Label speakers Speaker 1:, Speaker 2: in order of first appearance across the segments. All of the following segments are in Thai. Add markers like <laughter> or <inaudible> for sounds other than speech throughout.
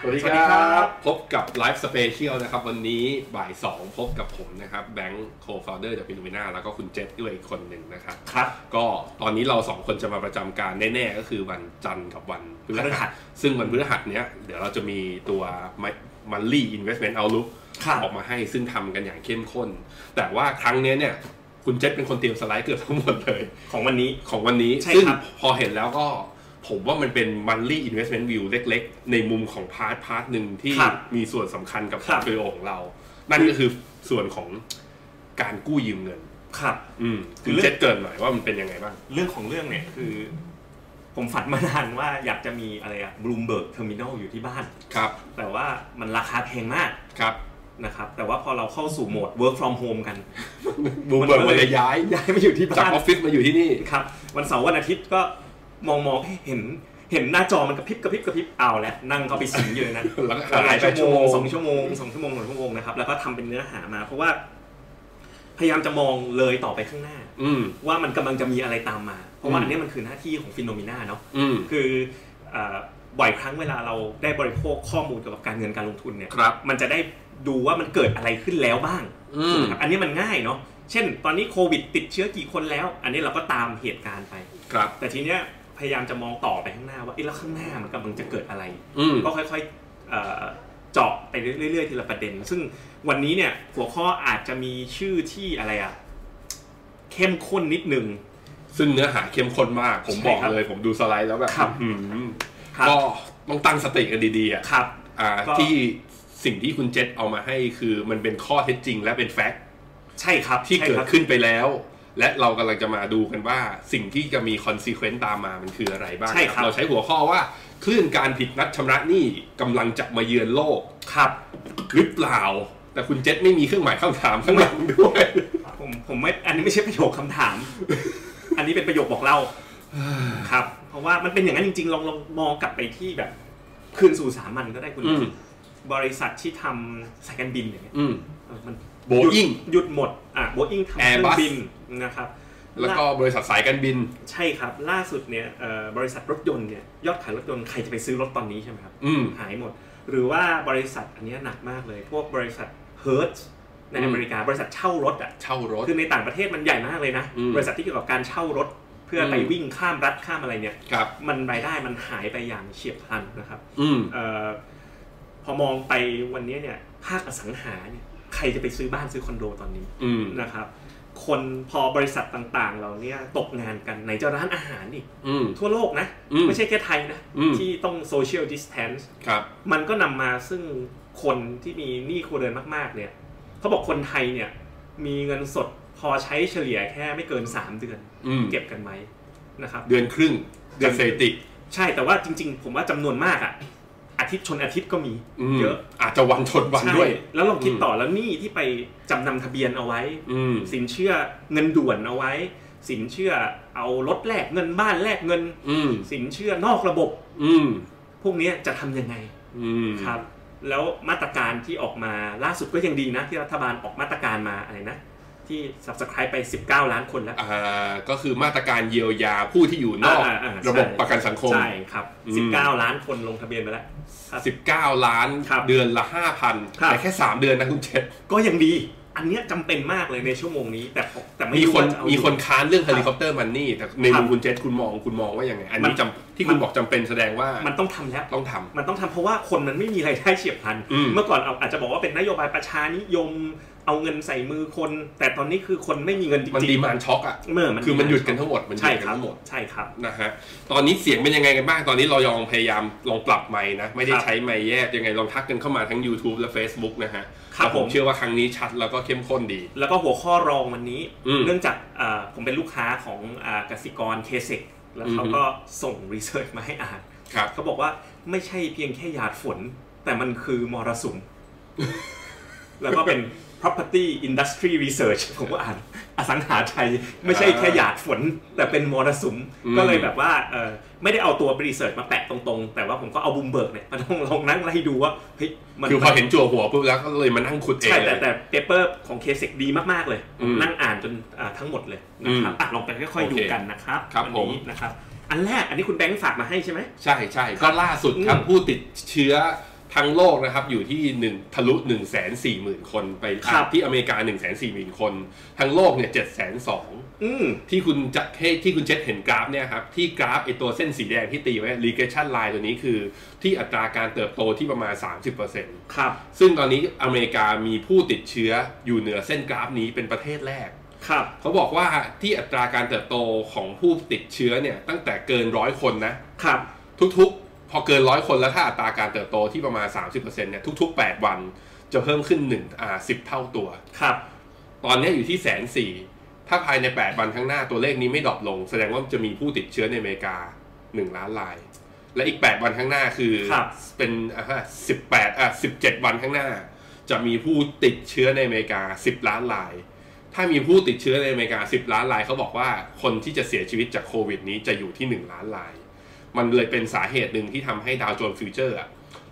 Speaker 1: สวัสดีค
Speaker 2: สวัสดีครั
Speaker 1: รับ
Speaker 2: บ
Speaker 1: พบกับไลฟ์สเปเชียลนะครับ วันนี้บ่าย 2 พบกับผมนะครับแบงค์โคฟาวเดอร์จากพินูเมนาแล้วก็คุณเจษด้วยอีกคนหนึ่งนะครับ
Speaker 2: ครับ
Speaker 1: ก็ตอนนี้เราสองคนจะมาประจำการแน่ๆ ก็คือวันจันทร์กับวันพฤ
Speaker 2: พฤหั
Speaker 1: หัส
Speaker 2: ส
Speaker 1: ซึ่งวันพฤหัสเนี้ยเดี๋ยวเราจะมีตัวมันลี่อินเวสเมนต์เอาลุก
Speaker 2: ครับ
Speaker 1: ออกมาให้ซึ่งทำกันอย่างเข้มข้น แต่ว่าครั้งเนี้ยเนี่ย คุณเจษเป็นคนเตรียมสไลด์เกือบทั้งหมดเลย
Speaker 2: ของวันนี้
Speaker 1: ของวันนี้
Speaker 2: ใช่
Speaker 1: ซึ่ง
Speaker 2: ครับ
Speaker 1: พอเห็นแล้วก็ผมว่ามันเป็น monthly investment view เล็กๆ ในมุมของพาร์ทพาร์ทหนึ่งที่
Speaker 2: ครับ
Speaker 1: มีส่วนสำคัญกับพ
Speaker 2: ครั
Speaker 1: อบ ร์ตโฟลิโอของเรา นั่นก็คือส่วนของการกู้ยืมเงิน
Speaker 2: ครับ
Speaker 1: อืม
Speaker 2: คื
Speaker 1: คือ อ
Speaker 2: เรื่อง
Speaker 1: เจ็ดเกินหน่อยว่ามันเป็นยังไงบ้าง
Speaker 2: เรื่องของเรื่องเนี่ยคือ ผมฝันมานานว่าอยากจะมีอะไรอะบลูมเบิร์กเทอร์มินอลอยู่ที่บ้าน
Speaker 1: ครับ
Speaker 2: แต่ว่ามันราคาแพงมาก
Speaker 1: ครับ
Speaker 2: นะครับ แต่ว่าพอเราเข้าสู่โหมด work from home กัน
Speaker 1: บูมเบิร์กมันจะย้าย
Speaker 2: ย้ายมาอยู่ที่
Speaker 1: จาก
Speaker 2: บ้า
Speaker 1: อน อฟฟิศมาอยู่ที่นี่
Speaker 2: ครับ วันเสาร์วันอาทิตย์ก็มองมองเห็น เห็นหน้าจอมันกระพริบกระพริบกระพริบเอาแล้วนั่งเข้าไปสิงอยู่ในนั้น
Speaker 1: แล้วก็
Speaker 2: <laughs> หลายชั่วโมง
Speaker 1: ส
Speaker 2: สอ
Speaker 1: อง ง
Speaker 2: ชั่วโมงสองชั่วโมงสองชั่วโมงนะครับ แล้วก็ทำเป็นเนื้อหามา เพราะว่า พยายามจะมองเลยต่อไปข้างหน้า
Speaker 1: อืม
Speaker 2: ว่ามันกำลังจะมีอะไรตามมา เพราะว่า
Speaker 1: อืม
Speaker 2: อันเนี้ยมันคือหน้าที่ของฟิโนเมนาเนาะ
Speaker 1: อืม
Speaker 2: คือเอ่อบ่อยครั้งเวลาเราได้บริโภคข้อมูลเกี่ยวกับการเงินการลงทุนเนี่ย
Speaker 1: ครับ
Speaker 2: มันจะได้ดูว่ามันเกิดอะไรขึ้นแล้วบ้าง
Speaker 1: อืม
Speaker 2: นะครับอันนี้มันง่ายเนาะ เช่น ตอนนี้โควิดติดเชื้อกี่คนแล้ว อันนี้เราก็ตามเหตุการณ์ไป
Speaker 1: ครับ
Speaker 2: แต่ทีเนี้ยพยายามจะมองต่อไปข้างหน้าว่าเอ๊ะแล้วข้างหน้ามันกำลังจะเกิดอะไร
Speaker 1: อืม
Speaker 2: ก็ค่อยๆเอ่อเจาะไปเรื่อยๆทีละประเด็น ซึ่งวันนี้เนี่ยหัวข้ออาจจะมีชื่อที่อะไรอะเข้มข้นนิดนึง
Speaker 1: ซึ่งเนื้อหาเข้มข้นมาก ผม
Speaker 2: ใช่
Speaker 1: บอก
Speaker 2: ครับ
Speaker 1: เลย ผมดูสไลด์แล้วแบบ
Speaker 2: ครับ
Speaker 1: อื้อหือ
Speaker 2: ครับ
Speaker 1: ก็ต้องตั้งสติกันดีๆอ่ะ
Speaker 2: ครับ
Speaker 1: อ่า
Speaker 2: ก็
Speaker 1: ที่สิ่งที่คุณเจษเอามาให้คือมันเป็นข้อเท็จจริงและเป็นแฟกต์
Speaker 2: ใช่ครับ
Speaker 1: ที่
Speaker 2: ใช่
Speaker 1: เกิ
Speaker 2: ค
Speaker 1: ด
Speaker 2: รับ
Speaker 1: ขึ้นไปแล้ว และเรากำลังจะมาดูกันว่าสิ่งที่จะมีคอนซีเควนต์ตามมามันคืออะไรบ้าง
Speaker 2: ใช่ครับ
Speaker 1: เราใช้หัวข้อว่าคลื่นการผิดนัดชำระหนี้กำลังจะมาเยือนโลก
Speaker 2: ครับ
Speaker 1: หรือเปล่า แต่คุณเจษไม่มีเครื่องหมายคำถามข้างหลังด้วย
Speaker 2: ผมผมไม่อันนี้ไม่ใช่ประโยคคำถาม อันนี้เป็นประโยคบอกเล่าครับ เพราะว่ามันเป็นอย่างนั้นจริงๆ ลองลองมองกลับไปที่แบบ คืนสู่สามัญก็ได้คุณ
Speaker 1: อืม
Speaker 2: บริษัทที่ทำสายการบินอย่างเงี้ย
Speaker 1: อืม
Speaker 2: เออมัน
Speaker 1: Boeing
Speaker 2: หยุดหยุดหมดอ่ะโบอิงทำเครื่อง
Speaker 1: Airbus
Speaker 2: บินนะครับ
Speaker 1: แล้วก็
Speaker 2: า
Speaker 1: บริษัทสายการบิน
Speaker 2: ใช่ครับ ล่าสุดเนี่ยเอ่อบริษัทรถยนต์เนี่ยยอดขายรถยนต์ใครจะไปซื้อรถตอนนี้ใช่ไหมครับ
Speaker 1: อืม
Speaker 2: หายหมด หรือว่าบริษัทอันเนี้ยหนักมากเลย พวกบริษัทเฮิร์ตในอเมริกาบริษัทเช่ารถอ่ะ
Speaker 1: เช่ารถ
Speaker 2: คือในต่างประเทศมันใหญ่มากเลยนะ
Speaker 1: อืม
Speaker 2: บริษัทที่เกี่ยวกับการเช่ารถ เพื่ออ
Speaker 1: ม
Speaker 2: ไปวิ่งข้ามรัฐข้ามอะไรเนี่ย
Speaker 1: ครับ
Speaker 2: มันรายได้มันหายไปอย่างเฉียบพลันนะครับ
Speaker 1: อืม
Speaker 2: เออพอมองไปวันนี้เนี่ยภาคอสังหาเนี่ยใครจะไปซื้อบ้านซื้อคอนโดตอนนี้
Speaker 1: อืม
Speaker 2: นะครับ คนพอบริษัทต่างๆ เราเนี่ยตกงานกันไหนจะร้านอาหารอีก
Speaker 1: อืม
Speaker 2: ทั่วโลกนะ
Speaker 1: อืม
Speaker 2: ไม่ใช่แค่ไทยนะ
Speaker 1: อืม
Speaker 2: ที่ต้องโซเชียลดิสแทนซ์
Speaker 1: ครับ
Speaker 2: มันก็นำมาซึ่งคนที่มีหนี้ครัวเรือนมากๆ เนี่ยเขาบอกคนไทยเนี่ย มีเงินสดพอใช้เฉลี่ยแค่ไม่เกิน 3 เดือน
Speaker 1: อืม
Speaker 2: เก็บกันไหมนะครับ
Speaker 1: เดือนครึ่ง
Speaker 2: เดื
Speaker 1: จา
Speaker 2: อน
Speaker 1: กสถิติ
Speaker 2: ใช่แต่ว่าจริง ๆ ผมว่าจำนวนมากอะอาทิตย์ชนอาทิตย์ก็มี
Speaker 1: อืม
Speaker 2: เยอะ
Speaker 1: อาจจะวันชนวัน
Speaker 2: ใช่
Speaker 1: ด้วย
Speaker 2: แล้วลองคิดต่อแล้วหนี้ที่ไปจำนำทะเบียนเอาไว้
Speaker 1: อืม
Speaker 2: สินเชื่อเงินด่วนเอาไว้ สินเชื่อเอารถแลกเงินบ้านแลกเงิน
Speaker 1: อืม
Speaker 2: สินเชื่อนอกระบบ
Speaker 1: อืม
Speaker 2: พวกเนี้ยจะทำยังไง
Speaker 1: อืม
Speaker 2: ครับแล้วมาตรการที่ออกมาล่าสุดก็ยังดีนะ ที่รัฐบาลออกมาตรการมาอะไรนะ ที่ subscribe ไป 19 ล้านคนแล้ว
Speaker 1: อ่า ก็คือมาตรการเยียวยาผู้ที่อยู่นอก
Speaker 2: อ่าอ่าใช่
Speaker 1: ระบบประกันสังคม
Speaker 2: ใช่ครับ
Speaker 1: อืม
Speaker 2: 19 ล้านคนลงทะเบียนไปแล้วครับ
Speaker 1: 19 ล้าน
Speaker 2: ครับ
Speaker 1: เดือนละ 5,000
Speaker 2: ครับ
Speaker 1: แต่แค่ 3 เดือนนะคุณเจษ
Speaker 2: ก็ยังดี อันเนี้ยจำเป็นมากเลยในชั่วโมงนี้ แต่ผมแต่ไม่
Speaker 1: มี
Speaker 2: รู้
Speaker 1: คน
Speaker 2: ว่าจะเอา
Speaker 1: มีคนค้านเรื่องเฮลิคอปเตอร์มันนี่ แต่ใน
Speaker 2: ครั
Speaker 1: มุ
Speaker 2: บ
Speaker 1: มคุณเจษคุณมองคุณมองว่ายังไง อัน
Speaker 2: มั
Speaker 1: นี้
Speaker 2: น
Speaker 1: จำที่คุณ
Speaker 2: มัน
Speaker 1: บอกจำเป็นแสดงว่า
Speaker 2: มันต้องทำแล้ว
Speaker 1: ต้องทำ
Speaker 2: มันต้องทำเพราะว่าคนมันไม่มีรายได้เฉียบพลัน
Speaker 1: อืม
Speaker 2: เมื่อก่อนเอาอาจจะบอกว่าเป็นนโยบายประชานิยม เอาเงินใส่มือคน แต่ตอนนี้คือคนไม่มีเงินจ
Speaker 1: มัน
Speaker 2: ริ
Speaker 1: ดี
Speaker 2: ง
Speaker 1: มานช็อกอ่ะ
Speaker 2: ๆเมื่อมัน
Speaker 1: คือมันหยุดกันทั้งหมด มันหยุ
Speaker 2: ใช่
Speaker 1: ดกั
Speaker 2: คน รับ
Speaker 1: ทั้งหมด
Speaker 2: ใช่ครับ
Speaker 1: นะฮะ ตอนนี้เสียงเป็นยังไงกันบ้าง ตอนนี้เรายองพยายามลองปรับไมค์นะ ไม่ได้
Speaker 2: ครับ
Speaker 1: ใช้ไมค์แยกยังไงลองทักกันเข้ามาทั้ง YouTube และ Facebook นะฮะ
Speaker 2: ครับ
Speaker 1: แต่ผม
Speaker 2: ผม
Speaker 1: เชื่อว่าครั้งนี้ชัดแล้วก็เข้มข้นดี
Speaker 2: แล้วก็หัวข้อรองวันนี้
Speaker 1: อืม
Speaker 2: เนื่องจากเอ่อผมเป็นลูกค้าของอ่ากสิกรเคเซกแล้วเขา
Speaker 1: อืม
Speaker 2: ก็ส่งรีเสิร์ชมาให้อ่าน
Speaker 1: ครับ
Speaker 2: เขาบอกว่าไม่
Speaker 1: <laughs>
Speaker 2: ใช่เพียงแค่หยาดฝน แต่มันคือมรสุม แล้วก็เป็น property industry research ผมก็อ่านอสังหาไทย ไม่ใช่แค่หยาดฝน แต่เป็นมรสุม
Speaker 1: อืม
Speaker 2: ก็เลยแบบว่าเอ่อไม่ได้เอาตัวรีเสิร์ชมาแปะตรงๆ แต่ว่าผมก็เอาบูมเบิร์กเนี่ยมาลองลองนั่งไล่ดูว่าเฮ้ยมั
Speaker 1: คือพอเห็นจั่วหัวปุ๊บแล้วก็เลยมานั่งขุดเอง
Speaker 2: ใช่
Speaker 1: เล
Speaker 2: แต่
Speaker 1: ย
Speaker 2: แต่เปเปอร์ของเคสิกดีมาก ๆ เลย
Speaker 1: อืม
Speaker 2: นั่งอ่านจนอ่าทั้งหมดเลยนะครับอ่ะลองไปค่อยๆ
Speaker 1: โอเค
Speaker 2: ดูกันนะครับ
Speaker 1: ครับ
Speaker 2: วั
Speaker 1: ผม
Speaker 2: นี้นะครับ อันแรกอันนี้คุณแบงค์ฝากมาให้ใช่ไหม
Speaker 1: ใช่ใช่ก็ล่าสุดครับ
Speaker 2: อืม
Speaker 1: ผู้ติดเชื้อทั้งโลกนะครับ อยู่ที่หนึ่งทะลุ1นึ่งแสนสี่หมื่นคนไป
Speaker 2: ครับ
Speaker 1: ที่อเมริกา1นึ่งแสนสี่หมื่นคน ทั้งโลกเนี่ยเจ็ดแสนสอง
Speaker 2: อืม
Speaker 1: ที่คุณจะให้ที่คุณเจษเห็นกราฟเนี่ยครับ ที่กราฟไอตัวเส้นสีแดงที่ตีไว้ regression line ตัวนี้คือ ที่อัตราการเติบโตที่ประมาณ 30%
Speaker 2: ครับ
Speaker 1: ซึ่งตอนนี้อเมริกามีผู้ติดเชื้ออยู่เหนือเส้นกราฟนี้เป็นประเทศแรก
Speaker 2: ครับ
Speaker 1: เขาบอกว่าที่อัตราการเติบโตของผู้ติดเชื้อเนี่ย ตั้งแต่เกินร้อยคนนะ
Speaker 2: ครับ
Speaker 1: ทุกๆ พอเกินร้อยคนแล้วถ้าอัตราการเติบโตที่ประมาณ 30%เนี่ยทุก ๆ 8 วันจะเพิ่มขึ้น1อ่า10 เท่าตัว
Speaker 2: ครับ
Speaker 1: ตอนนี้อยู่ที่แสนสี่ ถ้าภายใน 8 วันข้างหน้าตัวเลขนี้ไม่ดรอปลง แสดงว่าจะมีผู้ติดเชื้อในอเมริกา 1 ล้านราย และอีก 8 วันข้างหน้าคือ
Speaker 2: ครับ
Speaker 1: เป็นอ่าสิบแปดอ่ะสิบเจ็ดวันข้างหน้า จะมีผู้ติดเชื้อในอเมริกา 10 ล้านราย ถ้ามีผู้ติดเชื้อในอเมริกา 10 ล้านรายเขาบอกว่าคนที่จะเสียชีวิตจากโควิดนี้จะอยู่ที่ 1 ล้านราย มันเลยเป็นสาเหตุหนึ่งที่ทำให้ดาวโจนส์ฟิวเจอร์อะ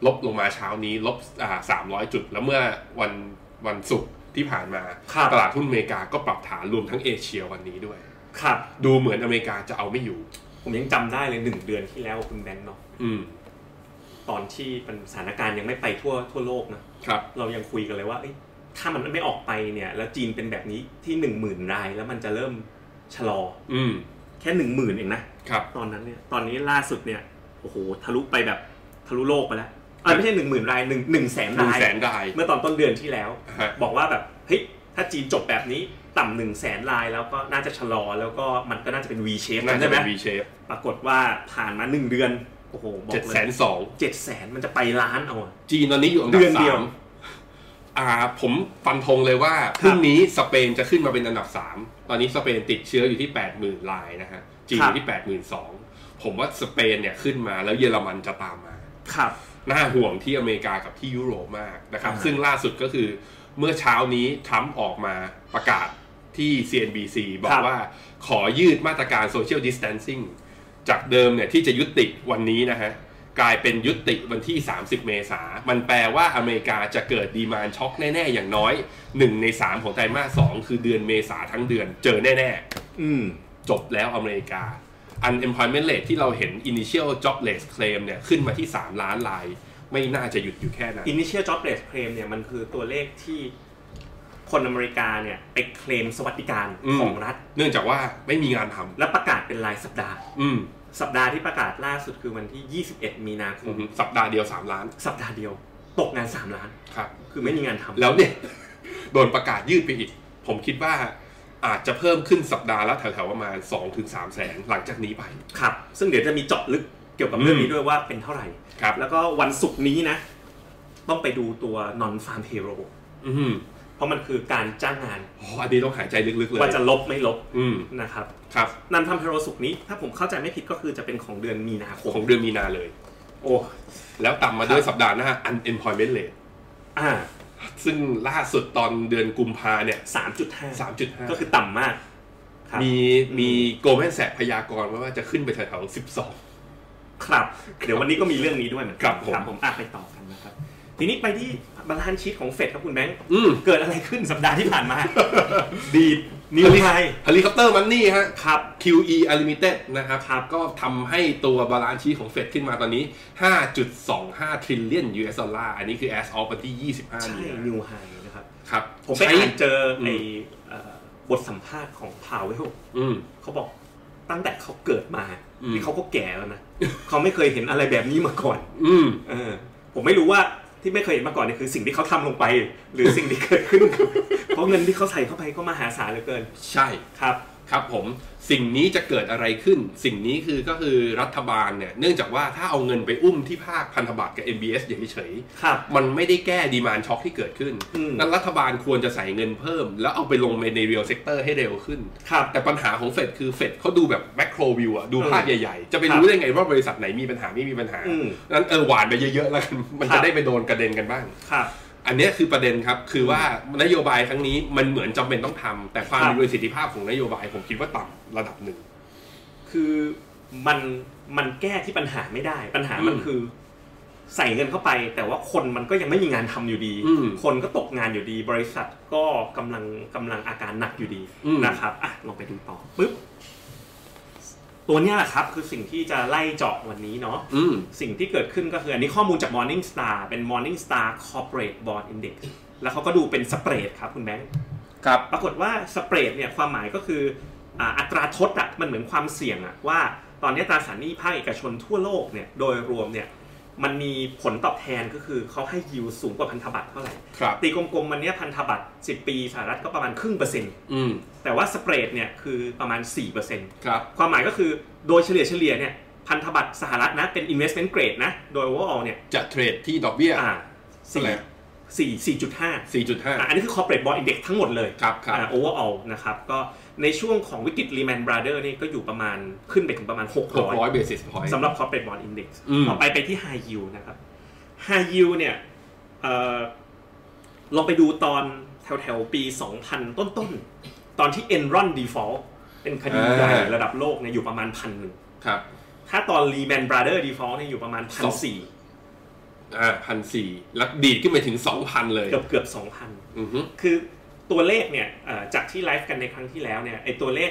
Speaker 1: ลบลงมาเช้านี้ลบอ่าสามร้อยจุด แล้วเมื่อวันวันศุกร์ที่ผ่านมา
Speaker 2: ครับ
Speaker 1: ตลาดหุ้นอเมริกาก็ปรับฐานรวมทั้งเอเชียวันนี้ด้วย
Speaker 2: ครับ
Speaker 1: ดูเหมือนอเมริกาจะเอาไม่อยู่
Speaker 2: ผมยังจำได้เลยหนึ่งเดือนที่แล้วคุณแบงค์เนาะ
Speaker 1: อืม
Speaker 2: ตอนที่มันสถานการณ์ยังไม่ไปทั่วทั่วโลกนะ
Speaker 1: ครับ
Speaker 2: เรายังคุยกันเลยว่าเอ้ยถ้ามันไม่ออกไปเนี่ย แล้วจีนเป็นแบบนี้ที่หนึ่งหมื่นรายแล้วมันจะเริ่มชะลอ
Speaker 1: อืม
Speaker 2: แค่หนึ่งหมื่นเองนะ
Speaker 1: ครับ
Speaker 2: ตอนนั้นเนี่ย ตอนนี้ล่าสุดเนี่ย โอ้โห ทะลุไปแบบทะลุโลกไปแล้วเอ้ยไม่ใช่หนึ่งหมื่นรายหนึ่งหนึ่งแสน
Speaker 1: หนึ่ง
Speaker 2: ราย
Speaker 1: แสนราย
Speaker 2: เมื่อตอนต้นเดือนที่แล้ว
Speaker 1: ฮะ
Speaker 2: บอกว่าแบบ เฮ้ย ถ้าจีนจบแบบนี้ต่ำหนึ่งแสนรายแล้วก็น่าจะชะลอ แล้วก็มันก็น่าจะเป็น V shape
Speaker 1: น่าจะ
Speaker 2: ใช่ไหม
Speaker 1: เป็น V shape
Speaker 2: ปรากฏว่าผ่านมาหนึ่งเดือน โอ้โห บอ
Speaker 1: เจ็ด
Speaker 2: กเล
Speaker 1: แส
Speaker 2: ย
Speaker 1: นสอง
Speaker 2: เจ็ดแสนมันจะไปล้านเอาอะ
Speaker 1: จีนตอนนี้อยู่อันดั
Speaker 2: เดื
Speaker 1: บ
Speaker 2: อนเดี
Speaker 1: สา
Speaker 2: ยว
Speaker 1: มอ่า ผมฟันธงเลยว่าพรุ่งนี้สเปนจะขึ้นมาเป็นอันดับสามตอนนี้สเปนติดเชื้ออยู่ที่แปดหมื่นรายนะฮะ จีนอ
Speaker 2: ครับ
Speaker 1: ยู่ที่แปดหมื่นสองผมว่าสเปนเนี่ยขึ้นมาแล้วเยอรมันจะตามมา
Speaker 2: ครับ
Speaker 1: น่าห่วงที่อเมริกากับที่ยุโรปมากนะครับ
Speaker 2: อ่า
Speaker 1: ซึ่งล่าสุดก็คือเมื่อเช้านี้ทรัมป์ออกมาประกาศที่ CNBC บอกว่าขอยืดมาตรการ Social Distancing จากเดิมเนี่ยที่จะยุติวันนี้นะฮะ กลายเป็นยุติวันที่ 30 เมษา มันแปลว่าอเมริกาจะเกิดดีมานช็อกแน่ ๆ อย่างน้อย 1 ใน 3 ของไตรมาส2คือเดือนเมษาทั้งเดือนเจอแน่ ๆ
Speaker 2: อืม
Speaker 1: จบแล้วอเมริกา unemployment rate ที่เราเห็น initial jobless claim เนี่ยขึ้นมาที่ 3 ล้านราย ไม่น่าจะหยุดอยู่แค่นั้น
Speaker 2: initial jobless claim เนี่ยมันคือตัวเลขที่คนอเมริกาเนี่ยไปเคลมสวัสดิการ
Speaker 1: อืม
Speaker 2: ของรัฐ
Speaker 1: เนื่องจากว่าไม่มีงานทำ
Speaker 2: และประกาศเป็นรายสัปดาห์
Speaker 1: อืม
Speaker 2: สัปดาห์ที่ประกาศล่าสุดคือวันที่ 21 มีนาค
Speaker 1: อื
Speaker 2: ม
Speaker 1: มสัปดาห์เดียว 3 ล้าน
Speaker 2: สัปดาห์เดียว ตกงาน 3 ล้าน
Speaker 1: ครับ
Speaker 2: คือไม่มีงานทำ
Speaker 1: แล้วเนี่ย <laughs> โดนประกาศยืดไปอีก ผมคิดว่าอาจจะเพิ่มขึ้นสัปดาห์ละแถวๆประมาณ 2-3 แสนหลังจากนี้ไป
Speaker 2: ครับ ซึ่งเดี๋ยวจะมีเจาะลึกเกี่ยวกับเรื่องนี้ด้วยว่าเป็นเท่าไหร่
Speaker 1: ครับ
Speaker 2: แล้วก็วันศุกร์นี้นะ ต้องไปดูตัว non farm payroll
Speaker 1: อืม
Speaker 2: เพราะมันคือการจ้างงาน
Speaker 1: อ๋ออันนี้ต้องหายใจลึกๆเลย
Speaker 2: ว่าจะลบไม่ลบ
Speaker 1: อืม
Speaker 2: นะครับ
Speaker 1: ครับ
Speaker 2: นำทำ payroll ศุกร์นี้ ถ้าผมเข้าใจไม่ผิดก็คือจะเป็นของเดือนมีนาคม
Speaker 1: ของเดือนมีนาเลย
Speaker 2: โอ้
Speaker 1: แล้วต่ำมาด้วยสัปดาห์หน้า unemployment rate
Speaker 2: อ่า
Speaker 1: ซึ่งล่าสุดตอนเดือนกุมภาเนี่ย
Speaker 2: สามจุดห้า
Speaker 1: สามจุดห้า
Speaker 2: ก็คือต่ำมากครับ
Speaker 1: มีมีโกลแมนแสกพยากรณ์ไว้ว่าจะขึ้นไปแถวๆสิบสอง
Speaker 2: ครับ เดี๋ยววันนี้ก็มีเรื่องนี้ด้วยเหมือนกั
Speaker 1: ครับผม
Speaker 2: ครับผมอ่ะไปต่อกันนะครับ ทีนี้ไปที่บาลานซ์ชีตของเฟดครับคุณแบงค์
Speaker 1: อืม
Speaker 2: เกิดอะไรขึ้นสัปดาห์ที่ผ่านมา
Speaker 1: <laughs>
Speaker 2: ดีดนิ้วไทย
Speaker 1: เฮลิคอปเตอร์มันนี่ฮะ
Speaker 2: ครับ
Speaker 1: QE Unlimited นะครับ
Speaker 2: ครับ
Speaker 1: ก็ทำให้ตัวบาลานซ์ชีของเฟดขึ้นมาตอนนี้ 5.25 trillion US ดอลลาร์อันนี้คือ as of วันที่ 25
Speaker 2: ใช่
Speaker 1: มีนา
Speaker 2: นิวไฮนะครับ
Speaker 1: ครับ
Speaker 2: ผมไป
Speaker 1: ใช้
Speaker 2: อ่านเจออ
Speaker 1: ม
Speaker 2: ไอ้เอ่อบทสัมภาษณ์ของพาวเวล
Speaker 1: อืม
Speaker 2: เขาบอกตั้งแต่เขาเกิดมา
Speaker 1: อืม
Speaker 2: เขาก็แก่แล้วนะ เขาไม่เคยเห็นอะไรแบบนี้มาก่อน
Speaker 1: อืม
Speaker 2: เออผมไม่รู้ว่าที่ไม่เคยเห็นมาก่อนเนี่ยคือสิ่งที่เขาทำลงไป หรือสิ่งที่เกิดขึ้น <laughs> เพราะเงินที่เขาใส่เข้าไปก็มหาศาลเหลือเกิน
Speaker 1: ใช่
Speaker 2: ครับ
Speaker 1: ครับผมสิ่งนี้จะเกิดอะไรขึ้น สิ่งนี้คือก็คือรัฐบาลเนี่ยเนื่องจากว่าถ้าเอาเงินไปอุ้มที่ภาคพันธบัตรกับ MBS อย่างเฉยๆ
Speaker 2: ครับ
Speaker 1: มันไม่ได้แก้ดีมานช็อคที่เกิดขึ้น
Speaker 2: อืม
Speaker 1: นั้นรัฐบาลควรจะใส่เงินเพิ่ม แล้วเอาไปลงในเรียลเซกเตอร์ให้เร็วขึ้น
Speaker 2: ครับ
Speaker 1: แต่ปัญหาของเฟดคือเฟดเขาดูแบบแมกโ o รวิวอะดูภาพ
Speaker 2: เออ
Speaker 1: ใหญ่ๆ จะไปรู้ได้ไงว่าบริษัทไหนมีปัญหาไม่มีปัญหา
Speaker 2: อืม
Speaker 1: นั้นเออหวานไปเยอะๆแล้วกัน มัน
Speaker 2: ครั
Speaker 1: จะ
Speaker 2: บ
Speaker 1: ได้ไปโดนกระเด็นกันบ้าง
Speaker 2: ครับ
Speaker 1: อันเนี้ยคือประเด็นครับ คือว่านโยบายครั้งนี้มันเหมือนจำเป็นต้องทำแต่ความ
Speaker 2: ครับ
Speaker 1: มีประสิทธิภาพของนโยบายผมคิดว่าต่ำระดับหนึ่ง
Speaker 2: คือมันมันแก้ที่ปัญหาไม่ได้ ปัญหามัน
Speaker 1: อืม
Speaker 2: คือ ใส่เงินเข้าไป แต่ว่าคนมันก็ยังไม่มีงานทำอยู่ดี
Speaker 1: อืม
Speaker 2: คนก็ตกงานอยู่ดี บริษัทก็กำลังกำลังอาการหนักอยู่ดี
Speaker 1: อืม
Speaker 2: นะครับอ่ะลองไปดูต่อปุ๊บตัวเนี้ยแหละครับ คือสิ่งที่จะไล่เจาะวันนี้เนาะ
Speaker 1: อืม
Speaker 2: สิ่งที่เกิดขึ้นก็คืออันนี้ข้อมูลจาก Morning Star เป็น Morning Star Corporate Bond Index แล้วเขาก็ดูเป็นสเปรดครับคุณแบงค์
Speaker 1: ครับ
Speaker 2: ปรากฏว่าสเปรดเนี่ยความหมายก็คืออ่าอัตราทดอะมันเหมือนความเสี่ยงอะว่าตอนนี้ตราสารหนี้ภาคเอกชนทั่วโลกเนี่ยโดยรวมเนี่ยมันมีผลตอบแทนก็คือเขาให้ยิวสูงกว่าพันธบัตรเท่าไหร่
Speaker 1: ครับ
Speaker 2: ตีกลมๆมันเนี้ยพันธบัตร10 ปีสหรัฐก็ประมาณครึ่งเปอร์เซ็นต์
Speaker 1: อืม
Speaker 2: แต่ว่าสเปรดเนี่ยคือประมาณ4%เปอร์เซ็นต์
Speaker 1: ครับ
Speaker 2: ความหมายก็คือโดยเฉลี่ยเฉลี่ยเนี่ยพันธบัตรสหรัฐนะเป็น investment grade นะ โดย overall เนี่ย
Speaker 1: จะเทรดที่ดอกเบี้ย
Speaker 2: อ่า
Speaker 1: เท่าไหร่
Speaker 2: สี่สี่สี่จุดห้า
Speaker 1: 4.5
Speaker 2: อันนี้คือ corporate bond index ทั้งหมดเลย
Speaker 1: ครับครับ
Speaker 2: อ่า overall นะครับก็ในช่วงของวิกฤต Lehman Brothers นี่ก็อยู่ประมาณขึ้นไปถึงประมาณ
Speaker 1: 600 basis point
Speaker 2: 600สำหรับ corporate bond index
Speaker 1: อืม
Speaker 2: ต่อไปไปที่ high yield นะครับ high yield เนี่ยเอ่อลองไปดูตอนแถวแถวๆปี 2000 ต้นต้นๆตอนที่ Enron default เป็นคดีใหญ่ระดับโลกเนี่ยอยู่ประมาณพันหนึ่ง
Speaker 1: ครับ
Speaker 2: ถ้าตอน Lehman Brothers default เนี่ยอยู่ประมาณพันสี่
Speaker 1: อ่าพันสี่แล้วดีดขึ้นไปถึง 2,000 เลย
Speaker 2: เกือบเกือบสองพัน
Speaker 1: อือฮึ
Speaker 2: คือตัวเลขเนี่ยเอ่อจากที่ไลฟ์กันในครั้งที่แล้วเนี่ยไอตัวเลข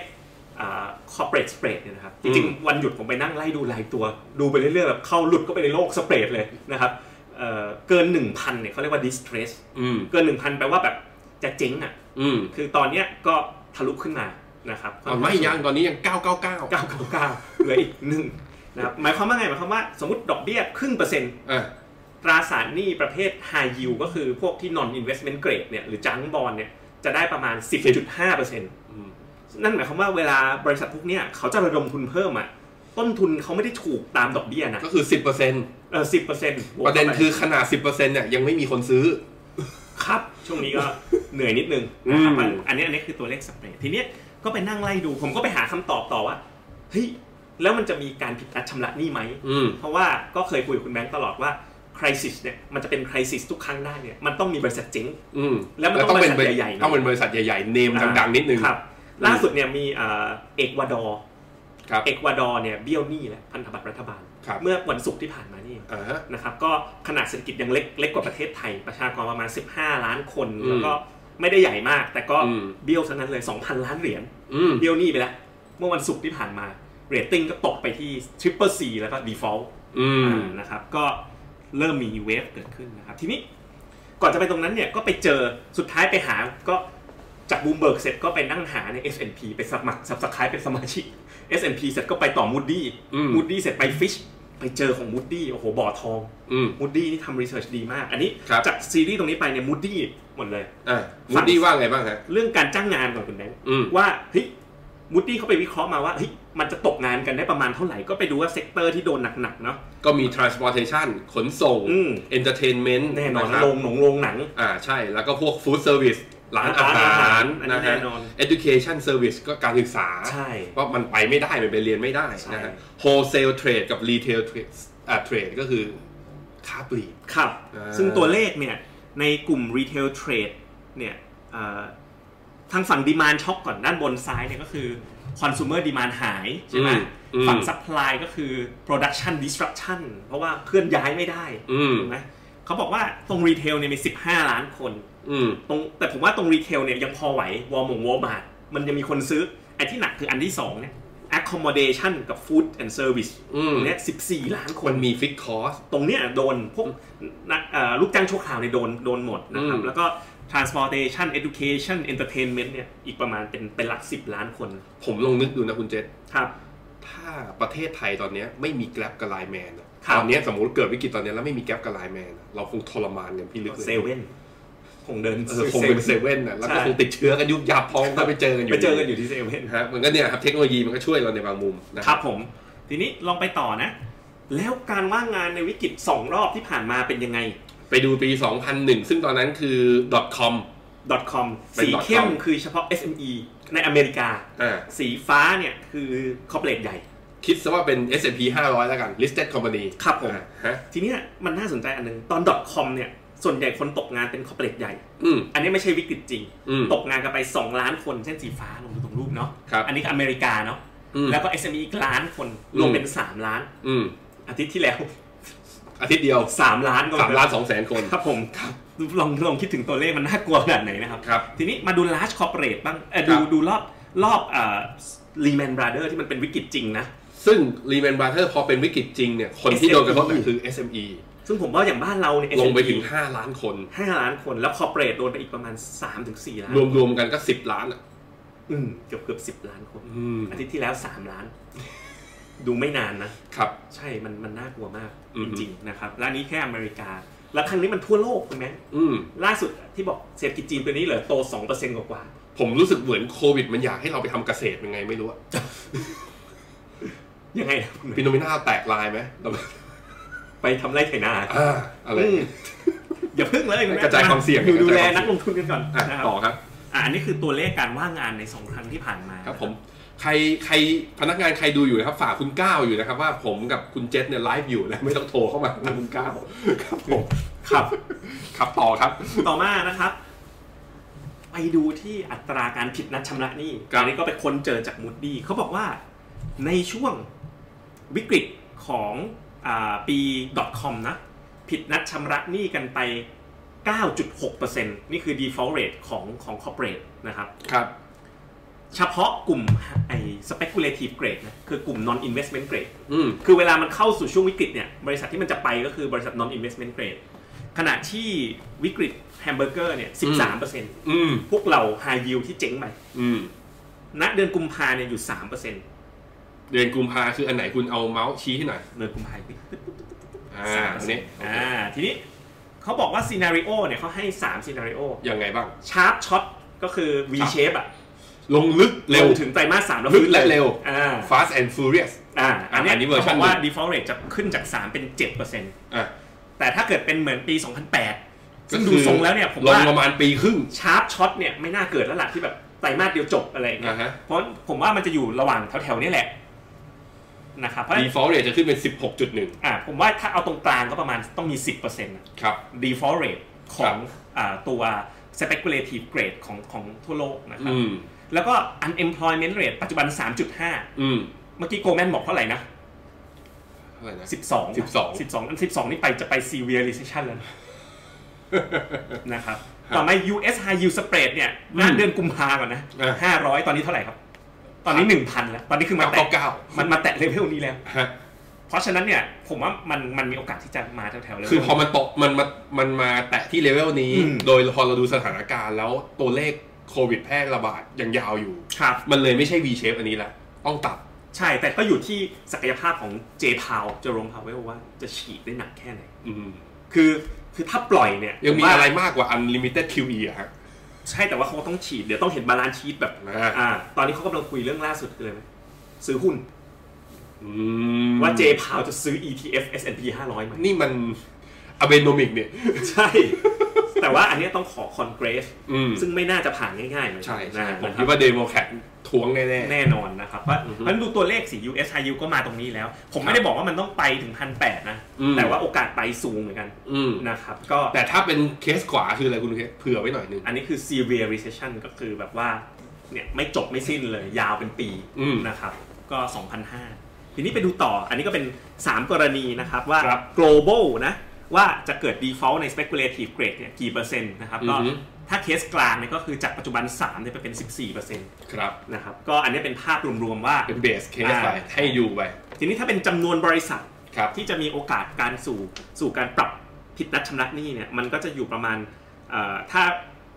Speaker 2: อ่า corporate spread เนี่ยนะครับ จริงๆ วันหยุดผมไปนั่งไล่ดูรายตัว ดูไปเรื่อยๆ แบบเข้าหลุดก็ไปในโลกสเปรดเลยนะครับเอ่อเกิน 1,000เนี่ยเขาเรียกว่า distress
Speaker 1: อืม
Speaker 2: เกิน 1,000 แปลว่าแบบจะเจ๊งอ่ะ
Speaker 1: อืม
Speaker 2: คือตอนเนี้ยก็ทะลุขึ้นมานะครับ
Speaker 1: ตอนไม่ยังตอนนี้ยัง 999
Speaker 2: 999เหลืออีกหนึ่งนะครับหมายความว่าไงหมายความว่าสมมติดอกเบี้ยครึ่งเปอร์เซ็นต์
Speaker 1: อ่ะ
Speaker 2: ตราสารหนี้ประเภท high yield ก็คือพวกที่ non investment grade เนี่ยหรือ junk bond เนี่ยจะได้ประมาณ 10.5%
Speaker 1: ม
Speaker 2: นั่นหมายความว่าเวลาบริษัทพวกเนี่ยเขาจะระดมทุนเพิ่มอะต้นทุนเขาไม่ได้ถูกตามดอกเบี้ยนะ
Speaker 1: ก็คือ 10%ป
Speaker 2: เออสิบเปอร์เซ็นต์
Speaker 1: ระเด็นคือขนาด 10%เนี่ยยังไม่มีคนซื้อ
Speaker 2: ครับ ช่วงนี้ก็ เหนื่อยนิดนึงนะครับ
Speaker 1: อืม
Speaker 2: อันนี้อันนี้คือตัวเลขสเปรดทีเนี้ยก็ไปนั่งไล่ดู ผมก็ไปหาคำตอบต่อว่าเฮ้ยแล้วมันจะมีการผิดนัดชำระหนี้ไหม
Speaker 1: อืม
Speaker 2: เพราะว่าก็เคยคุยกับคุณแบงค์ตลอดว่า crisis เนี่ยมันจะเป็น crisis ทุกครั้งได้เนี่ยมันต้องมีบริษัทเจ๊ง
Speaker 1: อืม
Speaker 2: แล้วมันต้อง
Speaker 1: เป็น
Speaker 2: บริษัทใหญ่ๆ
Speaker 1: ต้องเป็นบริษัทใหญ่ ๆ เนม
Speaker 2: อ่า
Speaker 1: ดัง ๆ นิดนึง
Speaker 2: ครับ
Speaker 1: อืม
Speaker 2: ล่าสุดเนี่ยมีเอ่อเอกวาดอร์
Speaker 1: ครับ
Speaker 2: เอกวาดอร์เนี่ยเบี้ยวหนี้และพันธบัตรรัฐบาล
Speaker 1: ครับ
Speaker 2: เมื่อวันศุกร์ที่ผ่านมานี่เอง
Speaker 1: อ่าฮะ
Speaker 2: นะครับก็ขนาดเศรษฐกิจยังเล็กเล็กกว่าประเทศไทย ประชากรประมาณ 15 ล้านคน
Speaker 1: อืม
Speaker 2: แล้วก็ไม่ได้ใหญ่มาก แต่ก็
Speaker 1: อืม
Speaker 2: เบี้ยวทั้งนั้นเลย 2,000 ล้านเหรียญ
Speaker 1: อืม
Speaker 2: เบี้ยวหนี้ไปแล้ว เมื่อวันศุกร์ที่ผ่านมาเรตติ้งก็ตกไปที่ Triple C แล้วก็ Default
Speaker 1: อืม
Speaker 2: อ่านะครับก็เริ่มมีเวฟเกิดขึ้นนะครับทีนี้ก่อนจะไปตรงนั้นเนี่ยก็ไปเจอสุดท้ายไปหาก็จากบูมเบิร์กเสร็จก็ไปนั่งหาใน S&P ไปสมัครสับสคายเป็นสมาชิก S&P เสร็จก็ไปต่อมูดดี้
Speaker 1: อืม
Speaker 2: มูดดี้เสร็จไปฟิชไปเจอของมูดดี้โอ้โหบ่อทอง
Speaker 1: อืม
Speaker 2: มูดดี้นี่ทำรีเสิร์ชดีมาก อันนี้
Speaker 1: ครับ
Speaker 2: จากซีรีส์ตรงนี้ไปเนี่ยมูดดี้หมดเลย
Speaker 1: อ่ะวูดดี้ว่าไงบ้างฮะ
Speaker 2: เรื่องการจ้างงานก่อนคุณแบงค์
Speaker 1: อืม
Speaker 2: ว่าเฮ้ยมูดดี้เขาไปวิเคราะห์มาว่าเฮ้ยมันจะตกงานกันได้ประมาณเท่าไหร่ก็ไปดูว่าเซกเตอร์ที่โดนหนักๆเนาะ
Speaker 1: ก็มี transportation ขนส่ง
Speaker 2: อืม
Speaker 1: entertainment
Speaker 2: แน่นอนะ
Speaker 1: ครั
Speaker 2: โร
Speaker 1: บ
Speaker 2: งหนงโรงหนัง
Speaker 1: อ่าใช่ แล้วก็พวก food service ร้านอาหา
Speaker 2: ร้านอาหาร รอันนี้
Speaker 1: นะ
Speaker 2: แน่
Speaker 1: ฮะ
Speaker 2: นอน
Speaker 1: education service ก็การศึกษา
Speaker 2: ใช่
Speaker 1: ว่ามันไปไม่ได้ มันไปเรียนไม่ได้นะฮะ
Speaker 2: ใช่
Speaker 1: wholesale trade กับ retail trade อ่า trade ก็คือค้าปลีก
Speaker 2: ครับ
Speaker 1: อ่า
Speaker 2: ซึ่งตัวเลขเนี่ย ในกลุ่ม retail trade เนี่ยเอ่อทางฝั่ง demand shock ก่อนด้านบนซ้ายเนี่ยก็คือ consumer demand หายใช่ไหมฝั่ง supply ก็คือ production disruption เพราะว่าเคลื่อนย้ายไม่ได้
Speaker 1: อืม
Speaker 2: ถูกไหมเขาบอกว่าตรง retail เนี่ยมี 15 ล้านคน
Speaker 1: อืม
Speaker 2: ตรงแต่ผมว่าตรง retail เนี่ยยังพอไหว วอลมงวอลมาร์ทมันยังมีคนซื้อไอ้ที่หนักคืออันที่สองเนี่ย accommodation กับ food and service
Speaker 1: อืม
Speaker 2: เนี่ย14 ล้านค
Speaker 1: มัน นมี fixed cost
Speaker 2: ตรงเนี้ยโดนพวกนักเอ่อลูกจ้างชั่วคราวในยโดนโดนหมดนะครับ
Speaker 1: อืม
Speaker 2: แล้วก็ transportation education entertainment เนี่ยอีกประมาณเป็นเป็นหลักสิบล้านคน
Speaker 1: ผมลองนึกดูนะคุณเจษ
Speaker 2: ครับ
Speaker 1: ถ้าประเทศไทยตอนเนี้ยไม่มีแกลบกับไลน์แมนอะ
Speaker 2: ครับ
Speaker 1: ตอนเนี้ยสมมติเกิดวิกฤตตอนเนี้ยแล้วไม่มีแกลบกับไลน์แมนอะเราคงทรมานกันพี่ลึกเลย
Speaker 2: เซเว่นคงเดิน
Speaker 1: เออคงเป็นเซ
Speaker 2: ว่
Speaker 1: เว่นน่ะแล้วก็
Speaker 2: ใช่
Speaker 1: คงติดเชื้อกันยุบยับพร้องก็ไปเจอกันอยู่
Speaker 2: ไปเจอกันอยู่ที่เซเว่น
Speaker 1: ฮะมันก็เนี่ยครับเทคโนโลยีมันก็ช่วยเราในบางมุมนะครับ
Speaker 2: ผม ทีนี้ลองไปต่อนะ แล้วการว่างงานในวิกฤตสองรอบที่ผ่านมาเป็นยังไง
Speaker 1: ไปดูปี 2001 ซึ่งตอนนั้นคือ .com
Speaker 2: .com
Speaker 1: เป็น
Speaker 2: สีเข้ม
Speaker 1: .com
Speaker 2: คือเฉพาะ SME ในอเมริกา
Speaker 1: อ่า
Speaker 2: สีฟ้าเนี่ยคือคอร์ปอเรทใหญ่
Speaker 1: คิดซะว่าเป็น S&P 500 แล้วกัน listed company
Speaker 2: ครับผม
Speaker 1: อ่าฮะ
Speaker 2: ทีเนี้ยมันน่าสนใจอันหนึงตอน .com เนี่ย ส่วนใหญ่คนตกงานเป็นคอร์เปอเรทใหญ่
Speaker 1: อืม
Speaker 2: อันนี้ไม่ใช่วิกฤตจริง
Speaker 1: อืม
Speaker 2: ตกงานกันไป 2 ล้านคนเส้นสีฟ้าลงดูตรงรูปเนาะ
Speaker 1: ครับ
Speaker 2: อันนี้อเมริกาเนาะ
Speaker 1: อืม
Speaker 2: แล้วก็ SME อีกล้านคนลงเป็น 3 ล้าน
Speaker 1: อืม
Speaker 2: อาทิตย์ที่แล้ว
Speaker 1: อาทิตย์เดียว
Speaker 2: 3 ล้านก็
Speaker 1: สามล้านสองแสนคน
Speaker 2: ครับผมครับลองลองคิดถึงตัวเลขมันน่ากลัวขนาดไหนนะครับ
Speaker 1: ครับ
Speaker 2: ทีนี้มาดู large corporate บ้างเอ่อ
Speaker 1: ครั
Speaker 2: ดู
Speaker 1: บ
Speaker 2: ดูรอบรอบเอ่อ Lehman Brothers ที่มันเป็นวิกฤตจริงนะ
Speaker 1: ซึ่ง Lehman Brothers พอเป็นวิกฤตจริงเนี่ย คนที่
Speaker 2: SME
Speaker 1: โดนกระทบเนี่ยคือ SME
Speaker 2: ซึ่งผมว่าอย่างบ้านเราเนี่ย
Speaker 1: ลงไป
Speaker 2: SME
Speaker 1: ถึง 5 ล้านคน
Speaker 2: ห้าล้านคนแล้วคอร์เปรสโดนไปอีกประมาณ 3-4ถึงล้าน
Speaker 1: รวมๆกันก็ 10 ล้านอ่ะ
Speaker 2: อืมเกือบเกือบสิบล้านคน
Speaker 1: อืม
Speaker 2: อาทิตย์ที่แล้ว 3 ล้าน ดูไม่นานนะ
Speaker 1: ครับ
Speaker 2: ใช่มันมันน่ากลัวมาก
Speaker 1: อื
Speaker 2: จ
Speaker 1: อฮึ
Speaker 2: ริงๆนะครับ และอันนี้แค่อเมริกา แล้วครั้งนี้มันทั่วโลกถูกไหม
Speaker 1: อืม
Speaker 2: ล่าสุดที่บอกเศรษฐกิจจีนปีนี้เหลือโต 2%กว่ากว่า
Speaker 1: ผมรู้สึกเหมือนโควิดมันอยากให้เราไปทำเกษตรยังไงไม่รู้อะ
Speaker 2: ยังไงนะ <laughs> คุณ
Speaker 1: ฟิโนเมนาแตกลายไหมเรา
Speaker 2: ไปทำไร่ไถนา
Speaker 1: อ่าอะไร
Speaker 2: อืมอย่าพึ่งเลยคุณ
Speaker 1: <laughs>
Speaker 2: แม่
Speaker 1: กระจายความเสี่ยง
Speaker 2: ดูดูแล
Speaker 1: กระจายความ
Speaker 2: นักลงทุนกันก่อน
Speaker 1: อ่ะ
Speaker 2: นะครับ
Speaker 1: ต่อครับ
Speaker 2: อ่ะอันนี้คือตัวเลขการว่างงานใน 2 ครั้งที่ผ่านมา
Speaker 1: ครับผมใครใครพนักงานใครดูอยู่นะครับฝากคุณก้าวอยู่นะครับ ว่าผมกับคุณเจษเนี่ยไลฟ์อยู่นะ <laughs> ไม่ต้องโทรเข้ามานะคุณก้าวครับผม
Speaker 2: ครับ
Speaker 1: ครับต่อครับ
Speaker 2: ต่อมานะครับ ไปดูที่อัตราการผิดนัดชำระหนี้
Speaker 1: ครับ
Speaker 2: อันนี้ก็ไปค้นเจอจากมูดดี้เขาบอกว่าในช่วงวิกฤตของอาปี .com นะ ผิดนัดชำระหนี้กันไป 9.6%นี่คือ default rate ของของ corporate นะครับ
Speaker 1: ครับ
Speaker 2: เฉพาะกลุ่มไอ้ speculative grade นะ คือกลุ่ม non investment grade
Speaker 1: อืม
Speaker 2: คือเวลามันเข้าสู่ช่วงวิกฤตเนี่ย บริษัทที่มันจะไปก็คือบริษัท non investment grade ขณะที่วิกฤตแฮมเบอร์เกอร์เนี่ย 13เปอร์เซ็นต์
Speaker 1: อืม
Speaker 2: พวกเรา high yield ที่เจ๊งไป
Speaker 1: อืม
Speaker 2: ณเดือนกุมภาเนี่ยอยู่3เปอร์เซ็นต์
Speaker 1: เดือนกุมภาคืออันไหนคุณเอาเมาส์ชี้ให้หน่อย
Speaker 2: เดือนกุมภา
Speaker 1: อ่า
Speaker 2: สาม
Speaker 1: อั
Speaker 2: เปอร์
Speaker 1: น
Speaker 2: เซ็น
Speaker 1: นี้
Speaker 2: ต์อ่า ทีนี้เขาบอกว่าซีนารีโอเนี่ยเขาให้3ซีนารีโอ
Speaker 1: ยังไงบ้าง
Speaker 2: ชาร์ปช็อตก็คือ V shape อะ
Speaker 1: ลงลึกเร็ว
Speaker 2: ลงถึงไตรมาสสามแล้ว
Speaker 1: ลึกและเร็ว
Speaker 2: อ่า
Speaker 1: fast and furious
Speaker 2: อ่าอัน
Speaker 1: อันนี้
Speaker 2: นี้
Speaker 1: เวอร์ชัน
Speaker 2: เขาบอกว่า
Speaker 1: หนึ่ง
Speaker 2: default rate จะขึ้นจาก 3 เป็น 7เปอร์เซ็นต์
Speaker 1: อ่ะ
Speaker 2: แต่ถ้าเกิดเป็นเหมือนปี 2008 ซึ่งดู
Speaker 1: ก็คือ
Speaker 2: ทรงแล้วเนี่ยผม
Speaker 1: ลง
Speaker 2: ว่า
Speaker 1: ประมาณปีครึ่ง
Speaker 2: ชาร์ปช็อตเนี่ยไม่น่าเกิดแล้วล่ะที่แบบไตรมาสเดียวจบอะไรอย่างเงี้ย
Speaker 1: อ่าฮะ
Speaker 2: เพราะผมว่ามันจะอยู่ระหว่างแถวๆนี้แหละนะครับเพราะ
Speaker 1: default rate จะขึ้นเป็น 16.1
Speaker 2: อ่าผมว่าถ้าเอาตรงกลางก็ประมาณต้องมี 10%นะ
Speaker 1: ครับ
Speaker 2: default rate ข
Speaker 1: ครั
Speaker 2: อง
Speaker 1: บ
Speaker 2: อ่าตัว speculative grade ของของทั่วโลกนะครับ
Speaker 1: อืม
Speaker 2: แล้วก็ unemployment rate ปัจจุบัน 3.5
Speaker 1: อืม
Speaker 2: เมื่อกี้โกลแมนบอกเท่าไหร่นะ
Speaker 1: <laughs> เท่าไหร่นะ
Speaker 2: 12
Speaker 1: 12
Speaker 2: 12อัน12 นี่ไปจะไป severe recession แล้วนะ นะครับ ต่อมา US high yield spread เนี่ย
Speaker 1: อืม
Speaker 2: น่าเดือนกุมภาก่อนนะ
Speaker 1: อ่ะ
Speaker 2: ห้าร้อยตอนนี้เท่าไหร่ครับ ตอนนี้หนึ่งพันแล้ว ตอนนี้คือมา
Speaker 1: เก้า
Speaker 2: แตะ
Speaker 1: เก้าเก้า
Speaker 2: มันมาแตะเลเวลนี้แล้ว
Speaker 1: ฮะ
Speaker 2: เพราะฉะนั้นเนี่ย ผมว่ามันมันมีโอกาสที่จะมาแถวๆเลย
Speaker 1: คือพอมันตกมันมามันมาแตะที่เลเวลนี้
Speaker 2: อืม
Speaker 1: โดยพอเราดูสถานการณ์แล้วตัวเลขโควิดแพร่ระบาดยังยาวอยู่
Speaker 2: ครับ
Speaker 1: มันเลยไม่ใช่ V shape อันนี้ละต้องตัด
Speaker 2: ใช่แต่ก็อยู่ที่ศักยภาพของเจพาวจะรงพาวเวลว่าจะฉีดได้หนักแค่ไหน
Speaker 1: อืม
Speaker 2: คือคือถ้าปล่อยเนี่ย
Speaker 1: ยังมี
Speaker 2: ผว่า
Speaker 1: อะไรมากกว่า unlimited QE อะฮะ
Speaker 2: ใช่แต่ว่าเขาก็ต้องฉีดเดี๋ยวต้องเห็นบาลานซ์ชีตแบบ
Speaker 1: อ่า
Speaker 2: อ่าตอนนี้เขากำลังคุยเรื่องล่าสุดคืออะไรไหมซื้อหุ้น
Speaker 1: อืม
Speaker 2: ว่าเจพาวจะซื้อ ETF S&P 500ไหม
Speaker 1: นี่มัน a b e n o m i c เนี่ย
Speaker 2: ใช่ แต่ว่าอันเนี้ยต้องขอคอนเกรส
Speaker 1: อืม
Speaker 2: ซึ่งไม่น่าจะผ่านง่ายๆเลย
Speaker 1: ใช่ใช่
Speaker 2: นะ
Speaker 1: ผม
Speaker 2: นะค
Speaker 1: คิ
Speaker 2: รั
Speaker 1: ด
Speaker 2: บ
Speaker 1: ว่าเดโมแครตทวงแน่ๆ
Speaker 2: แน่นอนนะครับเพราะ
Speaker 1: อือฮึ
Speaker 2: เพราะฉะนั้นดูตัวเลขสิ US high yield ก็มาตรงนี้แล้ว ผม
Speaker 1: ครั
Speaker 2: ไม่
Speaker 1: บ
Speaker 2: ได้บอกว่ามันต้องไปถึงพันแปดนะ
Speaker 1: อืม
Speaker 2: แต่ว่าโอกาสไปสูงเหมือนกัน
Speaker 1: อืม
Speaker 2: นะครับ ก็
Speaker 1: แต่ถ้าเป็นเคสขวาคืออะไรคุณเคสเผื่อไว้หน่อยนึง
Speaker 2: อันนี้คือ severe recession ก็คือแบบว่าเนี่ยไม่จบไม่สิ้นเลยยาวเป็นปี
Speaker 1: อืม
Speaker 2: นะครับ ก็2005ทีนี้ไปดูต่อ อันนี้ก็เป็น 3 กรณีนะครับว่า
Speaker 1: ครับ
Speaker 2: global นะ ว่าจะเกิด default ใน speculative grade เนี่ยกี่เปอร์เซ็นต์นะครับก็
Speaker 1: อือฮึ
Speaker 2: ถ้าเคสกลางเนี่ยก็คือจากปัจจุบัน3เนี่ยไปเป็น 14%
Speaker 1: ครับ
Speaker 2: นะครับก็อันนี้เป็นภาพรวมๆว่า
Speaker 1: เป็นเบสเคสไป
Speaker 2: อ่า
Speaker 1: ให้อยู่ไป
Speaker 2: ทีนี้ถ้าเป็นจำนวนบริษัท
Speaker 1: ครับ
Speaker 2: ที่จะมีโอกาสการสู่สู่การปรับผิดนัดชำระหนี้เนี่ยมันก็จะอยู่ประมาณเอ่อถ้า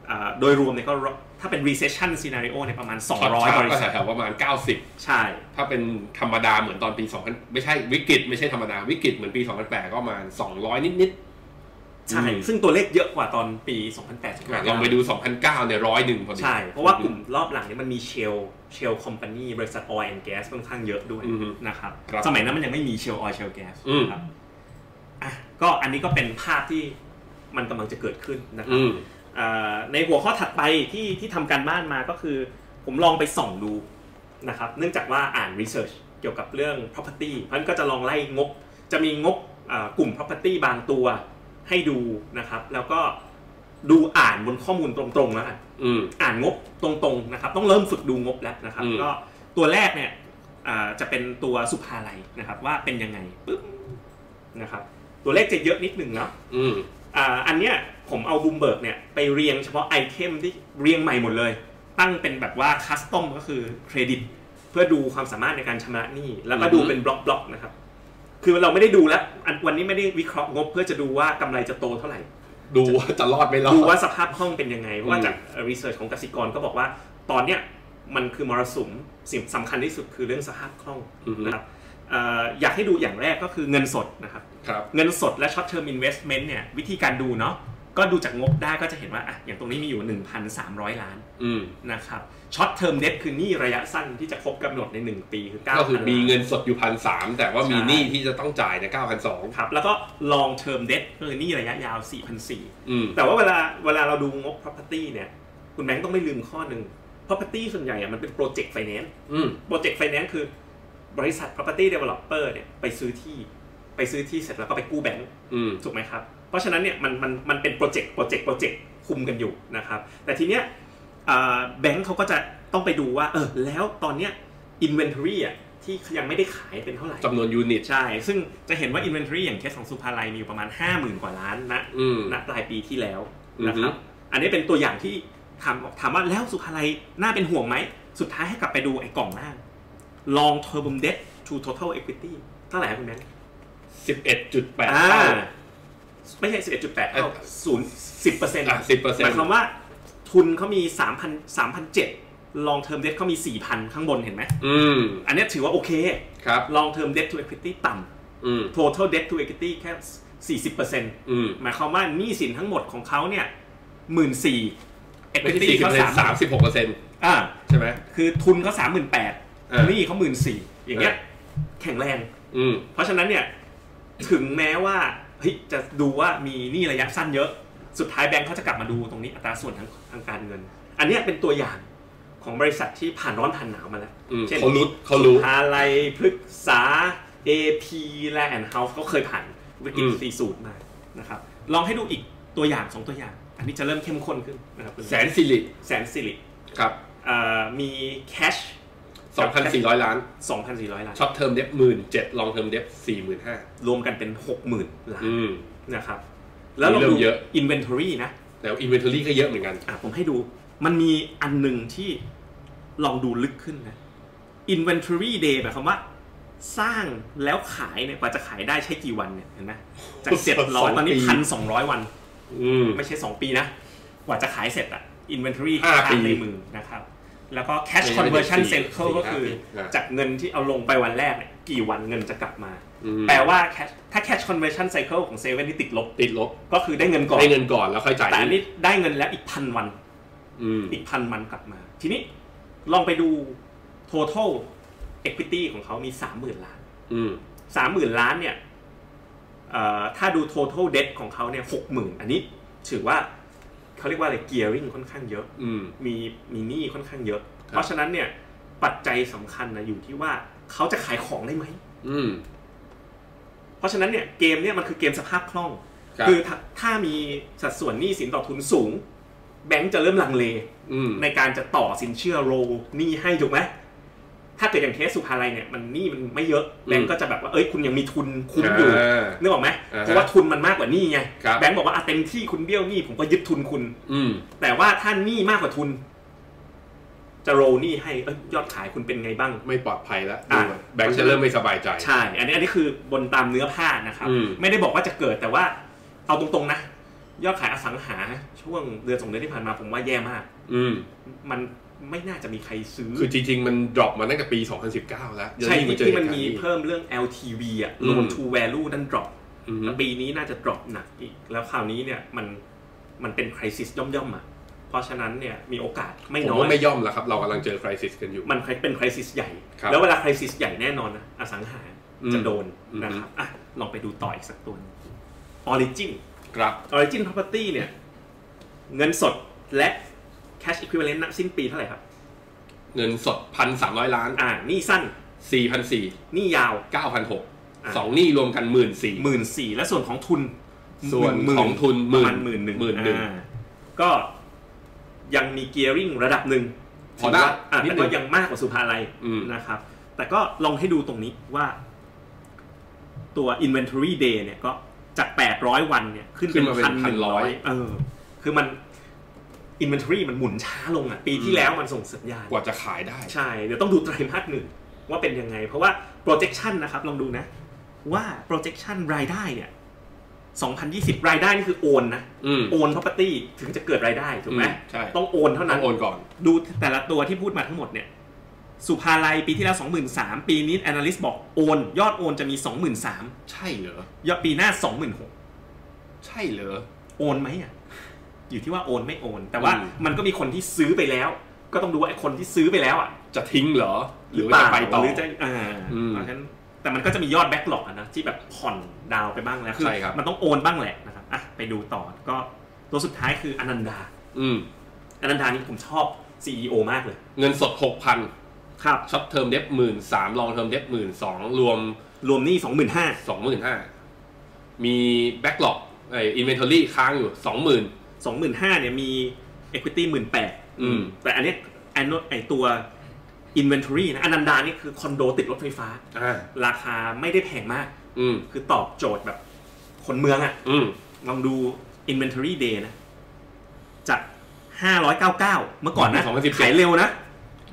Speaker 2: เอ่อโดยรวมเนี่ยก็รถ้าเป็น recession scenario เนี่ยประมาณ 200 บริษัท
Speaker 1: แถวๆประมาณ 90
Speaker 2: ใช่
Speaker 1: ถ้าเป็นธรรมดาเหมือนตอนปี 2000 ไม่ใช่วิกฤตไม่ใช่ธรรมดา วิกฤตเหมือนปี 2008 ก็ประมาณ 200 นิด
Speaker 2: ใช่
Speaker 1: อืม
Speaker 2: ซึ่งตัวเลขเยอะกว่าตอนปี 2008
Speaker 1: ๆอ่ะลองไปดู 2009เนี่ยร้อยหนึ่งพอดี
Speaker 2: ใช่ เพราะว่ากลุ่มรอบหลังเนี่ยมันมีเชลเชลคอมพานีบริษัท oil and gas ค่อนข้างเยอะด้วย
Speaker 1: อือฮึ
Speaker 2: นะครับ
Speaker 1: ครับ
Speaker 2: สมัยนั้นมันยังไม่มีเชล oil เชล gas
Speaker 1: อืม
Speaker 2: นะครับอ่ะก็อันนี้ก็เป็นภาพที่มันกำลังจะเกิดขึ้นนะครั
Speaker 1: อื
Speaker 2: บ
Speaker 1: ม
Speaker 2: เอ่อในหัวข้อถัดไปที่ที่ทำการบ้านมาก็คือ ผมลองไปส่องดูนะครับ เนื่องจากว่าอ่าน research เกี่ยวกับเรื่อง property เพราะฉะนั้นก็จะลองไล่งบ จะมีงบเอ่อกลุ่ม property บางตัว ให้ดูนะครับ แล้วก็ดูอ่านบนข้อมูลตรงๆแล้วกัน
Speaker 1: อืม
Speaker 2: อ่านงบตรงๆนะครับ ต้องเริ่มฝึกดูงบแล้วนะครับ
Speaker 1: อืม
Speaker 2: ก็ตัวแรกเนี่ยอ่าจะเป็นตัวสุภาลัยนะครับว่าเป็นยังไงปึ๊บนะครับ ตัวเลขจะเยอะนิดหนึ่งเนาะ
Speaker 1: อืม
Speaker 2: อ่าอันเนี้ยผมเอาบูมเบิร์กเนี่ยไปเรียงเฉพาะไอเทมที่เรียงใหม่หมดเลย ตั้งเป็นแบบว่าคัสตอมก็คือเครดิต เพื่อดูความสามารถในการชำระหนี้ แล้วก็ดู
Speaker 1: อืม
Speaker 2: เป็นบล็อกๆนะครับ คือเราไม่ได้ดูแล้วอันวันนี้ไม่ได้วิเคราะห์งบ เพื่อจะดูว่ากำไรจะโตเท่าไหร่
Speaker 1: ดูว่าจะรอดไม่รอ
Speaker 2: ดู
Speaker 1: ด
Speaker 2: ว่าสภาพคล่องเป็นยังไงเพราะว่า
Speaker 1: อืม
Speaker 2: จากรีเสิร์ชของกสิกรก็บอกว่า ตอนเนี้ยมันคือมรสุมสิ่งสำคัญที่สุดคือเรื่องสภาพคล่องนะครับเอ่ออยากให้ดูอย่างแรกก็คือเงินสดนะครับ
Speaker 1: ครับ
Speaker 2: เงินสดและ short term investment เนี่ยวิธีการดูเนาะก็ดูจากงบได้ก็จะเห็นว่าอ่ะอย่างตรงนี้มีอยู่ 1,300 ล้าน
Speaker 1: อืม
Speaker 2: นะครับ short term debt คือหนี้ระยะสั้นที่จะครบกำหนดใน 1 ปีคือ9
Speaker 1: ก็คือมีเงินสดอยู่พันสามแต่ว่ามีหนี้ที่จะต้องจ่ายในเก้าพันสอง
Speaker 2: ครับแล้วก็ long term debt ก็คือหนี้ระยะยาว 4,400
Speaker 1: อืม
Speaker 2: แต่ว่าเวลาเวลาเราดูงบ property เนี่ย คุณแบงค์ต้องไม่ลืมข้อหนึ่ง property ส่วนใหญ่อะมันเป็น project finance
Speaker 1: อืม
Speaker 2: project finance คือบริษัท property developer เนี่ยไปซื้อที่ไปซื้อที่เสร็จแล้วก็ไปกู้แบงค์
Speaker 1: อืม
Speaker 2: ถูกไหมครับ เพราะฉะนั้นเนี่ยมันมันมันเป็นโปรเจกต์โปรเจกต์โปรเจกต์คุมกันอยู่นะครับ แต่ทีเนี้ยอ่าแบงค์เขาก็จะต้องไปดูว่าเออแล้วตอนเนี้ย inventory อ่ะที่ยังไม่ได้ขายเป็นเท่าไหร่
Speaker 1: จำนวนยูนิต
Speaker 2: ใช่ ซึ่งจะเห็นว่า inventory อย่างเคสของสุภาลัยมีอยู่ประมาณ 50,000 กว่าล้านนะ
Speaker 1: อืม
Speaker 2: ณปลายปีที่แล้ว
Speaker 1: อือฮึ
Speaker 2: นะครับ อันนี้เป็นตัวอย่างที่ถามถามว่าแล้วสุภาลัยน่าเป็นห่วงไหม สุดท้ายให้กลับไปดูไอ้กล่องล่าง long term debt to total equity เท่าไหร่ครับคุณแม่
Speaker 1: สิบเอ็ดจุดแปด
Speaker 2: อ่า
Speaker 1: เท่า
Speaker 2: ไม่ใช่ 11.8 เท่า
Speaker 1: เอ่อ
Speaker 2: ศูนย์สิบเปอร์เซ็นต์
Speaker 1: อ่ะ10%
Speaker 2: หมายความว่าทุนเขามี 3,000 3,700 long term debt เขามี 4,000 ข้างบนเห็นไหม
Speaker 1: อืม
Speaker 2: อันเนี้ยถือว่าโอเค
Speaker 1: ครับ
Speaker 2: long term debt to equity ต่
Speaker 1: อืม
Speaker 2: ำ total debt to equity แค่40%เปอร์เซ็นต์
Speaker 1: อืม
Speaker 2: หมายความว่าหนี้สินทั้งหมดของเขาเนี่ยหมื่นสี่เอ็ก
Speaker 1: ไม่
Speaker 2: วิ
Speaker 1: ใช่
Speaker 2: ตี้
Speaker 1: สี่สิบเปอร์
Speaker 2: เขา
Speaker 1: เซ็นต์
Speaker 2: สาม
Speaker 1: สามสิบหกเปอร์เซ็นต์
Speaker 2: อ่า
Speaker 1: ใช่ไหม
Speaker 2: คือทุนเขาสามหมื่นแปด
Speaker 1: เออ
Speaker 2: หนี้เขาหมื่นสี่อย่างเงี้ยแข็งแรง
Speaker 1: อืม
Speaker 2: เพราะฉะนั้นเนี่ยถึงแม้ว่าเฮ้ยจะดูว่ามีหนี้ระยะสั้นเยอะ สุดท้ายแบงก์เขาจะกลับมาดูตรงนี้อัตราส่วนทางทางการเงิน อันเนี้ยเป็นตัวอย่างของบริษัทที่ผ่านร้อนผ่านหนาวมาแล้ว
Speaker 1: อืม
Speaker 2: น
Speaker 1: เขารู้เขารู้
Speaker 2: สุภาลัยพฤกษา AP และแอนเฮาส์ก็เคยผ่านวิกฤต
Speaker 1: อืม
Speaker 2: 40มานะครับลองให้ดูอีกตัวอย่างสองตัวอย่าง อันนี้จะเริ่มเข้มข้นขึ้นนะครับคุณ
Speaker 1: แสนสิริ
Speaker 2: แสนสิริ
Speaker 1: ครับ
Speaker 2: เอ่อมีแคช
Speaker 1: สองพันสี่ร้อยล้าน
Speaker 2: 2,400ล้าน
Speaker 1: ช็อตเทอมเด็บหมื่นเจ็ดลองเทอมเด็บสี่หมื่นห้าร
Speaker 2: วมกันเป็น 60,000ล้าน
Speaker 1: อืม
Speaker 2: นะครับแล้วลอง
Speaker 1: เริ่
Speaker 2: ดู
Speaker 1: มเยอะ
Speaker 2: inventory นะ
Speaker 1: แต่อินเวนทอรี่ก็เยอะเหมือนกัน
Speaker 2: อ่ะผมให้ดูมันมีอันหนึ่งที่ลองดูลึกขึ้นนะ inventory day หมายความว่า สร้างแล้วขายเนี่ยกว่าจะขายได้ใช้กี่วันเนี่ยเห็นไหมจากเจ็ดร้อยตอนนี้
Speaker 1: สองปี
Speaker 2: พันสองร้อยวัน
Speaker 1: อืม
Speaker 2: ไม่ใช่สองปีนะ กว่าจะขายเสร็จอะ inventory
Speaker 1: ห้าปี
Speaker 2: ในมือนะครับ แล้วก็ cash
Speaker 1: ไม่ใช่
Speaker 2: conversion
Speaker 1: สี่
Speaker 2: cycle
Speaker 1: สี่
Speaker 2: ก็คือ
Speaker 1: ห้าปีนะ
Speaker 2: จากเงินที่เอาลงไปวันแรกเนี่ยกี่วันเงินจะกลับมา
Speaker 1: อืม
Speaker 2: แปลว่า cash ถ้า cash conversion cycle ของเซเว่นที่ติดลบ
Speaker 1: ติดลบ
Speaker 2: ก็คือได้เงินก่อน
Speaker 1: ได้เงินก่อนแล้วค่อยจ่าย
Speaker 2: แต่อันนี้ได้เงินแล้วอีกพันวัน
Speaker 1: อืม
Speaker 2: อีกพันวันกลับมา ทีนี้ลองไปดู total equity ของเขามีสามหมื่นล้าน
Speaker 1: อืม
Speaker 2: สามหมื่นล้านเนี่ยเอ่อถ้าดู total debt ของเขาเนี่ยหกหมื่นอันนี้ ถือว่าเขาเรียกว่าอะไร gearing ค่อนข้างเยอะ
Speaker 1: อืม
Speaker 2: มีมีหนี้ค่อนข้างเยอะ
Speaker 1: ครับ
Speaker 2: เพราะฉะนั้นเนี่ยปัจจัยสำคัญนะอยู่ที่ว่าเขาจะขายของได้ไหม
Speaker 1: อืม
Speaker 2: เพราะฉะนั้นเนี่ยเกมเนี่ยมันคือเกมสภาพคล่อง
Speaker 1: ครับ
Speaker 2: อถ้าถ้ามีสัดส่วนหนี้สินต่อทุนสูง แบงก์จะเริ่มลังเล
Speaker 1: อืม
Speaker 2: ในการจะต่อสินเชื่อโรลหนี้ให้ถูกไหม ถ้าเกิดอย่างเคสสุภาลัยเนี่ยมันหนี้มันไม่เยอะ
Speaker 1: อืม
Speaker 2: แบงก์ก็จะแบบว่าเอ้ยคุณยังมีทุนคุ้มอยู่
Speaker 1: อ่า
Speaker 2: นึกออกไหม
Speaker 1: อ่าฮะ
Speaker 2: เพราะว่าทุนมันมากกว่าหนี้ไง
Speaker 1: ครับ
Speaker 2: แบงก์บอกว่าอ่ะเต็มที่คุณเบี้ยวหนี้ผมก็ยึดทุนคุณ
Speaker 1: อืม
Speaker 2: แต่ว่าถ้าหนี้มากกว่าทุน จะโรลหนี้ให้เอ้ยยอดขายคุณเป็นไงบ้าง
Speaker 1: ไม่ปลอดภัยแล้ว
Speaker 2: อ่ะ
Speaker 1: ดูแบงค์จะเริ่มไม่สบายใจ
Speaker 2: ใช่ อันนี้อันนี้คือบนตามเนื้อผ้านะครับ
Speaker 1: อืม
Speaker 2: ไม่ได้บอกว่าจะเกิดแต่ว่าเอาตรงๆนะ ยอดขายอสังหาช่วงเดือนสองเดือนที่ผ่านมาผมว่าแย่มาก
Speaker 1: อืม
Speaker 2: มันไม่น่าจะมีใครซื้อ
Speaker 1: คือจริงๆ มันดรอปมาตั้งแต่ปี 2019 แล้ว
Speaker 2: ใช่
Speaker 1: เดี๋ย
Speaker 2: ที่ที่
Speaker 1: วา
Speaker 2: มัน
Speaker 1: จอ
Speaker 2: มี
Speaker 1: เหตุการณ์
Speaker 2: เพิ่มเรื่อง LTV อ่ะ
Speaker 1: อืม
Speaker 2: loan to value นั่น drop
Speaker 1: อืม
Speaker 2: แต่ปีนี้น่าจะ drop หนักอีก แล้วคราวนี้เนี่ยมันมันเป็น crisis ย่อมๆอ่ะ เพราะฉะนั้นเนี่ยมีโอกาสไม่
Speaker 1: ผม
Speaker 2: น้อ
Speaker 1: ว่าไม่
Speaker 2: ย
Speaker 1: ย่อมแล้วครับ เรากำลังเจอคริสิสกันอยู่
Speaker 2: มันเป็น crisis ใหญ่
Speaker 1: ครับ
Speaker 2: แล้วเวลา crisis ใหญ่แน่นอนนะอสังหา
Speaker 1: อืม
Speaker 2: จะโดน
Speaker 1: อืม
Speaker 2: นะครับอ่ะลองไปดูต่ออีกสักตัวหนึ่ง origin
Speaker 1: ครับ
Speaker 2: origin property เนี่ยเงินสดและ cash equivalent ณสิ้นปีเท่าไหร่ครับ
Speaker 1: เงินสด 1,300 ล้าน
Speaker 2: อ่าหนี่สั้น
Speaker 1: 4,400
Speaker 2: หนี่ยาว
Speaker 1: 9,600
Speaker 2: อ่ะ
Speaker 1: สองหนี้รวมกัน 14,000
Speaker 2: หมื่นสี่และส่วนของทุน
Speaker 1: ส่วนของทุนห
Speaker 2: ประ
Speaker 1: มื่
Speaker 2: มาน ณหมื่นหนึ่ง
Speaker 1: หมื่นหนึ่ง
Speaker 2: อ่าก็ยังมีเกียร์ริงระดับหนึ่ง
Speaker 1: พอได้
Speaker 2: ถืว่าอ่ะ
Speaker 1: นิดห
Speaker 2: แต่
Speaker 1: นึ่
Speaker 2: ก็
Speaker 1: ง
Speaker 2: ยังมากกว่าสุภาลัย
Speaker 1: อืม
Speaker 2: นะครับ แต่ก็ลองให้ดูตรงนี้ว่าตัว inventory day เนี่ยก็จาก 800 วันเนี่ย ขึ้น
Speaker 1: ขึ้
Speaker 2: เป็น น
Speaker 1: มาเป็น
Speaker 2: พัน
Speaker 1: พันร้อย
Speaker 2: เออ คือมัน inventory มันหมุนช้าลงอ่ะ ปีที่แล้วมันส่งสัญญาณ
Speaker 1: กว่าจะขายได้
Speaker 2: ใช่ เดี๋ยวต้องดูไตรมาสหนึ่งว่าเป็นยังไง เพราะว่า projection นะครับ ลองดูนะ ว่า projection รายได้เนี่ย2020 รายได้นี่คือโอนนะ
Speaker 1: อืม
Speaker 2: โอน property ถึงจะเกิดรายได้ถูกไหม
Speaker 1: อืมใช่
Speaker 2: ต้องโอนเท่า
Speaker 1: ต้อ
Speaker 2: นั้
Speaker 1: ง
Speaker 2: น
Speaker 1: โอนก่อน
Speaker 2: ดูแต่ละตัวที่พูดมาทั้งหมดเนี่ย สุภาลัยปีที่แล้ว 23,000 ปีนี้ analyst บอกโอน ยอดโอนจะมี 23,000
Speaker 1: ใช่เหรอ
Speaker 2: ยอดปีหน้า 26,000
Speaker 1: ใช่เหรอ
Speaker 2: โอนไหมอ่ะ อยู่ที่ว่าโอนไม่โอน แต่ว่า
Speaker 1: อืม
Speaker 2: มันก็มีคนที่ซื้อไปแล้ว ก็ต้องดูว่าไอ้คนที่ซื้อไปแล้วอ่ะ
Speaker 1: จะทิ้งเหรอ ห
Speaker 2: ห
Speaker 1: รื
Speaker 2: รือ อ
Speaker 1: ว่า
Speaker 2: เปล่า
Speaker 1: จะไปต่อ
Speaker 2: หรือจะอ่า
Speaker 1: อืม
Speaker 2: เพราะฉะนั้นแต่มันก็จะมียอดแบ็กหลอกนะที่แบบผ่อนดาวน์ไปบ้างแล้ว
Speaker 1: ใช่ครับ
Speaker 2: มันต้องโอนบ้างแหละนะครับอ่ะไปดูต่อก็ตัวสุดท้ายคืออนันดา
Speaker 1: อืม
Speaker 2: อนันดานี่ผมชอบ CEO มากเลย
Speaker 1: เงินสดหกพัน
Speaker 2: ครับ
Speaker 1: ช็อตเทอมเด็บหมื่นสามลองเทอมเด็บหมื่นสองรวม
Speaker 2: รวมหนี่สองหมื่นห้า
Speaker 1: สองหมื่นห้ามีแบ็กหลอกไออินเวนทอรี่ค้างอยู่สองหมื่น
Speaker 2: สองหมื่นห้าเนี่ยมี Equity หมื่นแปด
Speaker 1: อืม
Speaker 2: แต่อันเนี้ยอันโนไอตัว Inventory นะอนันดานี่คือคอนโดติดรถไฟฟ้า
Speaker 1: อ่า
Speaker 2: ราคาไม่ได้แพงมาก
Speaker 1: อืม
Speaker 2: คือตอบโจทย์แบบคนเมืองอ่ะ
Speaker 1: อืม
Speaker 2: ลองดู inventory day นะ จาก 599 เมื่อก่อนนะ
Speaker 1: 2017
Speaker 2: ขายเร็วนะ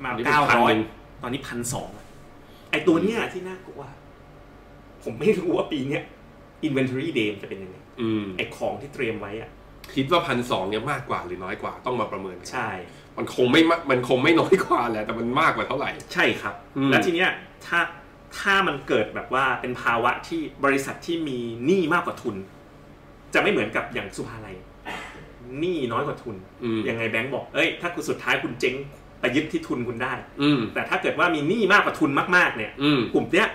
Speaker 2: มา
Speaker 1: อันนี้เป็นพันหนึ่ง
Speaker 2: 900 ตอนนี้พันสองไอตัวเนี้ยที่น่ากลัว ผมไม่รู้ว่าปีเนี้ย inventory day มันจะเป็นยังไง
Speaker 1: อืม
Speaker 2: ไอของที่เตรียมไว้อะ
Speaker 1: คิดว่าพันสองเนี่ยมากกว่าหรือน้อยกว่าต้องมาประเมินกัน
Speaker 2: ใช่
Speaker 1: มันคงไม่มะมันคงไม่น้อยกว่าแหละแต่มันมากกว่าเท่าไหร่
Speaker 2: ใช่ครับ
Speaker 1: อืม
Speaker 2: แล้วทีเนี้ยถ้าถ้ามันเกิดแบบว่าเป็นภาวะที่บริษัทที่มีหนี้มากกว่าทุน จะไม่เหมือนกับอย่างสุภาลัยหนี้น้อยกว่าทุน
Speaker 1: อืม
Speaker 2: ยังไงแบงก์บอก เอ้ย ถ้าคุณสุดท้ายคุณเจ๊งไปยึดที่ทุนคุณได้
Speaker 1: อืม
Speaker 2: แต่ถ้าเกิดว่ามีหนี้มากกว่าทุนมากๆ เนี่ย
Speaker 1: อืม
Speaker 2: กลุ่มเนี้ย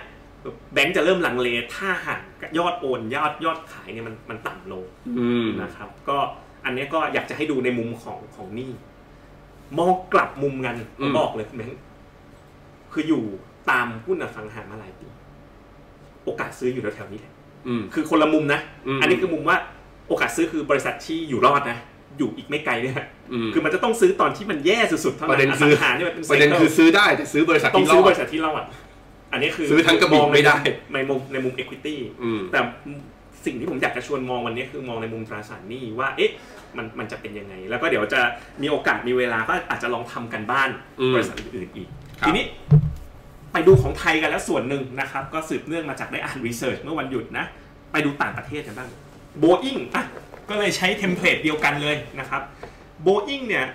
Speaker 2: แบงก์จะเริ่มลังเล ถ้าหากยอดโอน ยอดยอดขายเนี่ยมันมันต่ำลง
Speaker 1: อืม
Speaker 2: นะครับ ก็อันเนี้ยก็อยากจะให้ดูในมุมของของหนี้ มองกลับมุมกัน
Speaker 1: อืม
Speaker 2: บอกเลยแบงก์คืออยู่ตามหุ้นอสังหามาหลายปี โอกาสซื้ออยู่แถวๆนี้แหละ
Speaker 1: อืม
Speaker 2: คือคนละมุมนะ
Speaker 1: อืม
Speaker 2: อันนี้คือมุมว่าโอกาสซื้อคือบริษัทที่อยู่รอดนะ อยู่อีกไม่ไกลเนี่ย
Speaker 1: อืม
Speaker 2: คือมันจะต้องซื้อตอนที่มันแย่สุดๆเท่า
Speaker 1: ป
Speaker 2: นั้
Speaker 1: ระเด็น
Speaker 2: นอ
Speaker 1: คื
Speaker 2: สั
Speaker 1: อ
Speaker 2: งหาเนี่ยมันเป็น
Speaker 1: ประเด็น
Speaker 2: cycle
Speaker 1: คือซื้อได้แต่ซื้อบริษัท
Speaker 2: ต้อง
Speaker 1: ที่ร
Speaker 2: ซื้
Speaker 1: อ
Speaker 2: อบ
Speaker 1: ด
Speaker 2: ริษัทที่รอดอันนี้คือ
Speaker 1: ซื้อทั้งกระบอก
Speaker 2: มองใน
Speaker 1: ไม่ได้
Speaker 2: ในมุมในมุม equity
Speaker 1: อืม
Speaker 2: แต่สิ่งที่ผมอยากจะชวนมองวันนี้คือมองในมุมตราสารหนี้ว่า เอ๊ะ มันมันจะเป็นยังไง แล้วก็เดี๋ยวจะมีโอกาสมีเวลาก็อาจจะลองทำกันบ้าน
Speaker 1: อืม
Speaker 2: บริษัทอื่นๆอีก
Speaker 1: ครับ
Speaker 2: ทีนี้ไปดูของไทยกันแล้วส่วนหนึ่งนะครับ ก็สืบเนื่องมาจากได้อ่านรีเสิร์ชเมื่อวันหยุดนะ ไปดูต่างประเทศกันบ้างโบอิงอ่ะก็เลยใช้เทมเพลตเดียวกันเลยนะครับโบอิงเนี่ย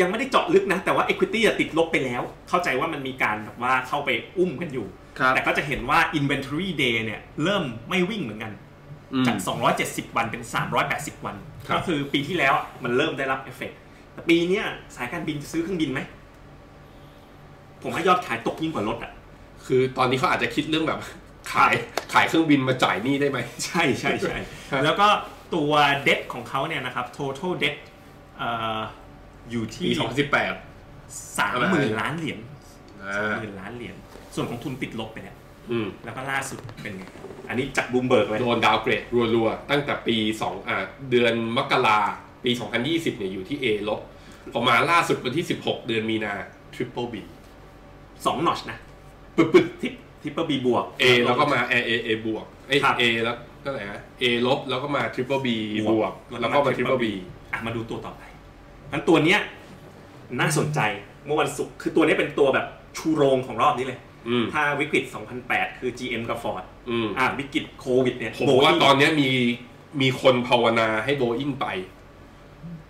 Speaker 2: ยังไม่ได้เจาะลึกนะ แต่ว่า Equity อะติดลบไปแล้ว เข้าใจว่ามันมีการแบบว่าเข้าไปอุ้มกันอยู่
Speaker 1: ครับ
Speaker 2: แต่ก็จะเห็นว่า inventory day เนี่ย เริ่มไม่วิ่งเหมือนกัน
Speaker 1: อืม
Speaker 2: จาก 270 วันเป็น 380 วัน
Speaker 1: ครับ
Speaker 2: ก็คือปีที่แล้วอะมันเริ่มได้รับเอฟเฟกต์แต่ปีเนี้ยสายการบินจะซื้อเครื่องบินไหม ผมว่ายอดขายตกยิ่งกว่ารถอ่ะ <laughs>
Speaker 1: คือตอนนี้เขาอาจจะคิดเรื่องแบบ <laughs> ขายขายเครื่องบินมาจ่ายหนี้ได้ไหม
Speaker 2: ใช่ใช่ใช่
Speaker 1: ครับ
Speaker 2: แล้วก็ตัว debt ของเขาเนี่ยนะครับ total debt เอ่ออยู่ที่
Speaker 1: ปีสองสิบแปด
Speaker 2: 30,000 ล้านเหรียญสามหมื่นล้านเหรียญส่วนของทุนติดลบไปเนี่ย
Speaker 1: อืม
Speaker 2: แล้วก็ล่าสุดเป็นไง อันนี้จากบูมเบิร์กเลย
Speaker 1: โดนดาวเกรดรัวๆ ตั้งแต่ปี2อ่าเดือนมกราปี 2020 เนี่ยอยู่ที่ A ลบพอมาล่าสุดวันที่ 16 เดือนมีนา Triple B
Speaker 2: สองนอชนะ
Speaker 1: ปึ๊บปึ๊บ
Speaker 2: ทิปทิปเปอร์บีบวก
Speaker 1: A แล้วก็มา A A A บวกเอ้ย
Speaker 2: ครับ
Speaker 1: A แล้วก็ไหนนะ A ลบแล้วก็มา Triple B
Speaker 2: บบ ว
Speaker 1: ว
Speaker 2: ก
Speaker 1: ก
Speaker 2: แล้
Speaker 1: แล้ว ว
Speaker 2: ก็
Speaker 1: ก็
Speaker 2: มา
Speaker 1: มา Triple B
Speaker 2: อ่ะมาดูตัวต่อไปงั้นตัวเนี้ยน่าสนใจเมื่อวันศุกร์คือตัวเนี้ยเป็นตัวแบบชูโรงของรอบนี้เลย
Speaker 1: อืม
Speaker 2: ถ้าวิกฤต 2008 คือ GM กับ Ford
Speaker 1: อืม
Speaker 2: อ่ะวิกฤตโควิดเนี่ย
Speaker 1: ผม
Speaker 2: โบ
Speaker 1: ว่า
Speaker 2: อิ้ง
Speaker 1: ตอนเนี้ยมีมีคนภาวนาให้โบอิ n งไป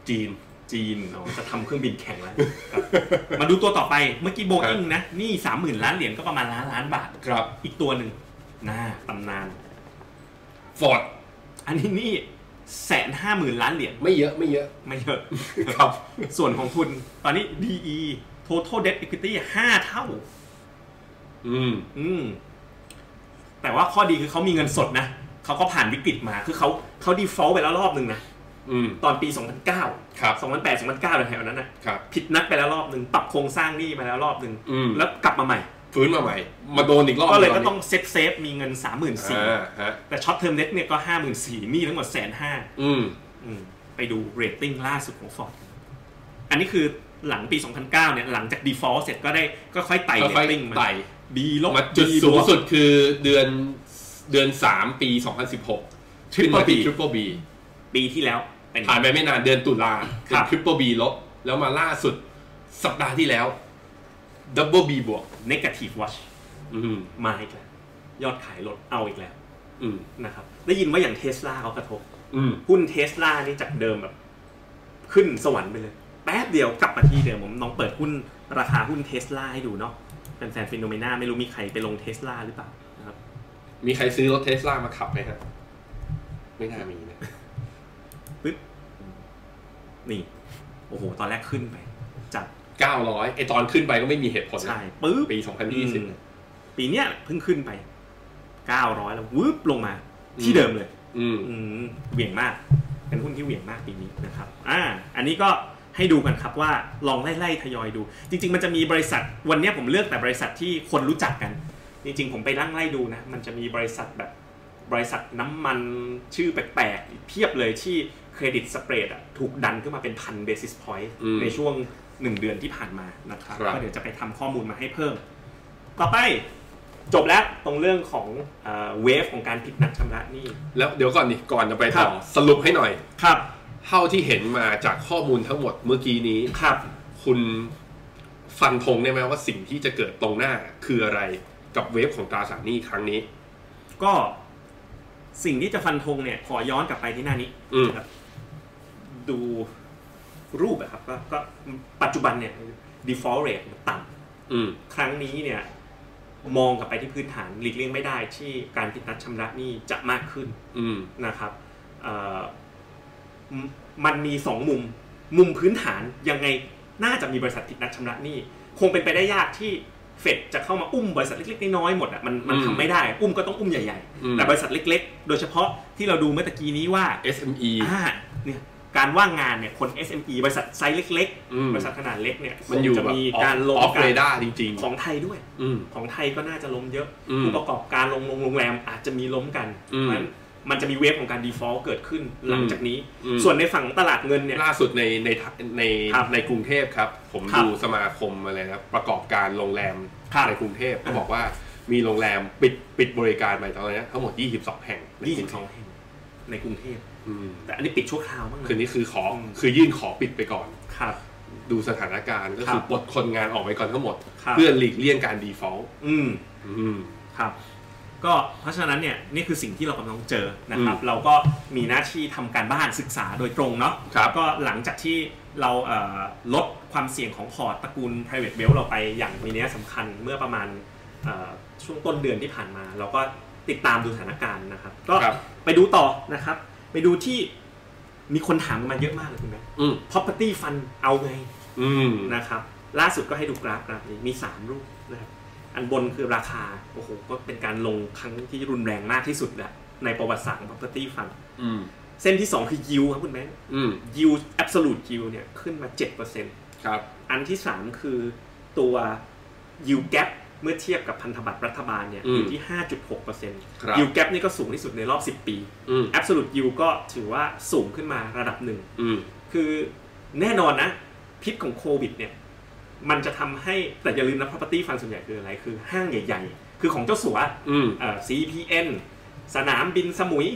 Speaker 1: จีน
Speaker 2: จีนเนอะจะทำเครื่องบินแข่ง
Speaker 1: <laughs>
Speaker 2: แล้วครับมาดูตัวต่อไปเมื่อกี้โบอิ n งนะหนี่ 30,000 ล้านเหรียญก็ประมาณล้านล้านบาท
Speaker 1: ครับ
Speaker 2: อีกตัวหนึ่งน่าตำนาน
Speaker 1: ฟอร์ด
Speaker 2: อันนี้นี่แสนห้าหมื่นล้านเหรียญ
Speaker 1: ไม่เยอะไม่เยอะ
Speaker 2: ไม่เยอะ
Speaker 1: <laughs> ครับ
Speaker 2: ส่วนของคุณตอนนี้ DE total debt equity ห้าเท่า
Speaker 1: อืม
Speaker 2: อืม แต่ว่าข้อดีคือเขามีเงินสดนะ เขาก็ผ่านวิกฤตมา คือเขาเขา default ไปแล้วรอบหนึ่งนะ
Speaker 1: อืม
Speaker 2: ตอนปี 2009
Speaker 1: ครับ
Speaker 2: 2008 2009แถวๆนั้นนะครับ ผิดนัดไปแล้วรอบหนึ่ง ปรับโครงสร้างหนี้มาแล้วรอบหนึ่ง
Speaker 1: อืม
Speaker 2: แล้วกลับมาใหม่
Speaker 1: ฟื้นมาใหม่ มาโดนอีกรอบ
Speaker 2: ก็เลย
Speaker 1: ห
Speaker 2: ก็
Speaker 1: นึ่
Speaker 2: ต้องเซฟเซฟมีเงิน 3 4 0 0
Speaker 1: อ่า
Speaker 2: 0
Speaker 1: ฮะ
Speaker 2: แต่ช็อตเทอมเน็ตเนี่ยก็ 5 4 0 0 0นี่ทั้งหมดแสนห้า
Speaker 1: อืม
Speaker 2: ไปดูเรตติ้งล่าสุดของฟอร์ดอันนี้คือหลังปี 2009 เนี่ยหลังจาก default เสร็จก็ได้ก็ค่อยไต่เร
Speaker 1: ค่
Speaker 2: ต
Speaker 1: อยๆ
Speaker 2: ติ้งมา
Speaker 1: ไต่
Speaker 2: ดีลบ
Speaker 1: มาจุด
Speaker 2: บ
Speaker 1: สูง
Speaker 2: วก
Speaker 1: สุดคือเดือนเดือนสามปีสองพันสิบหก
Speaker 2: Triple
Speaker 1: ปี
Speaker 2: B
Speaker 1: ทริปเปิลบี
Speaker 2: ปีที่แล้วเป็นไง
Speaker 1: ผ่านไปไม่นานเดือนตุลา
Speaker 2: ค
Speaker 1: เป็
Speaker 2: รั
Speaker 1: น
Speaker 2: บ
Speaker 1: ทริปเปิลบีลบ แล้วมาล่าสุดสัปดาห์ที่แล้วดับเบิลบีบวก
Speaker 2: negative watch
Speaker 1: อืม
Speaker 2: มาอีกแล้วยอดขายลดเอาอีกแล้ว
Speaker 1: อืม
Speaker 2: นะครับได้ยินว่าอย่างเทสลาเขากระทบ
Speaker 1: อืม
Speaker 2: หุ้นเทสลานี่จากเดิมแบบ ขึ้นสวรรค์ไปเลย แป๊บเดียวกลับมาที่เดิมผมลองเปิดหุ้นราคาหุ้นเทสลาให้ดูเนาะเป็นแฟนฟิโนเมนาไม่รู้มีใครไปลงเทสลาหรือเปล่านะครับ
Speaker 1: มีใครซื้อรถเทสลามาขับไหมฮะไม่น่ามีนะ
Speaker 2: ปึ๊บนี่ โอ้โห ตอนแรกขึ้นไปจาก
Speaker 1: เก้าร้อยไอตอนขึ้นไปก็ไม่มีเหตุผลนะ
Speaker 2: ใช่ปึ๊บ
Speaker 1: ปีสองพันยี่สิบ
Speaker 2: อืมปีเนี้ยเพิ่งขึ้นไปเก้าร้อยแล้ววืบลงมา ที่
Speaker 1: อืม
Speaker 2: เดิมเลย
Speaker 1: อืม
Speaker 2: อืมเหวี่ยงมาก เป็นหุ้นที่เหวี่ยงมากปีนี้นะครับ อ่า อันนี้ก็ให้ดูกันครับว่าลองไล่ๆทยอยดู จริง ๆ มันจะมีบริษัท วันเนี้ยผมเลือกแต่บริษัทที่คนรู้จักกัน จริง ๆ ผมไปนั่งไล่ดูนะ มันจะมีบริษัทแบบบริษัทน้ำมันชื่อแปลกๆอีกเพียบเลยที่เครดิตสเปรดอะถูกดันขึ้นมาเป็นพันเบสิสพอยต์
Speaker 1: อืม
Speaker 2: ในช่วง 1 เดือนที่ผ่านมานะครับ
Speaker 1: ครับ
Speaker 2: ก็เดี๋ยวจะไปทำข้อมูลมาให้เพิ่ม ต่อไปจบแล้วตรงเรื่องของเวฟของการผิดนัดชำระหนี้
Speaker 1: แล้วเดี๋ยวก่อนนี่ก่อนจะไปต่อ
Speaker 2: ครับ
Speaker 1: สรุปให้หน่อย
Speaker 2: ครับ
Speaker 1: เท่าที่เห็นมาจากข้อมูลทั้งหมดเมื่อกี้นี้
Speaker 2: ครับ
Speaker 1: คุณฟันธงได้ไหมว่าสิ่งที่จะเกิดตรงหน้าคืออะไรกับเวฟของตราสารหนี้ครั้งนี้
Speaker 2: ก็สิ่งที่จะฟันธงเนี่ยขอย้อนกลับไปที่หน้านี้
Speaker 1: อืม
Speaker 2: นะครับดูรูปอะครับก็ก็ปัจจุบันเนี่ย default rate มันต่
Speaker 1: อืม
Speaker 2: ำครั้งนี้เนี่ย มองกลับไปที่พื้นฐานหลีกเลี่ยงไม่ได้ที่การผิดนัดชำระหนี้จะมากขึ้น
Speaker 1: อืม
Speaker 2: นะครับเอ่อมมันมีสองมุม มุมพื้นฐานยังไงน่าจะมีบริษัทผิดนัดชำระหนี้คงเป็นไปได้ยากที่เฟดจะเข้ามาอุ้มบริษัทเล็กๆน้อยๆหมดอะมันมัน
Speaker 1: อืม
Speaker 2: ทำไม่ได้ อุ้มก็ต้องอุ้มใหญ่ๆ
Speaker 1: อืม
Speaker 2: แต่บริษัทเล็กๆ โดยเฉพาะที่เราดูเมื่อตะกี้นี้ว่า
Speaker 1: SME
Speaker 2: อ่าเนี่ยการว่างงานเนี่ยคน SME บริษัทไซส์เล็ก
Speaker 1: อืม
Speaker 2: บริษัทขนาดเล็กเนี่ย
Speaker 1: มันอยู่
Speaker 2: คงจะ
Speaker 1: แบบ
Speaker 2: มี
Speaker 1: ออฟ
Speaker 2: การลง
Speaker 1: ออฟ
Speaker 2: กา
Speaker 1: เร
Speaker 2: ร
Speaker 1: ดาร์จริง
Speaker 2: ของไทยด้วย
Speaker 1: ๆอืม
Speaker 2: ของไทยก็น่าจะล้มเยอะ
Speaker 1: อืม
Speaker 2: ผู้ประกอบการลงโรงโรงแรมอาจจะมีล้มกัน
Speaker 1: อืม
Speaker 2: เพราะฉะนั้นมันจะมีเวฟของการ default เกิดขึ้นหลังจากนี้
Speaker 1: อืม
Speaker 2: ส่วนในฝั่งตลาดเงินเนี่ย
Speaker 1: ล่าสุดในในใน
Speaker 2: ครับ
Speaker 1: ในกรุงเทพครับ ผม
Speaker 2: ครับ
Speaker 1: ดูสมาคมอะไรนะประกอบการโรงแรม
Speaker 2: ครับ
Speaker 1: ในกรุงเทพเขาบอกว่ามีโรงแรมปิดปิดบริการไปตอนนี้ทั้งหมด 22 แห่งในกรุงเทพ
Speaker 2: 22แห่งในกรุงเทพ
Speaker 1: อืม
Speaker 2: แต่อันนี้ปิดชั่วคราวบ้างนะ
Speaker 1: คืนนี้คือขอ
Speaker 2: อืม
Speaker 1: คือยื่นขอปิดไปก่อน
Speaker 2: ครับ
Speaker 1: ดูสถานการณ์ก็
Speaker 2: ครับ
Speaker 1: คือปลดคนงานออกไปก่อนทั้งหมด
Speaker 2: ครับ
Speaker 1: เพื่อหลีกเลี่ยงการดีฟอลต์
Speaker 2: อืม
Speaker 1: อืม
Speaker 2: ครับ ก็เพราะฉะนั้นเนี่ยนี่คือสิ่งที่เรากำลังเจอนะครับ
Speaker 1: อืม
Speaker 2: เราก็มีหน้าที่ทำการบ้านศึกษาโดยตรงเนาะ
Speaker 1: ครับ
Speaker 2: ก็หลังจากที่เราเอ่อลดความเสี่ยงของพอร์ตตระกูล private wealth เราไปอย่างมีนัยสำคัญเมื่อประมาณเอ่อช่วงต้นเดือนที่ผ่านมา เราก็ติดตามดูสถานการณ์นะครับ ก็
Speaker 1: ครับ
Speaker 2: ไปดูต่อนะครับ ไปดูที่มีคนถามกันมาเยอะมากเลยคุณแม่
Speaker 1: อืม
Speaker 2: property fund เอาไง
Speaker 1: อืม
Speaker 2: นะครับล่าสุดก็ให้ดูกราฟกราฟนี้มี 3 รูปนะครับอันบนคือราคาโอ้โหก็เป็นการลงครั้งที่รุนแรงมากที่สุดแล้วในประวัติศาสตร์ของ property fund
Speaker 1: อืม
Speaker 2: เส้นที่ 2 คือ yield ครับคุณแม่
Speaker 1: อืม
Speaker 2: yield absolute yield เนี่ยขึ้นมา 7%อ
Speaker 1: ครับ
Speaker 2: ันที่ 3 คือตัว yield gap เมื่อเทียบกับพันธบัตรรัฐบาลเนี่ย
Speaker 1: อืม
Speaker 2: อยู่ที่
Speaker 1: ครับ
Speaker 2: 5.6% yield gap นี่ก็สูงที่สุดในรอบ 10 ปี
Speaker 1: อืม
Speaker 2: absolute yield ก็ถือว่าสูงขึ้นมาระดับหนึ่ง
Speaker 1: อืม
Speaker 2: คือแน่นอนนะ พิษของโควิดเนี่ย มันจะทำให้แต่อย่าลืมนะ property fund ส่วนใหญ่คืออะไร คือห้างใหญ่ๆ คือของเจ้าสัว
Speaker 1: อืม
Speaker 2: เอ่อ CPN สนามบินสมุย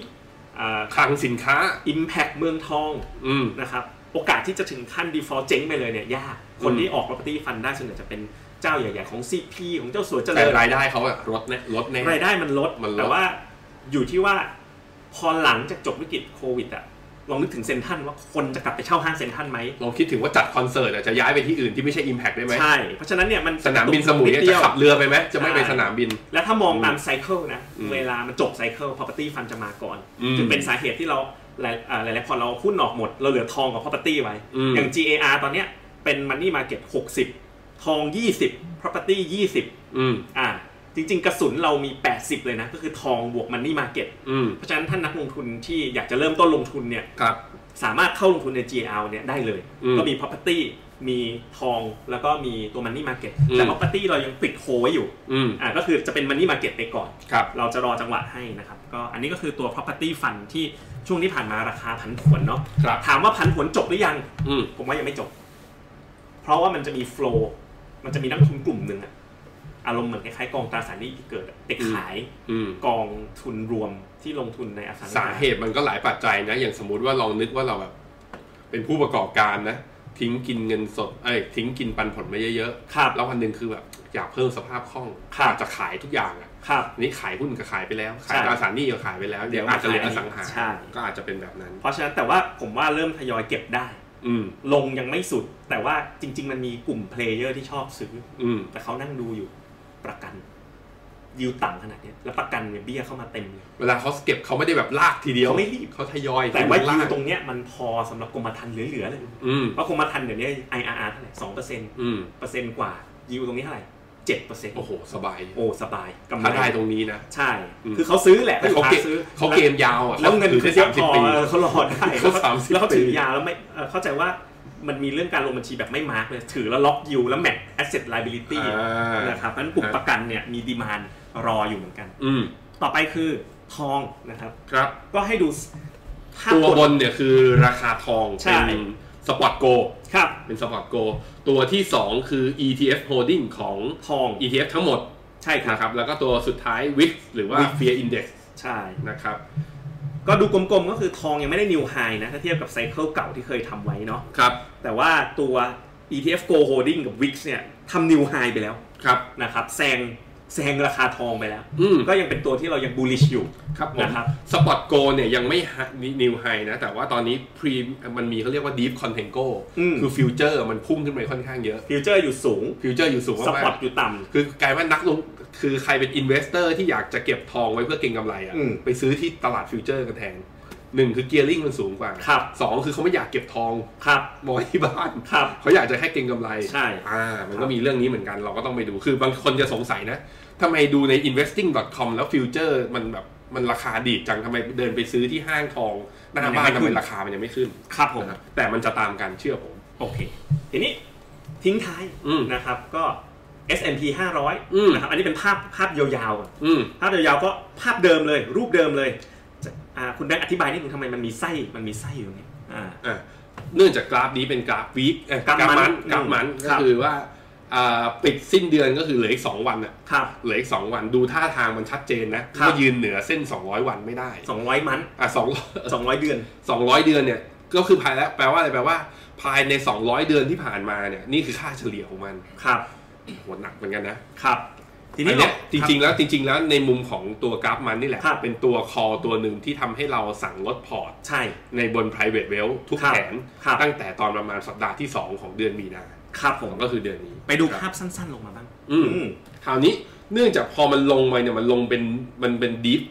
Speaker 2: เอ่อ
Speaker 1: คลังสินค้า
Speaker 2: Impact เมืองทอง
Speaker 1: อืม
Speaker 2: นะครับ โอกาสที่จะถึงขั้น default เจ๊งไปเลยเนี่ย ยาก คน
Speaker 1: อืม
Speaker 2: ที่ออก property fund ได้ส่วนใหญ่จะเป็นเจ้าใหญ่ๆ ของ CP ของเจ้าสัวเจ
Speaker 1: แต่
Speaker 2: ริญ
Speaker 1: รายได้เขาอะลดแน่ลดแน่
Speaker 2: รายได้มันลด
Speaker 1: มันลด
Speaker 2: แต่ว่าอยู่ที่ว่าพอหลังจากจบวิกฤตโควิดอะลองนึกถึงเซนทรันว่าคนจะกลับไปเช่าห้างเซนทรันไหม
Speaker 1: ลองคิดถึงว่าจัดคอนเสิร์ตอะจะย้ายไปที่อื่นที่ไม่ใช่ Impact ได้ไหม
Speaker 2: ใช่ เพราะฉะนั้นเนี่ยมัน
Speaker 1: สนามบินสมุย
Speaker 2: ด
Speaker 1: อะ
Speaker 2: เดี
Speaker 1: จะ
Speaker 2: ยว
Speaker 1: ขับเรือไปไหม จะไม่ไป
Speaker 2: ใช่
Speaker 1: สนามบิน
Speaker 2: แล้วถ้ามองตามไซเคิลนะ
Speaker 1: อืม
Speaker 2: เวลามันจบไซเคิล property fund จะมาก่อน
Speaker 1: อืม
Speaker 2: จึงเป็นสาเหตุที่เราหลายอ่าหลายๆพอเราหุ้นออกหมด เราเหลือทองกับ property ไว้
Speaker 1: อืม
Speaker 2: อย่าง GAR ตอนเนี้ยเป็น money market 60 ทอง 20 property 20
Speaker 1: อืม
Speaker 2: อ่า จริง ๆ กระสุนเรามี 80 เลยนะ ก็คือทองบวก money market
Speaker 1: อืม
Speaker 2: เพราะฉะนั้นท่านนักลงทุนที่อยากจะเริ่มต้นลงทุนเนี่ย
Speaker 1: ครับ
Speaker 2: สามารถเข้าลงทุนใน GL เนี่ยได้เลย
Speaker 1: อืม
Speaker 2: ก็มี property มีทองแล้วก็มีตัวมันนี่มาเก็ต
Speaker 1: อืม
Speaker 2: แต่ property เรายังปิดโคไว้อยู่
Speaker 1: อืม
Speaker 2: อ่าก็คือจะเป็นมันนี่มาเก็ตไปก่อน
Speaker 1: ครับ
Speaker 2: เราจะรอจังหวะให้นะครับก็อันนี้ก็คือตัว property fund ที่ช่วงที่ผ่านมาราคาผันผวนเนาะ
Speaker 1: ครับ
Speaker 2: ถามว่าผันผวนจบหรือยัง
Speaker 1: อืม
Speaker 2: ผมว่ายังไม่จบ เพราะว่ามันจะมี flow มันจะมีนักลงทุนกลุ่มหนึ่งอะอารมณ์เหมือนคล้ายๆกองตราสารหนี้ที่เกิดอะไปขาย
Speaker 1: อืม
Speaker 2: กองทุนรวมที่ลงทุนในอสังหา
Speaker 1: สาเหตุมันก็หลายปัจจัยนะ อย่างสมมติว่าลองนึกว่าเราแบบ เป็นผู้ประกอบการนะ ทิ้งกินเงินสดเอ้ยทิ้งกินปันผลมาเยอะ
Speaker 2: ครับ
Speaker 1: ๆแล้ววันหนึ่งคือแบบอยากเพิ่มสภาพคล่อง
Speaker 2: ครับ
Speaker 1: อาจจะขายทุกอย่างอ่ะ
Speaker 2: ครับ
Speaker 1: อันนี้ขายหุ้นก็ขายไปแล้ว ขา
Speaker 2: ใช่
Speaker 1: ยตราสารหนี้ก็ขายไปแล้ว
Speaker 2: เดี๋
Speaker 1: เดี๋ย
Speaker 2: ยว ว
Speaker 1: อาจจะเหลืออสังหา
Speaker 2: ใช่
Speaker 1: ก็อาจจะเป็นแบบนั้น
Speaker 2: เพราะฉะนั้นแต่ว่าผมว่าเริ่มทยอยเก็บได้
Speaker 1: อืม
Speaker 2: ลงยังไม่สุด แต่ว่าจริง ๆ มันมีกลุ่มเพลเยอร์ที่ชอบซื้อ
Speaker 1: อืม
Speaker 2: แต่เขานั่งดูอยู่ประกัน ยิวต่ำขนาดเนี้ยแล้วประกันเนี่ยเบี้ยเข้ามาเต็มเลย
Speaker 1: เวลาเขาเก็บเขาไม่ได้แบบลากทีเดียว
Speaker 2: เขาไม่รีบ
Speaker 1: เขาทยอย
Speaker 2: แต่ว่า
Speaker 1: ลา
Speaker 2: ยิว
Speaker 1: ก
Speaker 2: ตรงเนี้ยมันพอสำหรับกรมธรรม์เหลือๆเลย
Speaker 1: อืม
Speaker 2: เพราะกรมธรรม์เดี๋ยวนี้ IRR เท่าไหร่สองเปอร์เซ็นต์
Speaker 1: อืม
Speaker 2: เปอร์เซ็นต์กว่ายิวตรงนี้เท่าไหร่เจ็ดเปอร์เซ็นต์
Speaker 1: โอ้โห สบาย
Speaker 2: โอ้สบายกำไร
Speaker 1: ถ้าได้ตรงนี้นะ
Speaker 2: ใช่
Speaker 1: อืม
Speaker 2: คือเขาซื้อแหละ
Speaker 1: แต่เขา
Speaker 2: ลู
Speaker 1: เก็
Speaker 2: ค้
Speaker 1: บ
Speaker 2: ซื้อ
Speaker 1: เขาเกมยาวอ่ะ
Speaker 2: แล้วเงิน
Speaker 1: ถือ
Speaker 2: เขา
Speaker 1: ได้สาม
Speaker 2: เยอะพ
Speaker 1: สิบ
Speaker 2: อ
Speaker 1: ปี
Speaker 2: เออเขารอได้
Speaker 1: เขา30
Speaker 2: แล้วเขาถือ
Speaker 1: ปี
Speaker 2: ยาวแล้วไม่เอ่อเข้าใจว่ามันมีเรื่องการลงบัญชีแบบไม่มาร์กเลยถือแล้วล็อกยิวแล้วแมทแอสเซทไลบิลิตี้
Speaker 1: อ่า
Speaker 2: นะครับนั้นกลุ่มประกันเนี่ยมีดีมานรออยู่เหมือนกัน
Speaker 1: อืม
Speaker 2: ต่อไปคือทองนะครับ
Speaker 1: ครับ
Speaker 2: ก็ให้ดูภาพ
Speaker 1: ตัว
Speaker 2: ก
Speaker 1: บ
Speaker 2: ด
Speaker 1: นเนี่ยคือราคาทอง
Speaker 2: ใช่
Speaker 1: เป็นสปอตโก
Speaker 2: ครับ
Speaker 1: เป็นสปอตโกตัวที่สองคือ ETF holding ของ
Speaker 2: ทอง
Speaker 1: ETF ทั้งหมด
Speaker 2: ใช่ครับ
Speaker 1: นะครับ แล้วก็ตัวสุดท้าย WIX หรือว่า
Speaker 2: WIX
Speaker 1: Fear Index
Speaker 2: ใช่
Speaker 1: นะครับ
Speaker 2: ก็ดูกลมๆก็คือทองยังไม่ได้นิวไฮนะถ้าเทียบกับไซเคิลเก่าที่เคยทำไว้เนาะ
Speaker 1: ครับ
Speaker 2: แต่ว่าตัว ETF Go Holding กับ Wix เนี่ยทำนิวไฮไปแล้ว
Speaker 1: ครับ
Speaker 2: นะครับแซงแซงราคาทองไปแล้ว
Speaker 1: อืม
Speaker 2: ก็ยังเป็นตัวที่เรายังบูลลิชอยู่
Speaker 1: ครับผม
Speaker 2: นะครับ
Speaker 1: สปอตโกเนี่ยยังไม่นิวไฮนะ แต่ว่าตอนนี้พรีมันมีเขาเรียกว่า Deep Contango
Speaker 2: อืม
Speaker 1: คือฟิวเจอร์มันพุ่งขึ้นไปค่อนข้างเยอะ
Speaker 2: ฟิวเจอร์อยู่สูง
Speaker 1: ฟิวเจอร์อยู่สูง
Speaker 2: ส
Speaker 1: มา
Speaker 2: ปอต
Speaker 1: ก
Speaker 2: อยู่ต่
Speaker 1: ๆคือกลายว่านักลงคือใครเป็นอินเวสเตอร์ที่อยากจะเก็บทองไว้เพื่อเก็งกำไรอ่ะ
Speaker 2: อืม
Speaker 1: ไปซื้อที่ตลาดฟิวเจอร์กันแทนหนึ่งคือเกียร์ลิงมันสูงกว่า
Speaker 2: ครับ
Speaker 1: สองคือเขาไม่อยากเก็บทอง
Speaker 2: ำครับ
Speaker 1: มอยที่บ้าน
Speaker 2: ครับ
Speaker 1: เขาอยากจะแค่เก็งกำไร
Speaker 2: ใช่
Speaker 1: อ่ามัน
Speaker 2: ครั
Speaker 1: ก็
Speaker 2: บ
Speaker 1: มีเรื่องนี้เหมือนกันเราก็ต้องไปดูคือบางคนจะสงสัยนะทำไมดูใน investing.com แล้วฟิวเจอร์มันแบบมันราคาดีดจังทำไมเดินไปซื้อที่ห้างทองหน้าบ้านทำไมราคามันยังไม่ขึ้น
Speaker 2: ครับผม
Speaker 1: นะครับแต่มันจะตามการเชื่อผม
Speaker 2: โอเค ทีนี้ทิ้งท้าย
Speaker 1: อืม
Speaker 2: นะครับก็ S&P
Speaker 1: อืม
Speaker 2: 500นะครับอันนี้เป็นภาพภาพยาวๆก่อน
Speaker 1: อืม
Speaker 2: ภาพยาวๆก็ภาพเดิมเลย รูปเดิมเลยจะอ่าคุณแบงค์อธิบายนิดนึงทำไมมันมีไส้มันมีไส้อยู่เนี่ยอ่า
Speaker 1: อ่ะเนื่องจากกราฟนี้เป็นกราฟวีคเอ่อก
Speaker 2: กราฟ
Speaker 1: ราฟ
Speaker 2: มั
Speaker 1: มัน
Speaker 2: น
Speaker 1: กราฟมัน
Speaker 2: ครั
Speaker 1: ก็
Speaker 2: บ
Speaker 1: คือว่าอ่าปิดสิ้นเดือนก็คือเหลืออีกสองวันอ่ะ
Speaker 2: ครับ
Speaker 1: เหลืออีกสองวันดูท่าทางมันชัดเจนนะครับ ว่ายืนเหนือเส้น 200 วันไม่ได้
Speaker 2: 200 มัน
Speaker 1: อ่ะสอง
Speaker 2: 200 เดือน
Speaker 1: สองร้อยเดือนเนี่ยก็คือภายแล้วแปลว่าอะไรแปลว่า ภายใน 200 เดือนที่ผ่านมาเนี่ยนี่คือค่าเฉลี่ยของมัน
Speaker 2: ครับ
Speaker 1: โหหนักเหมือนกันนะครับ
Speaker 2: ทีนี้
Speaker 1: อันเนี้ยจ
Speaker 2: เา
Speaker 1: ริง ๆ แล้วจริง ๆ แล้วในมุมของตัวกราฟมันนี่แหละ
Speaker 2: ครับ
Speaker 1: เป็นตัวคอตัวหนึ่งที่ทำให้เราสั่งลดพอร์ต
Speaker 2: ใช่
Speaker 1: ในบน private wealth ทุก
Speaker 2: ครับ
Speaker 1: แผน
Speaker 2: ครับ
Speaker 1: ตั้งแต่ตอนประมาณสัปดาห์ที่สองของเดือนมีนา
Speaker 2: ครับผ
Speaker 1: ผม มก็คือเดือนนี้
Speaker 2: ไปดู
Speaker 1: ค
Speaker 2: ภา
Speaker 1: รับ
Speaker 2: พสั้นๆ ลงมาบ้าง
Speaker 1: อืม คราวนี้เนื่องจากพอมันลงไปเนี่ยมันลงเป็นมันเป็นดีฟ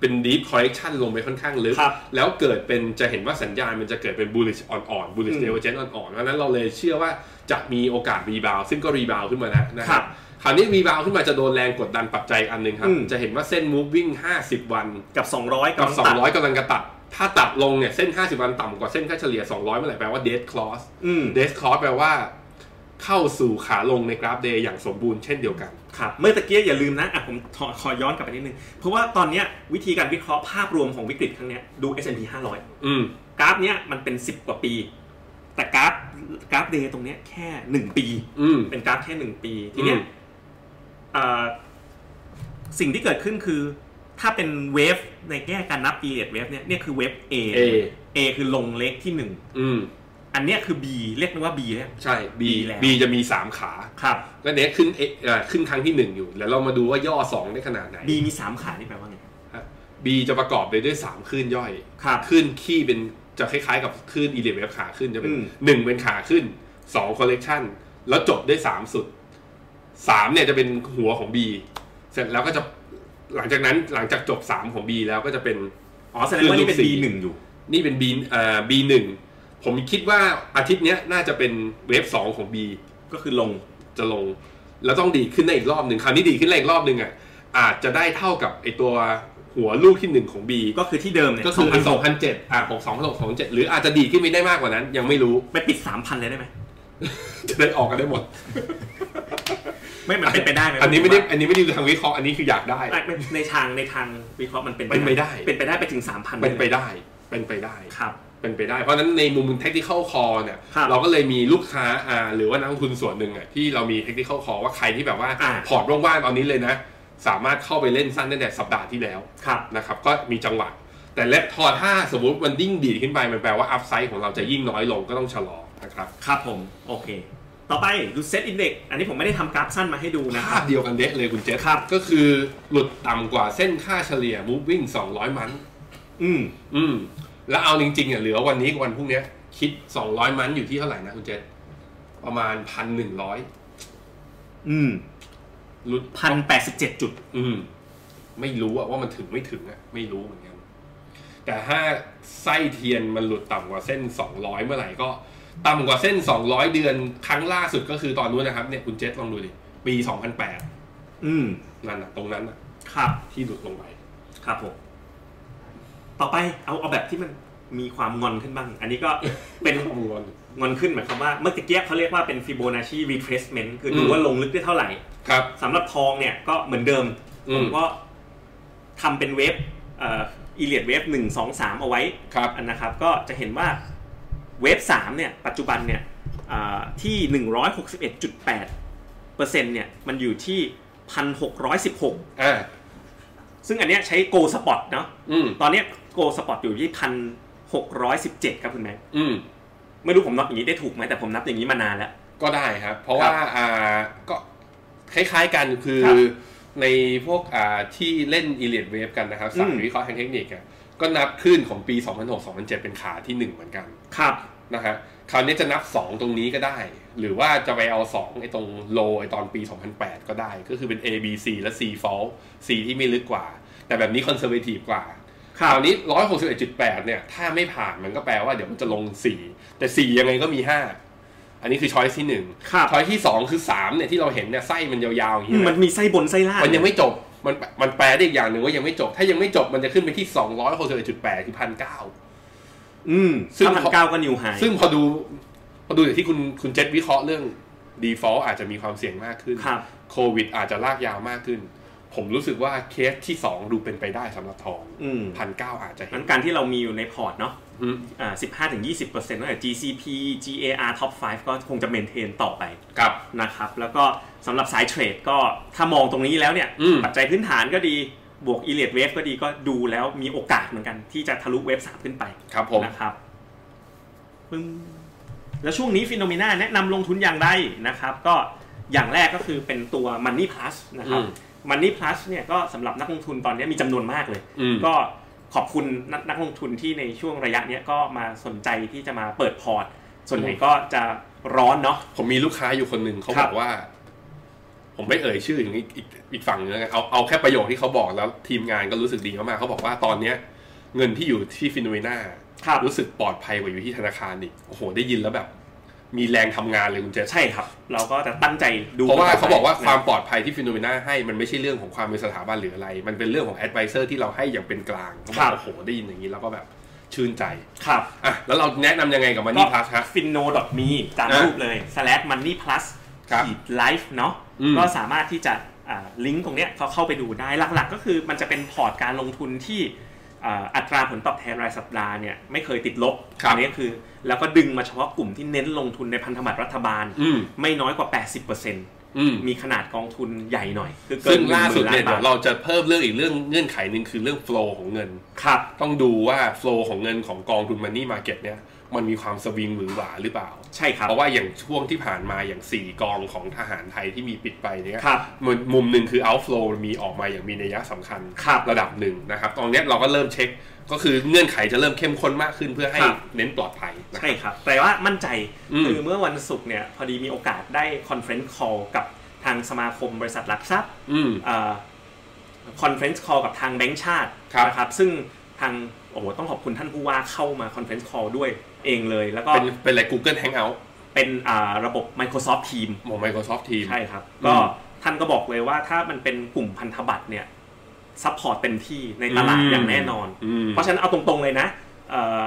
Speaker 1: เป็นดีฟคอร์เรคชันลงไปค่อนข้างลึก
Speaker 2: ครับ
Speaker 1: แล้วเกิดเป็นจะเห็นว่าสัญญาณมันจะเกิดเป็น bullish อ่อนๆ bullish
Speaker 2: อืม
Speaker 1: divergence อ่อนๆเพราะฉะนั้นเราเลยเชื่อว่าจะมีโอกาสรีบาวซึ่งก็รีบาวขึ้นมาแล้วนะค
Speaker 2: ครั
Speaker 1: รับบ คราวนี้รีบาวขึ้นมาจะโดนแรงกดดันปัจจัยอันหนึ่งครับ
Speaker 2: อืม
Speaker 1: จะเห็นว่าเส้น moving 50 วัน
Speaker 2: กับ 200
Speaker 1: กับ
Speaker 2: ตัด
Speaker 1: 200กำลังกระตัด ถ้าตัดลงเนี่ยเส้น 50 วันต่ำกว่าเส้นค่าเฉลี่ย 200เมื่อไหร่แปลว่า dead cross
Speaker 2: อืม
Speaker 1: เดสคอร์สแปลว่า เข้าสู่ขาลงในกราฟเดย์อย่างสมบูรณ์เช่นเดียวกัน
Speaker 2: ครับ เมื่อตะกี้อย่าลืมนะ อ่ะ ผมขอขอย้อนกลับไปนิดนึง เพราะว่าตอนเนี้ยวิธีการวิเคราะห์ภาพรวมของวิกฤตครั้งเนี้ยดู S&P 500
Speaker 1: อืม
Speaker 2: กราฟเนี้ยมันเป็น 10 กว่าปี แต่กราฟกราฟเดย์ตรงเนี้ยแค่ 1 ปี
Speaker 1: อืม
Speaker 2: เป็นกราฟแค่ 1 ปี ทีเนี้ย
Speaker 1: อืม
Speaker 2: เอ่อสิ่งที่เกิดขึ้นคือ ถ้าเป็นเวฟในแง่การนับ period wave เนี่ยเนี่ยคือเวฟ A
Speaker 1: A
Speaker 2: A คือลงเลขที่หนึ่ง
Speaker 1: อืม
Speaker 2: อันเนี้ยคือ B เรียกมันว่า B แล้ว
Speaker 1: ใช่ B
Speaker 2: B แล้ว
Speaker 1: B จะมี 3 ขา
Speaker 2: ครับ
Speaker 1: ก็เนี้ยขึ้น A เอ่อขึ้นครั้งที่ 1 อยู่ แล้วเรามาดูว่าย่อ 2 ได้ขนาดไหน
Speaker 2: B มี 3 ขานี่แปลว่าไง
Speaker 1: ฮะ B จะประกอบไปด้วย 3 ขึ้นย่อย
Speaker 2: ครับ
Speaker 1: ขึ้นขี้เป็นจะคล้ายๆกับขึ้น e ีเลียขาขึ้นจะเป็น
Speaker 2: อืม
Speaker 1: 1 เป็นขาขึ้น 2 collection แล้วจบด้วย 3 สุด 3 เนี่ยจะเป็นหัวของ B เสร็จแล้วก็จะหลังจากนั้นหลังจากจบ 3 ของ B แล้วก็จะเป็น
Speaker 2: อ๋อแสดงว่านี่เป็น
Speaker 1: คือ
Speaker 2: B
Speaker 1: ลูกสี่
Speaker 2: หนึ่งอยู่
Speaker 1: นี่เป็น B เอ่อ B หนึ่งผมคิดว่าอาทิตย์เนี้ยน่าจะเป็นเวฟสองของ B
Speaker 2: ก็คือลง
Speaker 1: จะลง แล้วต้องดีดขึ้นได้อีกรอบหนึ่งคราวนี้ดีดขึ้นได้อีกรอบหนึ่งอ่ะอาจจะได้เท่ากับไอตัวหัวลูกที่หนึ่งของ B
Speaker 2: ก็คือที่เดิมเนี่ย
Speaker 1: ก็คือพันส
Speaker 2: ส
Speaker 1: อ
Speaker 2: อง
Speaker 1: งพันเจ็ดอ่ะหกสองพันหกสองเจ็ดหรืออาจจะดีดขึ้นไปได้มากกว่านั้น ยังไม่รู้
Speaker 2: ไปปิด 3,000 เลยได้ไหม
Speaker 1: จะได้ออกกันได้หมด
Speaker 2: ไม่มันเป็นไปได้ไหม
Speaker 1: อันนี้ไม่ได้
Speaker 2: ผว่า
Speaker 1: อันนี้ไม่ได้ดูทางวิเคราะห์อันนี้คืออยากได้
Speaker 2: ไม่ในทางในทางวิเคราะห์มันเป็น
Speaker 1: เป็นไปได้
Speaker 2: เป็นไปได้ไปถึงสามพัน
Speaker 1: เป็นไปได้ เป็นไปได้
Speaker 2: ครับ
Speaker 1: เป็นไปได้ เพราะฉะนั้นในมุม technical call เนี่ย
Speaker 2: ครับ
Speaker 1: เราก็เลยมีลูกค้าอ่าหรือว่านักลงทุนส่วนหนึ่งอ่ะที่เรามี technical call ว่าใครที่แบบว่า
Speaker 2: อ่า
Speaker 1: พอร์ตว่างๆตอนนี้เลยนะ สามารถเข้าไปเล่นสั้นตั้งแต่สัปดาห์ที่แล้ว
Speaker 2: ครับ
Speaker 1: นะครับก็มีจังหวะ แต่และทอถ้าสมมติมันยิ่งดีดขึ้นไปมันแปลว่าอัพไซด์ของเราจะยิ่งน้อยลงก็ต้องชะลอนะครับ
Speaker 2: ครับผม โอเค ต่อไปดูเซตอินเด็กอันนี้ผมไม่ได้ทำกราฟสั้นมาให้ดูนะค
Speaker 1: ภา
Speaker 2: รั
Speaker 1: พ
Speaker 2: บ
Speaker 1: เดียวกันเดะเลยคุณเจษ
Speaker 2: ครับ
Speaker 1: ก็คือหลุดต่ำกว่าเส้นค่าเฉลี่ย moving 200 มัน
Speaker 2: อืม
Speaker 1: อืมแล้วเอาจริงๆอ่ะเหลือวันนี้กับวันพรุ่งเนี้ยคิด 200 มันอยู่ที่เท่าไหร่นะคุณเจษประมาณ 1,100
Speaker 2: อืม
Speaker 1: หลุด
Speaker 2: พันแปดสิบเจ็ดจุด
Speaker 1: อืมไม่รู้อะว่ามันถึงไม่ถึงอะไม่รู้เหมือนกัน แต่ถ้าไส้เทียนมันหลุดต่ำกว่าเส้น 200 เมื่อไหร่ก็ ต่ำกว่าเส้น 200 เดือนครั้งล่าสุดก็คือตอนนู้นนะครับเนี่ยคุณเจษลองดูดิปี 2008
Speaker 2: อืม
Speaker 1: นั่นนะตรงนั้นนะครับ ที่หลุดลงไป
Speaker 2: ครับผม ต่อไปเอาเอาแบบที่มันมีความงอนขึ้นบ้าง อันนี้ก็ <laughs> เป็น
Speaker 1: ข้อมูล
Speaker 2: งอนขึ้นหมายความว่า เมื่อตะเกียบเขาเรียกว่าเป็นฟิโบนัชชีรีเทสเมนต์คือดู
Speaker 1: อืม
Speaker 2: ว่าลงลึกได้เท่าไหร่
Speaker 1: ครับ
Speaker 2: สำหรับทองเนี่ยก็เหมือนเดิม
Speaker 1: อื
Speaker 2: ผม มก็ทำเป็นเวฟเอ่ออีเลียดเวฟหนึ่งสองสามเอาไว้
Speaker 1: ครับ
Speaker 2: อันนะครับก็จะเห็นว่าเวฟสามเนี่ยปัจจุบันเนี่ยอ่าที่หนึ่งร้อยหกสิบเอ็ดจุดแปดเปอร์เซ็นต์เนี่ยมันอยู่ที่พันหกร้อยสิบหก
Speaker 1: อ่า
Speaker 2: ซึ่งอันเนี้ยใช้โกสปอตเนาะ
Speaker 1: อืม
Speaker 2: ตอนเนี้ยโกสปอตอยู่ที่พันหกร้อยสิบเจ็ดครับคุณแม่
Speaker 1: อืม
Speaker 2: ไม่รู้ผมนับอย่างนี้ได้ถูกไหมแต่ผมนับอย่างนี้มานานแล้ว
Speaker 1: ก็ได้ครับ เพราะว่าอ่าก็คล้ายๆกันคือ
Speaker 2: ครับ
Speaker 1: ในพวกอ่าที่เล่นอีเลียดเวฟกันนะครับสาย
Speaker 2: อืม
Speaker 1: วิเคราะห์ทางเทคนิคอะก็นับคลื่นของปี 2006-2007 เป็นขาที่ 1 เหมือนกัน
Speaker 2: ครับ
Speaker 1: นะฮะคราวนี้จะนับ 2 ตรงนี้ก็ได้ หรือว่าจะไปเอา 2 ไอ้ตรงโลไอ้ตอนปี 2008 ก็ได้ ก็คือเป็น A B C และ C fall C ที่ไม่ลึกกว่า แต่แบบนี้คอนเซอร์เวทีฟกว่า
Speaker 2: ครับ
Speaker 1: วนี้ 161.8 เนี่ย ถ้าไม่ผ่านมันก็แปลว่าเดี๋ยวมันจะลง 4 แต่ 4 ยังไงก็มี 5 อันนี้คือช้อยที่1
Speaker 2: ครับ
Speaker 1: ช้อยที่ 2 คือ 3 เนี่ย ที่เราเห็นเนี่ยไส้มันยาวๆอย่าง
Speaker 2: อืม
Speaker 1: นี้
Speaker 2: มันมีไส้บนไส้ล่าง
Speaker 1: มันยังไม่จบมันมันแปลได้อีกอย่างหนึ่งว่ายังไม่จบ ถ้ายังไม่จบมันจะขึ้นไปที่ 261.8 คือพันเก้า
Speaker 2: อืม
Speaker 1: ซึ่ง
Speaker 2: ถ้าพันเก้าก็นิวไฮ
Speaker 1: ซึ่งพอดูพอดูอย่างที่คุณคุณเจษวิเคราะห์เรื่อง default อาจจะมีความเสี่ยงมากขึ้น
Speaker 2: ครับ
Speaker 1: โควิดอาจจะลากยาวมากขึ้น ผมรู้สึกว่าเคสที่ 2 ดูเป็นไปได้สำหรับทอง
Speaker 2: อืม
Speaker 1: พันเก้าอาจจะเห็
Speaker 2: นั้น นการที่เรามีอยู่ในพอร์ตเนาะ
Speaker 1: อืม
Speaker 2: อ่า15ถึง20เปอร์เซ็นต์ตั้งแต่ GCP GAR Top 5 ก็คงจะเมนเทนต่อไป
Speaker 1: ครับ
Speaker 2: นะครับ แล้วก็สำหรับสายเทรดก็ถ้ามองตรงนี้แล้วเนี่ย
Speaker 1: อืม
Speaker 2: ปัจจัยพื้นฐานก็ดีบวก e l i o t Wave ก็ดีก็ดูแล้วมีโอกาสเหมือนกันที่จะทะลุเวฟ3ขึ้นไป
Speaker 1: ครับผม
Speaker 2: นะครับปึ้งแล้วช่วงนี้ฟิโนเมนาแนะนำลงทุนอย่างไรนะครับ ก็อย่างแรกก็คือเป็นตัว Money Plus นะครับ
Speaker 1: อืม
Speaker 2: Money Plus เนี่ยก็สำหรับนักลงทุนตอนนี้มีจำนวนมากเลย
Speaker 1: อืม
Speaker 2: ก็ขอบคุณนักนักลงทุนที่ในช่วงระยะเนี้ยก็มาสนใจที่จะมาเปิดพอร์ต ส่วนใหญ่ก็จะร้อนเนาะ
Speaker 1: ผมมีลูกค้าอยู่คนหนึ่งเขา
Speaker 2: ครับ บ
Speaker 1: อกว่า ผมไม่เอ่ยชื่อถึงอีกอีกอีกฝั่งหนึงแล้วกันเอาเอาแค่ประโยคที่เขาบอกแล้วทีมงานก็รู้สึกดีมากๆเขาบอกว่าตอนเนี้ย เงินที่อยู่ที่ฟิโนเวนา
Speaker 2: ครับ
Speaker 1: รู้สึกปลอดภัยกว่าอยู่ที่ธนาคารอีกโอ้โหได้ยินแล้วแบบ มีแรงทำงานเลยคุณเจษ
Speaker 2: ใช่ครับ เราก็จะตั้งใจดู
Speaker 1: เพราะว่า
Speaker 2: ต่ไป
Speaker 1: เขาบอกว่าความ
Speaker 2: นะ
Speaker 1: ปลอดภัยที่ฟิโนเมนาให้มันไม่ใช่เรื่องของความเป็นสถาบันหรืออะไร มันเป็นเรื่องของแอดไ s เซอร์ที่เราให้อย่างเป็นกลางเขาบอกโอ้โหได้ยินอย่างนี้แล้วก็แบบชื่นใจ
Speaker 2: ครับ
Speaker 1: อ่ะแล้วเราแนะนำยังไงกับมันนี่พลัสฮะ
Speaker 2: ฟินโนดอทมีตาม
Speaker 1: อ่ะ
Speaker 2: รูปเลย slash money plus
Speaker 1: ครับ
Speaker 2: ขีด life เนาะ
Speaker 1: อืม
Speaker 2: ก็สามารถที่จะอ่าลิงก์ตรงเนี้ยเขาเข้าไปดูได้หลักๆ ก็คือมันจะเป็นพอร์ตการลงทุนที่อ่าอัตราผลตอบแทนรายสัปดาห์เนี่ยไม่เคยติดลบอันี้คือ แล้วก็ดึงมาเฉพาะกลุ่มที่เน้นลงทุนในพันธบัตรรัฐบาล
Speaker 1: อืม
Speaker 2: ไม่น้อยกว่า 80%
Speaker 1: อืม
Speaker 2: มีขนาดกองทุนใหญ่หน่อย คือเกิ
Speaker 1: ซึ่
Speaker 2: น
Speaker 1: งล่าสุดเนี่ย
Speaker 2: ห
Speaker 1: เดี๋ย
Speaker 2: ง
Speaker 1: ว
Speaker 2: หมื่ล้าบาท
Speaker 1: เราจะเพิ่มเรื่องอีกเรื่องเงื่อนไขหนึ่งคือเรื่องโฟล w ของเงิน
Speaker 2: ครับ
Speaker 1: ต้องดูว่าโฟล w ของเงินของกองทุนมันนี่มาเก็ตเนี่ยมันมีความสวิงหรือหวาหรือเปล่า
Speaker 2: ใช่ครับ
Speaker 1: เพราะว่าอย่างช่วงที่ผ่านมาอย่าง 4 กองของทหารไทยที่มีปิดไปเนี่ย
Speaker 2: ครับ
Speaker 1: มุมมุมหนึ่งคือ outflow มีออกมาอย่างมีนัยสำคัญ
Speaker 2: ครับ
Speaker 1: ดับหนึ่งนะครับตอนเนี้ยเราก็เริ่มเช็ค ก็คือเงื่อนไขจะเริ่มเข้มข้นมากขึ้นเพื่อให้
Speaker 2: ครับ
Speaker 1: เน้นปลอดภัยนะ
Speaker 2: ใช่ครับ แต่ว่ามั่นใจ
Speaker 1: อืม
Speaker 2: คือเมื่อวันศุกร์เนี่ย พอดีมีโอกาสได้คอนเฟรนซ์คอลกับทางสมาคมบริษัทหลักทรัพย์
Speaker 1: อืม
Speaker 2: คอนเฟรนซ์คอลกับทางแบงก์ชาติ
Speaker 1: ครับ
Speaker 2: นะครับ ซึ่งทาง โอ้โห ต้องขอบคุณท่านผู้ว่าเข้ามาคอนเฟรนซ์คอลด้วยเองเลย แล้วก็
Speaker 1: เป็นเป็นอะไร Google Hangout
Speaker 2: เป็นอ่าระบบ Microsoft Team
Speaker 1: ของ Microsoft Team
Speaker 2: ใช่ครับ
Speaker 1: อืม
Speaker 2: ก็ท่านก็บอกเลยว่าถ้ามันเป็นกลุ่มพันธบัตรเนี่ยซัพพอร์ตเต็มที่ในตลาด
Speaker 1: อืม
Speaker 2: อย่างแน่นอน
Speaker 1: อืม
Speaker 2: เพราะฉะนั้นเอาตรงๆเลยนะเอ่อ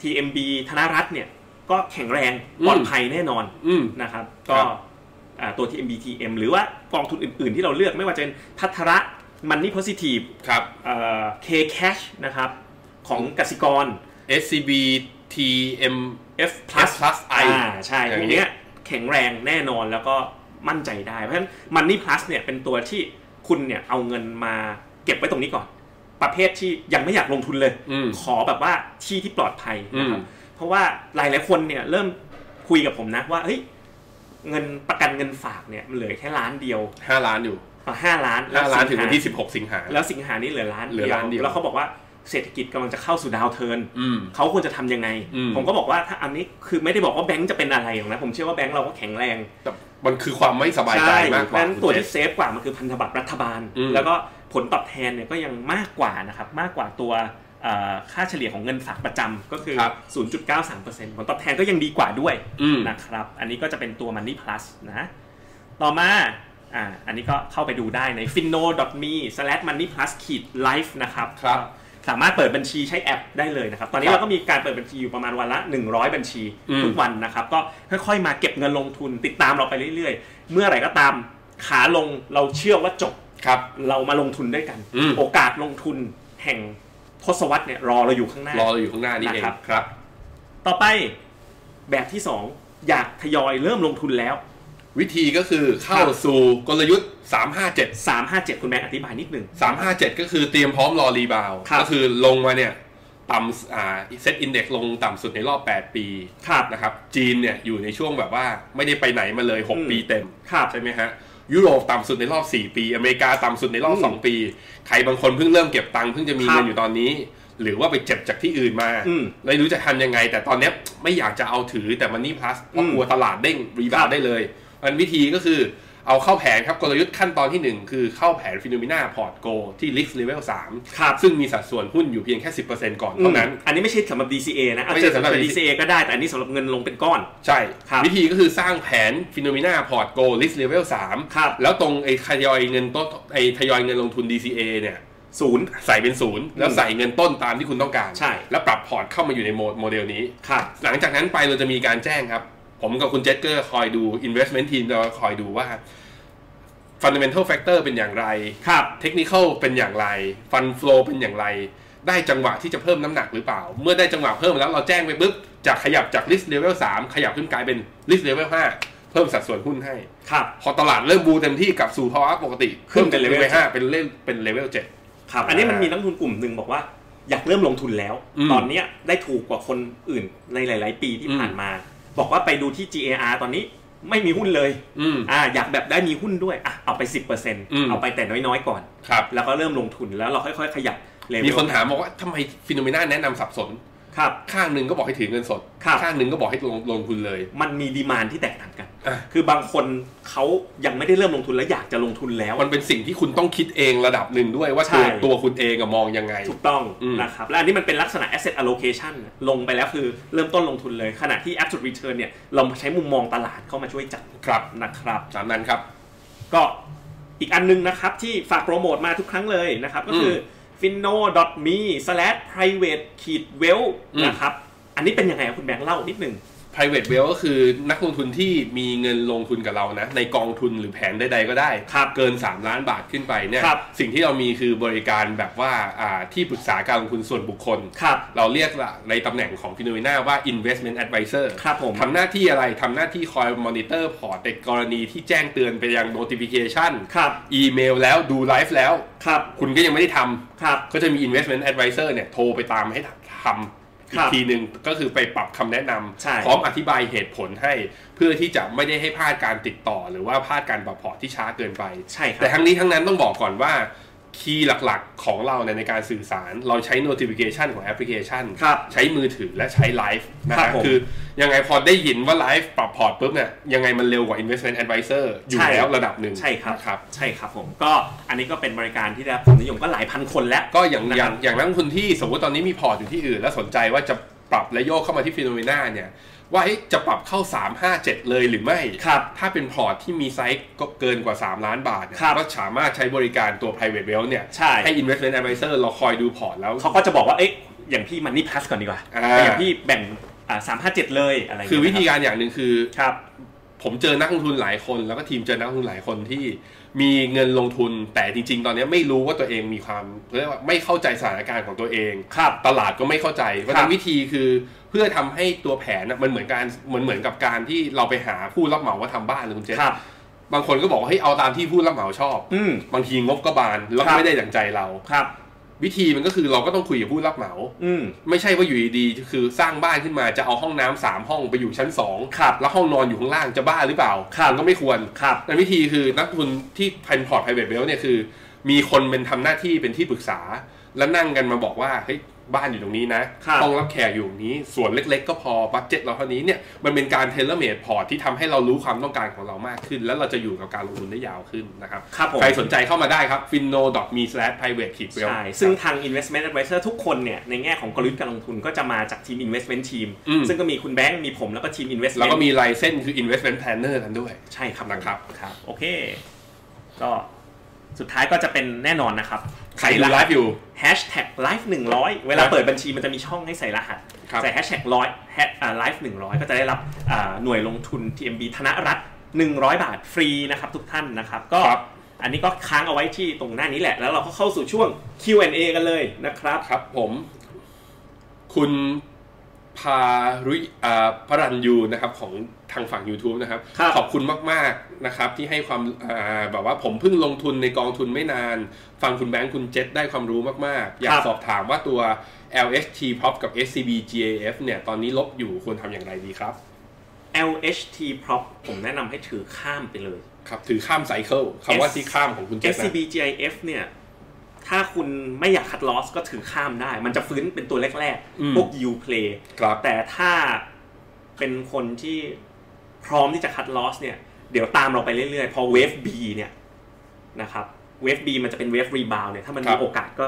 Speaker 2: TMB ธนรัตน์เนี่ย ก็แข็งแรง
Speaker 1: อืม
Speaker 2: ปลอดภัยแน่นอน
Speaker 1: อืม
Speaker 2: นะครับ
Speaker 1: ค
Speaker 2: ก็
Speaker 1: รับ
Speaker 2: อ่าตัวที่ MBTM หรือว่ากองทุนอื่นๆที่เราเลือกไม่ว่าจะเป็นพัทระมันนี่โพสิทีฟ
Speaker 1: ครับ
Speaker 2: เคแคชนะครับ ของกสิกร
Speaker 1: SCB TM
Speaker 2: F plus
Speaker 1: F plus I
Speaker 2: อ่าใช่
Speaker 1: อย่างนี้
Speaker 2: พวกเนี้ยแข็งแรงแน่นอนแล้วก็มั่นใจได้ เพราะฉะนั้น Money Plus เนี่ยเป็นตัวที่คุณเนี่ยเอาเงินมาเก็บไว้ตรงนี้ก่อน ประเภทที่ยังไม่อยากลงทุนเลย
Speaker 1: อืม
Speaker 2: ขอแบบว่าที่ที่ปลอดภัยนะครับ
Speaker 1: อืม
Speaker 2: เพราะว่าหลายหลายๆคนเนี่ยเริ่มคุยกับผมนะว่าเฮ้ยเงินประกันเงินฝากเนี่ยมันเหลือแค่ล้านเดียว
Speaker 1: ห้าล้านอยู่
Speaker 2: อ่ะห้าล้าน
Speaker 1: ห้าล้านถึงวันที่
Speaker 2: สิงห
Speaker 1: 16 สิงหา
Speaker 2: าแล้วสิงหานี่เหลือล้าน
Speaker 1: เหลือล้านเดียว
Speaker 2: แล้วเขาบอกว่าเศรษฐกิจกำลังจะเข้าสู่ดาวเทิร์น
Speaker 1: อืม
Speaker 2: เขาควรจะทำยังไง
Speaker 1: อืม
Speaker 2: ผมก็บอกว่าถ้าอันนี้คือไม่ได้บอกว่าแบงค์จะเป็นอะไรหรอกนะ ผมเชื่อว่าแบงค์เราก็แข็งแรง
Speaker 1: แต่มันคือความไม่สบายใจมากกว่า
Speaker 2: นั้นตัวที่
Speaker 1: คุณเจ
Speaker 2: เซฟกว่ามันคือพันธบัตรรัฐบาล
Speaker 1: อืม
Speaker 2: แล้วก็ผลตอบแทนเนี่ยก็ยังมากกว่านะครับ มากกว่าตัวเอ่อค่าเฉลี่ยของเงินฝากประจำก็คือ 0.93%ผลตอบแทนก็ยังดีกว่าด้วย
Speaker 1: อืม
Speaker 2: นะครับ อันนี้ก็จะเป็นตัว Money Plus นะ ต่อมาอ่าอันนี้ก็เข้าไปดูได้ใน finno.me/moneyplus-life นะครับ
Speaker 1: ครับ
Speaker 2: สามารถเปิดบัญชีใช้แอปได้เลยนะครับ ตอนนี้
Speaker 1: ครับ
Speaker 2: เราก็มีการเปิดบัญชีอยู่ประมาณวันละ 100 บัญชี
Speaker 1: อืม
Speaker 2: ทุกวันนะครับ ก็ค่อยๆมาเก็บเงินลงทุนติดตามเราไปเรื่อยๆ เมื่อไหร่ก็ตามขาลงเราเชื่อว่าจบ
Speaker 1: ครับ
Speaker 2: เรามาลงทุนด้วยกัน
Speaker 1: อืม
Speaker 2: โอกาสลงทุนแห่งทศวรรษเนี่ยรอเราอยู่ข้างหน้า
Speaker 1: รอเราอยู่ข้างหน้านี่เอง
Speaker 2: นะครับ
Speaker 1: ครับ
Speaker 2: ต่อไปแบบที่ 2 อยากทยอยเริ่มลงทุนแล้ว
Speaker 1: วิธีก็คือเข้า
Speaker 2: ครับ
Speaker 1: สู่กลยุทธ์ 357
Speaker 2: 357 คุณแม่อธิบายนิดหนึ่ง
Speaker 1: สามห้าเจ็ดก็คือเตรียมพร้อมรอรีบาวด์
Speaker 2: ครับ
Speaker 1: ก็คือลงมาเนี่ยต่ำอ่าเซ็ตอินเด็กลงต่ำสุดในรอบ 8 ปี
Speaker 2: ครับ
Speaker 1: นะครับจีนเนี่ยอยู่ในช่วงแบบว่าไม่ได้ไปไหนมาเลย
Speaker 2: อืม
Speaker 1: 6 ปีเต็ม
Speaker 2: ครับ
Speaker 1: ใช่ไหมฮะยุโรปต่ำสุดในรอบ 4 ปี อเมริกาต่ำสุดในรอบ
Speaker 2: อืม
Speaker 1: 2 ปี ใครบางคนเพิ่งเริ่มเก็บตังค์เพิ่งจะมี
Speaker 2: ครับ
Speaker 1: เงินอยู่ตอนนี้ หรือว่าไปเจ็บจากที่อื่นมา
Speaker 2: อืม
Speaker 1: ไม่รู้จะทำยังไง แต่ตอนเนี้ยไม่อยากจะเอาถือแต่มันนี่พลัสเพราะ
Speaker 2: อืม
Speaker 1: กลัวตลาดเด้งรีบาว
Speaker 2: ครั
Speaker 1: ด์
Speaker 2: บ
Speaker 1: ได้เลยมันวิธีก็คือเอาเข้าแผนครับกลยุทธ์ขั้นตอนทีหนึ่งคือเข้าแผนฟิโนมิน่าพอร์ตโกที่ Risk Level 3
Speaker 2: ครับ
Speaker 1: ซึ่งมีสัดส่วนหุ้นอยู่เพียงแค่ 10%ก่อนเท่านั้น
Speaker 2: อันนี้ไม่ใช่สำหรับ DCA นะอาจ
Speaker 1: ไม่ใช่
Speaker 2: จะสำ
Speaker 1: สำห
Speaker 2: ห
Speaker 1: รั
Speaker 2: รับ
Speaker 1: บ
Speaker 2: DCA ก็ได้แต่อันนี้สำหรับเงินลงเป็นก้อน
Speaker 1: ใช่
Speaker 2: ครับ
Speaker 1: วิธีก็คือสร้างแผนฟิโนมิน่าพอร์ตโกลิสเลเวล
Speaker 2: ครับ
Speaker 1: 3แล้วตรงไอ้ทยอยเงินต้นไอ้ทยอยเงินลงทุน DCA เนี่ย
Speaker 2: ศูนย์
Speaker 1: ใส่เป็นศูนย์แล้วใส่เงินต้นตามที่คุณต้องการ
Speaker 2: ใช่
Speaker 1: แล้วปรับพอร์ตเข้ามาอยู่ในโมโมเดลนี้
Speaker 2: ครับ
Speaker 1: หลังจากนั้นไปเราจะมีการแจ้งครับ ผมกับคุณเจสเกอร์คอยดู investment team เราคอยดูว่า fundamental factor เป็นอย่างไร
Speaker 2: ครับ
Speaker 1: เทคนิคอลเป็นอย่างไร ฟันฟลอเป็นอย่างไร ได้จังหวะที่จะเพิ่มน้ำหนักหรือเปล่า เมื่อได้จังหวะเพิ่มแล้วเราแจ้งไปปุ๊บจะขยับจาก list level 3 ขยับขึ้นกลายเป็น list level 5 เพิ่มสัดส่วนหุ้นให้
Speaker 2: ครับ
Speaker 1: พอตลาดเริ่มบูเต็มที่กลับสู่ภาวะปกติ
Speaker 2: ขึ้นเป็น level
Speaker 1: 5เป็นเลเป็น level 7
Speaker 2: ครับ อันนี้มันมีนักลงทุนกลุ่มหนึ่งบอกว่า อยากเริ่มลงทุนแล้ว
Speaker 1: อืม
Speaker 2: ตอนเนี้ยได้ถูกกว่าคนอื่นในหลาย ๆ ปีที่
Speaker 1: อืม
Speaker 2: ผ่านมา บอกว่าไปดูที่ GAR ตอนนี้ไม่มีหุ้นเลย
Speaker 1: อืม
Speaker 2: อ่าอยากแบบได้มีหุ้นด้วยอ่ะเอาไป 10%
Speaker 1: ม
Speaker 2: เอาไปแต่น้อย ๆ ก่อน
Speaker 1: ครับ
Speaker 2: แล้วก็เริ่มลงทุนแล้วเราค่อย ๆ ขยับเล
Speaker 1: มีคนถามบอกว่าทำไมฟิโนเมนาแนะนำสับสน
Speaker 2: ครับ
Speaker 1: ข้างหนึ่งก็บอกให้ถือเงินสด
Speaker 2: ครับ
Speaker 1: ข้างหนึ่งก็บอกให้ลงลงทุนเลย
Speaker 2: มันมีดีมานที่แตกต่างกัน
Speaker 1: อ่ะ
Speaker 2: คือบางคนเขายังไม่ได้เริ่มลงทุนแล้วอยากจะลงทุนแล้ว
Speaker 1: มันเป็นสิ่งที่คุณต้องคิดเองระดับหนึ่งด้วยว่าตัว
Speaker 2: ใช่
Speaker 1: ตัวคุณเองอะมองยังไง
Speaker 2: ถูกต้อง
Speaker 1: อืม
Speaker 2: นะครับและอันนี้มันเป็นลักษณะ asset allocation ลงไปแล้วคือเริ่มต้นลงทุนเลย ขณะที่ absolute return เนี่ยเราใช้มุมมองตลาดเข้ามาช่วยจัด
Speaker 1: ครับ
Speaker 2: นะครับ
Speaker 1: ตามนั้นครับ
Speaker 2: ก็อีกอันนึงนะครับที่ฝากโปรโมทมาทุกครั้งเลยนะครับ ก็คือ finno.me/private-well
Speaker 1: อืม
Speaker 2: นะครับ อันนี้เป็นยังไงครับคุณแบงค์เล่านิดหนึ่ง
Speaker 1: private wealth ก็คือนักลงทุนที่มีเงินลงทุนกับเรานะ ในกองทุนหรือแผนใดๆก็ได้
Speaker 2: ครับ
Speaker 1: เกิน 3 ล้านบาทขึ้นไปเนี่ย
Speaker 2: ครับ
Speaker 1: สิ่งที่เรามีคือบริการแบบว่าอ่าที่ปรึกษาการลงทุนส่วนบุคคล
Speaker 2: ครับ
Speaker 1: เราเรียกละในตำแหน่งของฟิโนเมนาว่า investment advisor
Speaker 2: ครับผม
Speaker 1: ทำหน้าที่อะไรทำหน้าที่คอยมอนิเตอร์พอร์ตในกรณีที่แจ้งเตือนไปยัง notification
Speaker 2: ครับ
Speaker 1: อีเมลแล้วดูไลฟ์แล้ว
Speaker 2: ครับ
Speaker 1: คุณก็ยังไม่ได้ทำ
Speaker 2: ครับ
Speaker 1: ก็จะมี investment advisor เนี่ยโทรไปตามให้ทำอี
Speaker 2: ครั
Speaker 1: ก
Speaker 2: บ
Speaker 1: ทีหนึ่งก็คือไปปรับคำแนะน
Speaker 2: ใช่
Speaker 1: ำพร้อมอธิบายเหตุผลให้เพื่อที่จะไม่ได้ให้พลาดการติดต่อ หรือว่าพลาดการปรับพอร์ตที่ช้าเกินไป
Speaker 2: ใช่ค
Speaker 1: แต่
Speaker 2: รับ
Speaker 1: ทั้งนี้ทั้งนั้นต้องบอกก่อนว่า คีย์หลักๆของเราเนี่ยในการสื่อสาร เราใช้ notification ของแอปพลิเคชัน
Speaker 2: ครับ
Speaker 1: ใช้มือถือและใช้ไลฟ์นะ
Speaker 2: ครั
Speaker 1: ฮะ
Speaker 2: บผม
Speaker 1: คือยังไงพอได้ยินว่าไลฟ์ปรับพอร์ตปุ๊บเนี่ยยังไงมันเร็วกว่า investment advisor อยู่
Speaker 2: ใช่
Speaker 1: แล้วระดับหนึ่ง
Speaker 2: ใช่ครับ
Speaker 1: นะครับ
Speaker 2: ใช่ครับผมก็อันนี้ก็เป็นบริการที่ได้รับความนิยมก็หลายพันคนแล้ว
Speaker 1: ก็อย่าง
Speaker 2: นะ
Speaker 1: อ
Speaker 2: ครั
Speaker 1: ย่า
Speaker 2: บ
Speaker 1: งอย่างนักลงทุนที่สมมติตอนนี้มีพอร์ตอยู่ที่อื่น แล้วสนใจว่าจะปรับและโยกเข้ามาที่ฟิโนเมนาเนี่ย ว่าเอ๊ะจะปรับเข้า 3 5 7 เลยหรือไม่
Speaker 2: ครับ
Speaker 1: ถ้าเป็นพอร์ตที่มีไซส์ก็เกินกว่า 3 ล้านบาทเนี่ย
Speaker 2: ครับ
Speaker 1: ก็สามารถใช้บริการตัว private wealth เนี่ย
Speaker 2: ใช่
Speaker 1: ให้ investment advisor เราคอยดูพอร์ตแล้ว
Speaker 2: เขาก็จะบอกว่า เอ๊ะ อย่างพี่มันนี่พลัสก่อนดีกว่า
Speaker 1: อ่า
Speaker 2: แต่อย่างพี่แบ่ง สามห้าเจ็ดเลยอะไรย่ง
Speaker 1: คือ
Speaker 2: เงี้
Speaker 1: วิ
Speaker 2: ย
Speaker 1: ธี
Speaker 2: นะ
Speaker 1: การอย่างหนึ่งคือ
Speaker 2: ครับ
Speaker 1: ผมเจอนักลงทุนหลายคน แล้วก็ทีมเจอนักลงทุนหลายคนที่มีเงินลงทุนแต่จริง ๆ ตอนนี้ไม่รู้ว่าตัวเองมีความเรียกว่าไม่เข้าใจสถานการณ์ของตัวเอง
Speaker 2: ครับ
Speaker 1: ตลาดก็ไม่เข้าใจเพราะฉะ
Speaker 2: ครั
Speaker 1: นั้
Speaker 2: บ
Speaker 1: นวิธีคือเพื่อทำให้ตัวแผนน่ะมันเหมือนการเหมือนเหมือนกับการที่เราไปหาผู้รับเหมาว่าทำบ้านเลยคุณเจษ
Speaker 2: ครับ
Speaker 1: บางคนก็บอกว่าให้ยเอาตามที่ผู้รับเหมาชอบ
Speaker 2: อืม
Speaker 1: บางทีงบก็บานแล้ว
Speaker 2: ครั
Speaker 1: ก็
Speaker 2: บ
Speaker 1: ไม่ได้ดังใจเรา
Speaker 2: ครับ
Speaker 1: วิธีมันก็คือเราก็ต้องคุยกับผู้รับเหมา
Speaker 2: อืม
Speaker 1: ไม่ใช่ว่าอยู่ดีๆคือสร้างบ้านขึ้นมาจะเอาห้องน้ำสามห้องไปอยู่ชั้นสอง
Speaker 2: ครับ
Speaker 1: แล้วห้องนอนอยู่ข้างล่างจะบ้าหรือเปล่า
Speaker 2: ครับ
Speaker 1: มันก็ไม่ควร
Speaker 2: ครับ
Speaker 1: แต่วิธีคือนักทุนที่พันพอร์ตไพรเวทเวลเนี่ยคือ มีคนเป็นทำหน้าที่เป็นที่ปรึกษา แล้วนั่งกันมาบอกว่าเฮ้ยบ้านอยู่ตรงนี้นะครับ ห้องรับแขกอยู่ตรงนี้ส่วนเล็ก ๆ ก็พอบัตเจ็ตเราเท่านี้เนี่ยมันเป็นการเทเลเมดพอร์ตที่ทำให้เรารู้ความต้องการของเรามากขึ้น แล้วเราจะอยู่กับการลงทุนได้ยาวขึ้นนะครับ
Speaker 2: ครับผม
Speaker 1: ใครสนใจเข้ามาได้ครับ f i n o m e p r i v a t e w e l
Speaker 2: ใช่ ซึ่งทาง investment advisor ทุกคนเนี่ย ในแง่ของกลยุทธ์การลงทุนก็จะมาจากทีม investment team
Speaker 1: อืม
Speaker 2: ซึ่งก็มีคุณแบงค์ มีผมแล้วก็ทีม investment
Speaker 1: แล้วก็มีลายเส้นคือ investment planner กันด้วย
Speaker 2: ใช่ครับ
Speaker 1: นะครับ
Speaker 2: ครับ โอเค ก็สุดท้ายก็จะเป็นแน่นอนนะครับ
Speaker 1: ใครดูไลฟ์อยู่
Speaker 2: แฮชแท็กไลฟ์หนึ่งร้อยเวลาเปิดบัญชีมันจะมีช่องให้ใส่รหัส
Speaker 1: ครับ
Speaker 2: ใส่แฮชแท็กร้อยแฮชไลฟ์หนึ่งร้อยก็จะได้รับอ่าหน่วยลงทุน TMB ธนรัฐหนึ่งร้อยบาทฟรีนะครับทุกท่านนะครับ ก็อันนี้ก็ค้างเอาไว้ที่ตรงหน้านี้แหละ แล้วเราก็เข้าสู่ช่วง Q&A กันเลยนะครับ
Speaker 1: ครับผมคุณพารุยอ่าพรันยูนะครับของทางฝั่ง YouTube นะครับ
Speaker 2: ครับ
Speaker 1: ขอบคุณมาก ๆ นะครับ ที่ให้ความอ่าแบบว่าผมเพิ่งลงทุนในกองทุนไม่นาน ฟังคุณแบงค์คุณเจษได้ความรู้มาก ๆ อยา
Speaker 2: ค
Speaker 1: ก
Speaker 2: รับ
Speaker 1: สอบถามว่าตัว LHT Prop กับ SCB GAF เนี่ย ตอนนี้ลบอยู่ควรทำอย่างไรดีครับ
Speaker 2: LHT prop ผมแนะนำให้ถือข้ามไปเลย
Speaker 1: ครับ ถือข้ามไซเคิลคำว่า
Speaker 2: S-
Speaker 1: ที่ข้ามของคุณเจษนะ
Speaker 2: SCB GIF เนี่ย ถ้าคุณไม่อยากคัดลอสก็ถือข้ามได้ มันจะฟื้นเป็นตัวแรก
Speaker 1: อืม
Speaker 2: ๆ พวก U play
Speaker 1: ครับ
Speaker 2: แต่ถ้าเป็นคนที่พร้อมที่จะคัดลอสเนี่ย เดี๋ยวตามเราไปเรื่อยๆ พอเวฟ B เนี่ยนะครับ เวฟ B มันจะเป็นเวฟรีบาวเนี่ย ถ้ามัน
Speaker 1: ครั
Speaker 2: มี
Speaker 1: บ
Speaker 2: โอกาสก็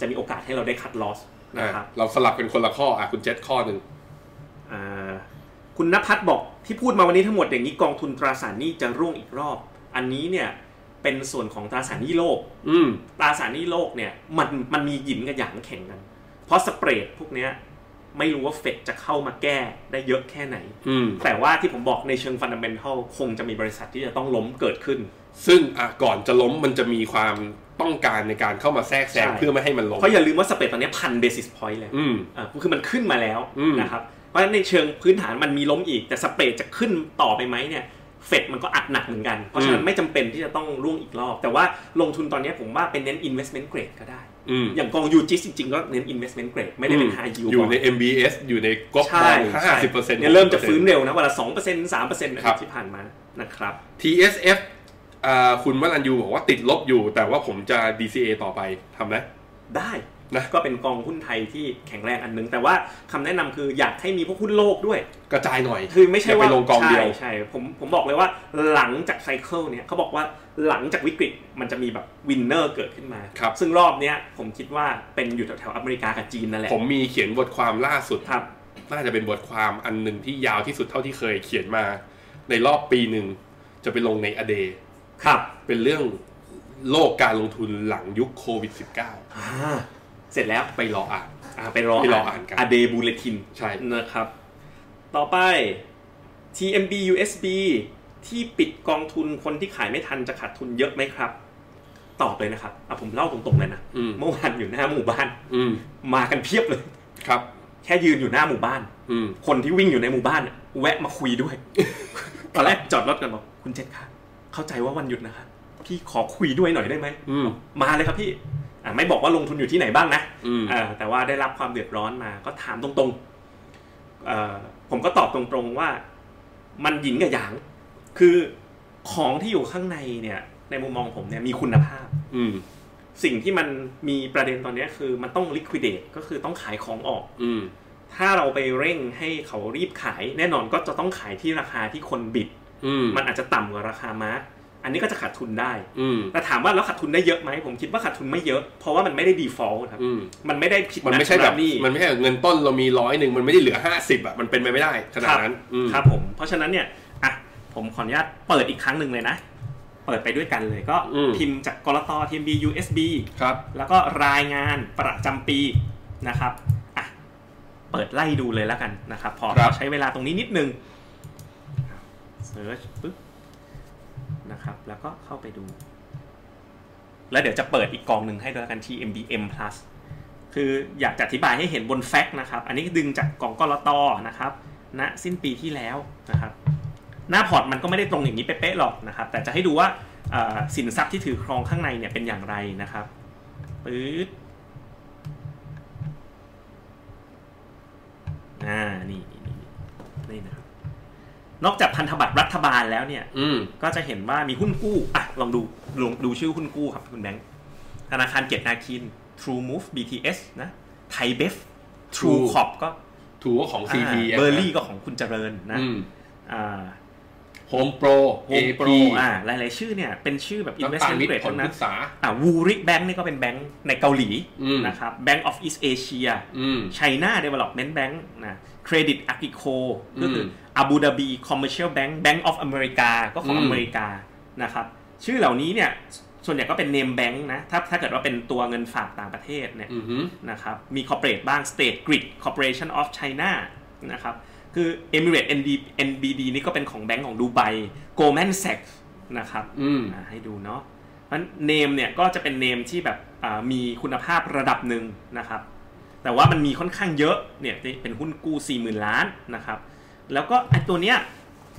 Speaker 2: จะมีโอกาสให้เราได้คัดลอสนะครับ
Speaker 1: อ่ะเราสลับเป็นคนละข้ออ่ะคุณเจษข้อหนึ่ง
Speaker 2: อ่าคุณนภัสบอกที่พูดมาวันนี้ทั้งหมดอย่างนี้กองทุนตราสารหนี้จะร่วงอีกรอบ อันนี้เนี่ยเป็นส่วนของตราสารหนี้โลก
Speaker 1: อืม
Speaker 2: ตราสารหนี้โลกเนี่ยมันมันมีหยินกับหยางแข่งกัน เพราะสเปรดพวกเนี้ยไม่รู้ว่าเฟดจะเข้ามาแก้ได้เยอะแค่ไหน
Speaker 1: อืม
Speaker 2: แต่ว่าที่ผมบอกในเชิงฟันดัมเบลทัลคงจะมีบริษัทที่จะต้องล้มเกิดขึ้น
Speaker 1: ซึ่งอ่ะก่อนจะล้มมันจะมีความต้องการในการเข้ามาแทรกแซง
Speaker 2: ใช่
Speaker 1: เพื่อไม่ให้มันล้ม
Speaker 2: เพราะอย่าลืมว่าสเปรดตอนเนี้พันเบสิสพอยต์แล้ว
Speaker 1: อืม
Speaker 2: อ่าคือมันขึ้นมาแล้ว
Speaker 1: อืม
Speaker 2: นะครับ เพราะฉะนั้นในเชิงพื้นฐานมันมีล้มอีก แต่สเปรดจะขึ้นต่อไปไหมเนี่ย เฟดมันก็อัดหนักเหมือนกัน เพราะฉะนั้นไม่จำเป็นที่จะต้องร่วงอีกรอบ แต่ว่าลงทุนตอนนี้ผมว่าเป็นเน้น investment grade ก็ได้
Speaker 1: อืม
Speaker 2: อย่างกองยูจิสจริงๆ ก็เน้น investment grade ไม่ได้เป็น high yield
Speaker 1: อยู่ใน
Speaker 2: bond
Speaker 1: MBS อยู่ในก๊อป
Speaker 2: ใช่
Speaker 1: ห้า
Speaker 2: ใช่
Speaker 1: สิบเปอร์เซ็นต์
Speaker 2: เนี่ยเริ่มจะฟื้นเร็วนะวันละสองเปอร์เซ็นต์สามเปอร์เซ็นต์
Speaker 1: ครับ
Speaker 2: ที่ผ่านมานะครับ
Speaker 1: TSF อ่าคุณวรันยูบอกว่าติดลบอยู่ แต่ว่าผมจะ DCA ต่อไปทำไหม
Speaker 2: ได้
Speaker 1: นะ
Speaker 2: ก็เป็นกองหุ้นไทยที่แข็งแรงอันหนึง แต่ว่าคำแนะนำคืออยากให้มีพวกหุ้นโลกด้วย
Speaker 1: กระจายหน่อย
Speaker 2: คือไม่ใช่
Speaker 1: ย่
Speaker 2: ว่า
Speaker 1: ไปลงกองเดียว
Speaker 2: ใช่ใช่ผมผมบอกเลยว่าหลังจากไซเคิลเนี่ยเขาบอกว่าหลังจากวิกฤตมันจะมีแบบวินเนอร์เกิดขึ้นมา
Speaker 1: ครับ
Speaker 2: ซึ่งรอบเนี้ยผมคิดว่าเป็นอยู่แถวๆอเมริกากับจีนนั่นแหละ
Speaker 1: ผมมีเขียนบทความล่าสุด
Speaker 2: ครับ
Speaker 1: น่าจะเป็นบทความอันหนึ่งที่ยาวที่สุดเท่าที่เคยเขียนมา ในรอบปีหนึ่งจะไปลงในอเด
Speaker 2: ครับ
Speaker 1: เป็นเรื่องโลกการลงทุนหลังยุคโควิด -19
Speaker 2: อ่าเสร็จแล้ว
Speaker 1: ไปรออ่าน
Speaker 2: อ่าไปรอ
Speaker 1: ไปรออ่านกัน
Speaker 2: อเดบูเลติน
Speaker 1: ใช่
Speaker 2: นะครับ ต่อไป TMB USB ที่ปิดกองทุนคนที่ขายไม่ทันจะขาดทุนเยอะไหมครับ ตอบเลยนะครับอ่ะผมเล่าตรงๆเลยนะ
Speaker 1: อืม
Speaker 2: เมื่อวานอยู่หน้าหมู่บ้าน
Speaker 1: อืม
Speaker 2: มากันเพียบเลย
Speaker 1: ครับ
Speaker 2: แค่ยืนอยู่หน้าหมู่บ้าน
Speaker 1: อืม
Speaker 2: คนที่วิ่งอยู่ในหมู่บ้านน่ะแวะมาคุยด้วย <laughs> ตอนแรกจอดรถกันบอกคุณเจษค่ะ เข้าใจว่าวันหยุดนะคะพี่ขอคุยด้วยหน่อยได้ไหม
Speaker 1: อืม
Speaker 2: มาเลยครับพี่อ่ะไม่บอกว่าลงทุนอยู่ที่ไหนบ้างนะ
Speaker 1: อืม
Speaker 2: เอ่อแต่ว่าได้รับความเดือดร้อนมาก็ถามตรงๆเอ่อผมก็ตอบตรงๆว่า มันหยินกับหยาง คือของที่อยู่ข้างในเนี่ย ในมุมมองผมเนี่ยมีคุณภาพ
Speaker 1: อืม
Speaker 2: สิ่งที่มันมีประเด็นตอนเนี้ยคือมันต้อง liquidate ก็คือต้องขายของออก
Speaker 1: อืม
Speaker 2: ถ้าเราไปเร่งให้เขารีบขาย แน่นอนก็จะต้องขายที่ราคาที่คนบิด
Speaker 1: อืม
Speaker 2: มันอาจจะต่ำกว่าราคามาร์กอันนี้ก็จะขาดทุนได้
Speaker 1: อืม
Speaker 2: แต่ถามว่าแล้วขาดทุนได้เยอะไหมผมคิดว่าขาดทุนไม่เยอะ เพราะว่ามันไม่ได้ดีฟอลต์ครับ
Speaker 1: อืม
Speaker 2: มันไม่ได้ผิด
Speaker 1: มันไม่ใช่แบบ
Speaker 2: ดนี่
Speaker 1: มันไม่ใช่แบบเงินต้นเรามีร้อยหนึ่งมันไม่ได้เหลือห้าสิบอ่ะ มันเป็นไปไม่ได้ขนาดนั้น อืม
Speaker 2: ครับผม เพราะฉะนั้นเนี่ยอ่ะผมขออนุญาตเปิดอีกครั้งหนึ่งเลยนะ เปิดไปด้วยกันเลยก็
Speaker 1: อืม
Speaker 2: พิมพ์จากกรตทีมบี USB
Speaker 1: ครับ
Speaker 2: แล้วก็รายงานประจำปีนะครับอ่ะ เปิดไล่ดูเลยแล้วกันนะครับ พอ
Speaker 1: ครับ
Speaker 2: ขอใช้เวลาตรงนี้นิดนึงเสิร์ชปึ๊บนะครับ แล้วก็เข้าไปดู แล้วเดี๋ยวจะเปิดอีกกองหนึ่งให้ด้วยแล้วกันที่ MDM plus คืออยากจะอธิบายให้เห็นบนแฟกต์นะครับ อันนี้ดึงจากกองกลตนะครับณสิ้นปีที่แล้วนะครับ หน้าพอร์ตมันก็ไม่ได้ตรงอย่างนี้เป๊ะๆหรอกนะครับ แต่จะให้ดูว่าเอ่อสินทรัพย์ที่ถือครองข้างในเนี่ยเป็นอย่างไรนะครับปื๊ดอ่านี่นี่นี่นี่นะครับ นอกจากพันธบัตรรัฐบาลแล้วเนี่ย
Speaker 1: อืม
Speaker 2: ก็จะเห็นว่ามีหุ้นกู้อ่ะลองดูลองดูชื่อหุ้นกู้ครับคุณแบงค์ธนาคารเกียรตินาคิน True Move BTS นะไทยเบฟ True
Speaker 1: True
Speaker 2: Corp ก็
Speaker 1: ถือว่าของ CP
Speaker 2: เบอร์รี่ก็ของคุณเจริญนะอ่า
Speaker 1: โฮมโปร
Speaker 2: Home
Speaker 1: AP
Speaker 2: Pro อ่าหลายๆชื่อเนี่ย เป็นชื่อแบบ
Speaker 1: น้ำตาล
Speaker 2: investment
Speaker 1: มิตร
Speaker 2: grade
Speaker 1: ผล
Speaker 2: ทั้งนั้
Speaker 1: ศึ
Speaker 2: น
Speaker 1: กษา
Speaker 2: อ่าวูริกแบงค์นี่ก็เป็นแบงค์ในเกาหลี
Speaker 1: อืม
Speaker 2: นะครับ Bank of East Asia
Speaker 1: อืม
Speaker 2: ไชน่าเดเวล็อปเมนต์แบงก์นะเครดิตอากิโคก็คือ
Speaker 1: ม
Speaker 2: อาบูดาบีคอมเมอร์เชียลแบงก์แบงก์ออฟอเมริกาก็ของ
Speaker 1: อืม
Speaker 2: อเมริกานะครับชื่อเหล่านี้เนี่ยส่วนใหญ่ก็เป็นเนมแบงก์นะถ้าถ้าเกิดว่าเป็นตัวเงินฝากต่างประเทศเนี่ย
Speaker 1: อือหือ
Speaker 2: นะครับมีคอร์เปอเรทบ้าง State Grid Corporation of China นะครับคือ Emirates ND NBD นี่ก็เป็นของแบงก์ของดูไบ Goldman Sachs นะครับ
Speaker 1: อืม
Speaker 2: อ่าให้ดูเนาะมันเนมเนี่ยก็จะเป็นเนมที่แบบอ่ามีคุณภาพระดับหนึ่งนะครับ แต่ว่ามันมีค่อนข้างเยอะเนี่ยที่เป็นหุ้นกู้ 4 0,000 ล้านนะครับ แล้วก็ไอตัวเนี้ย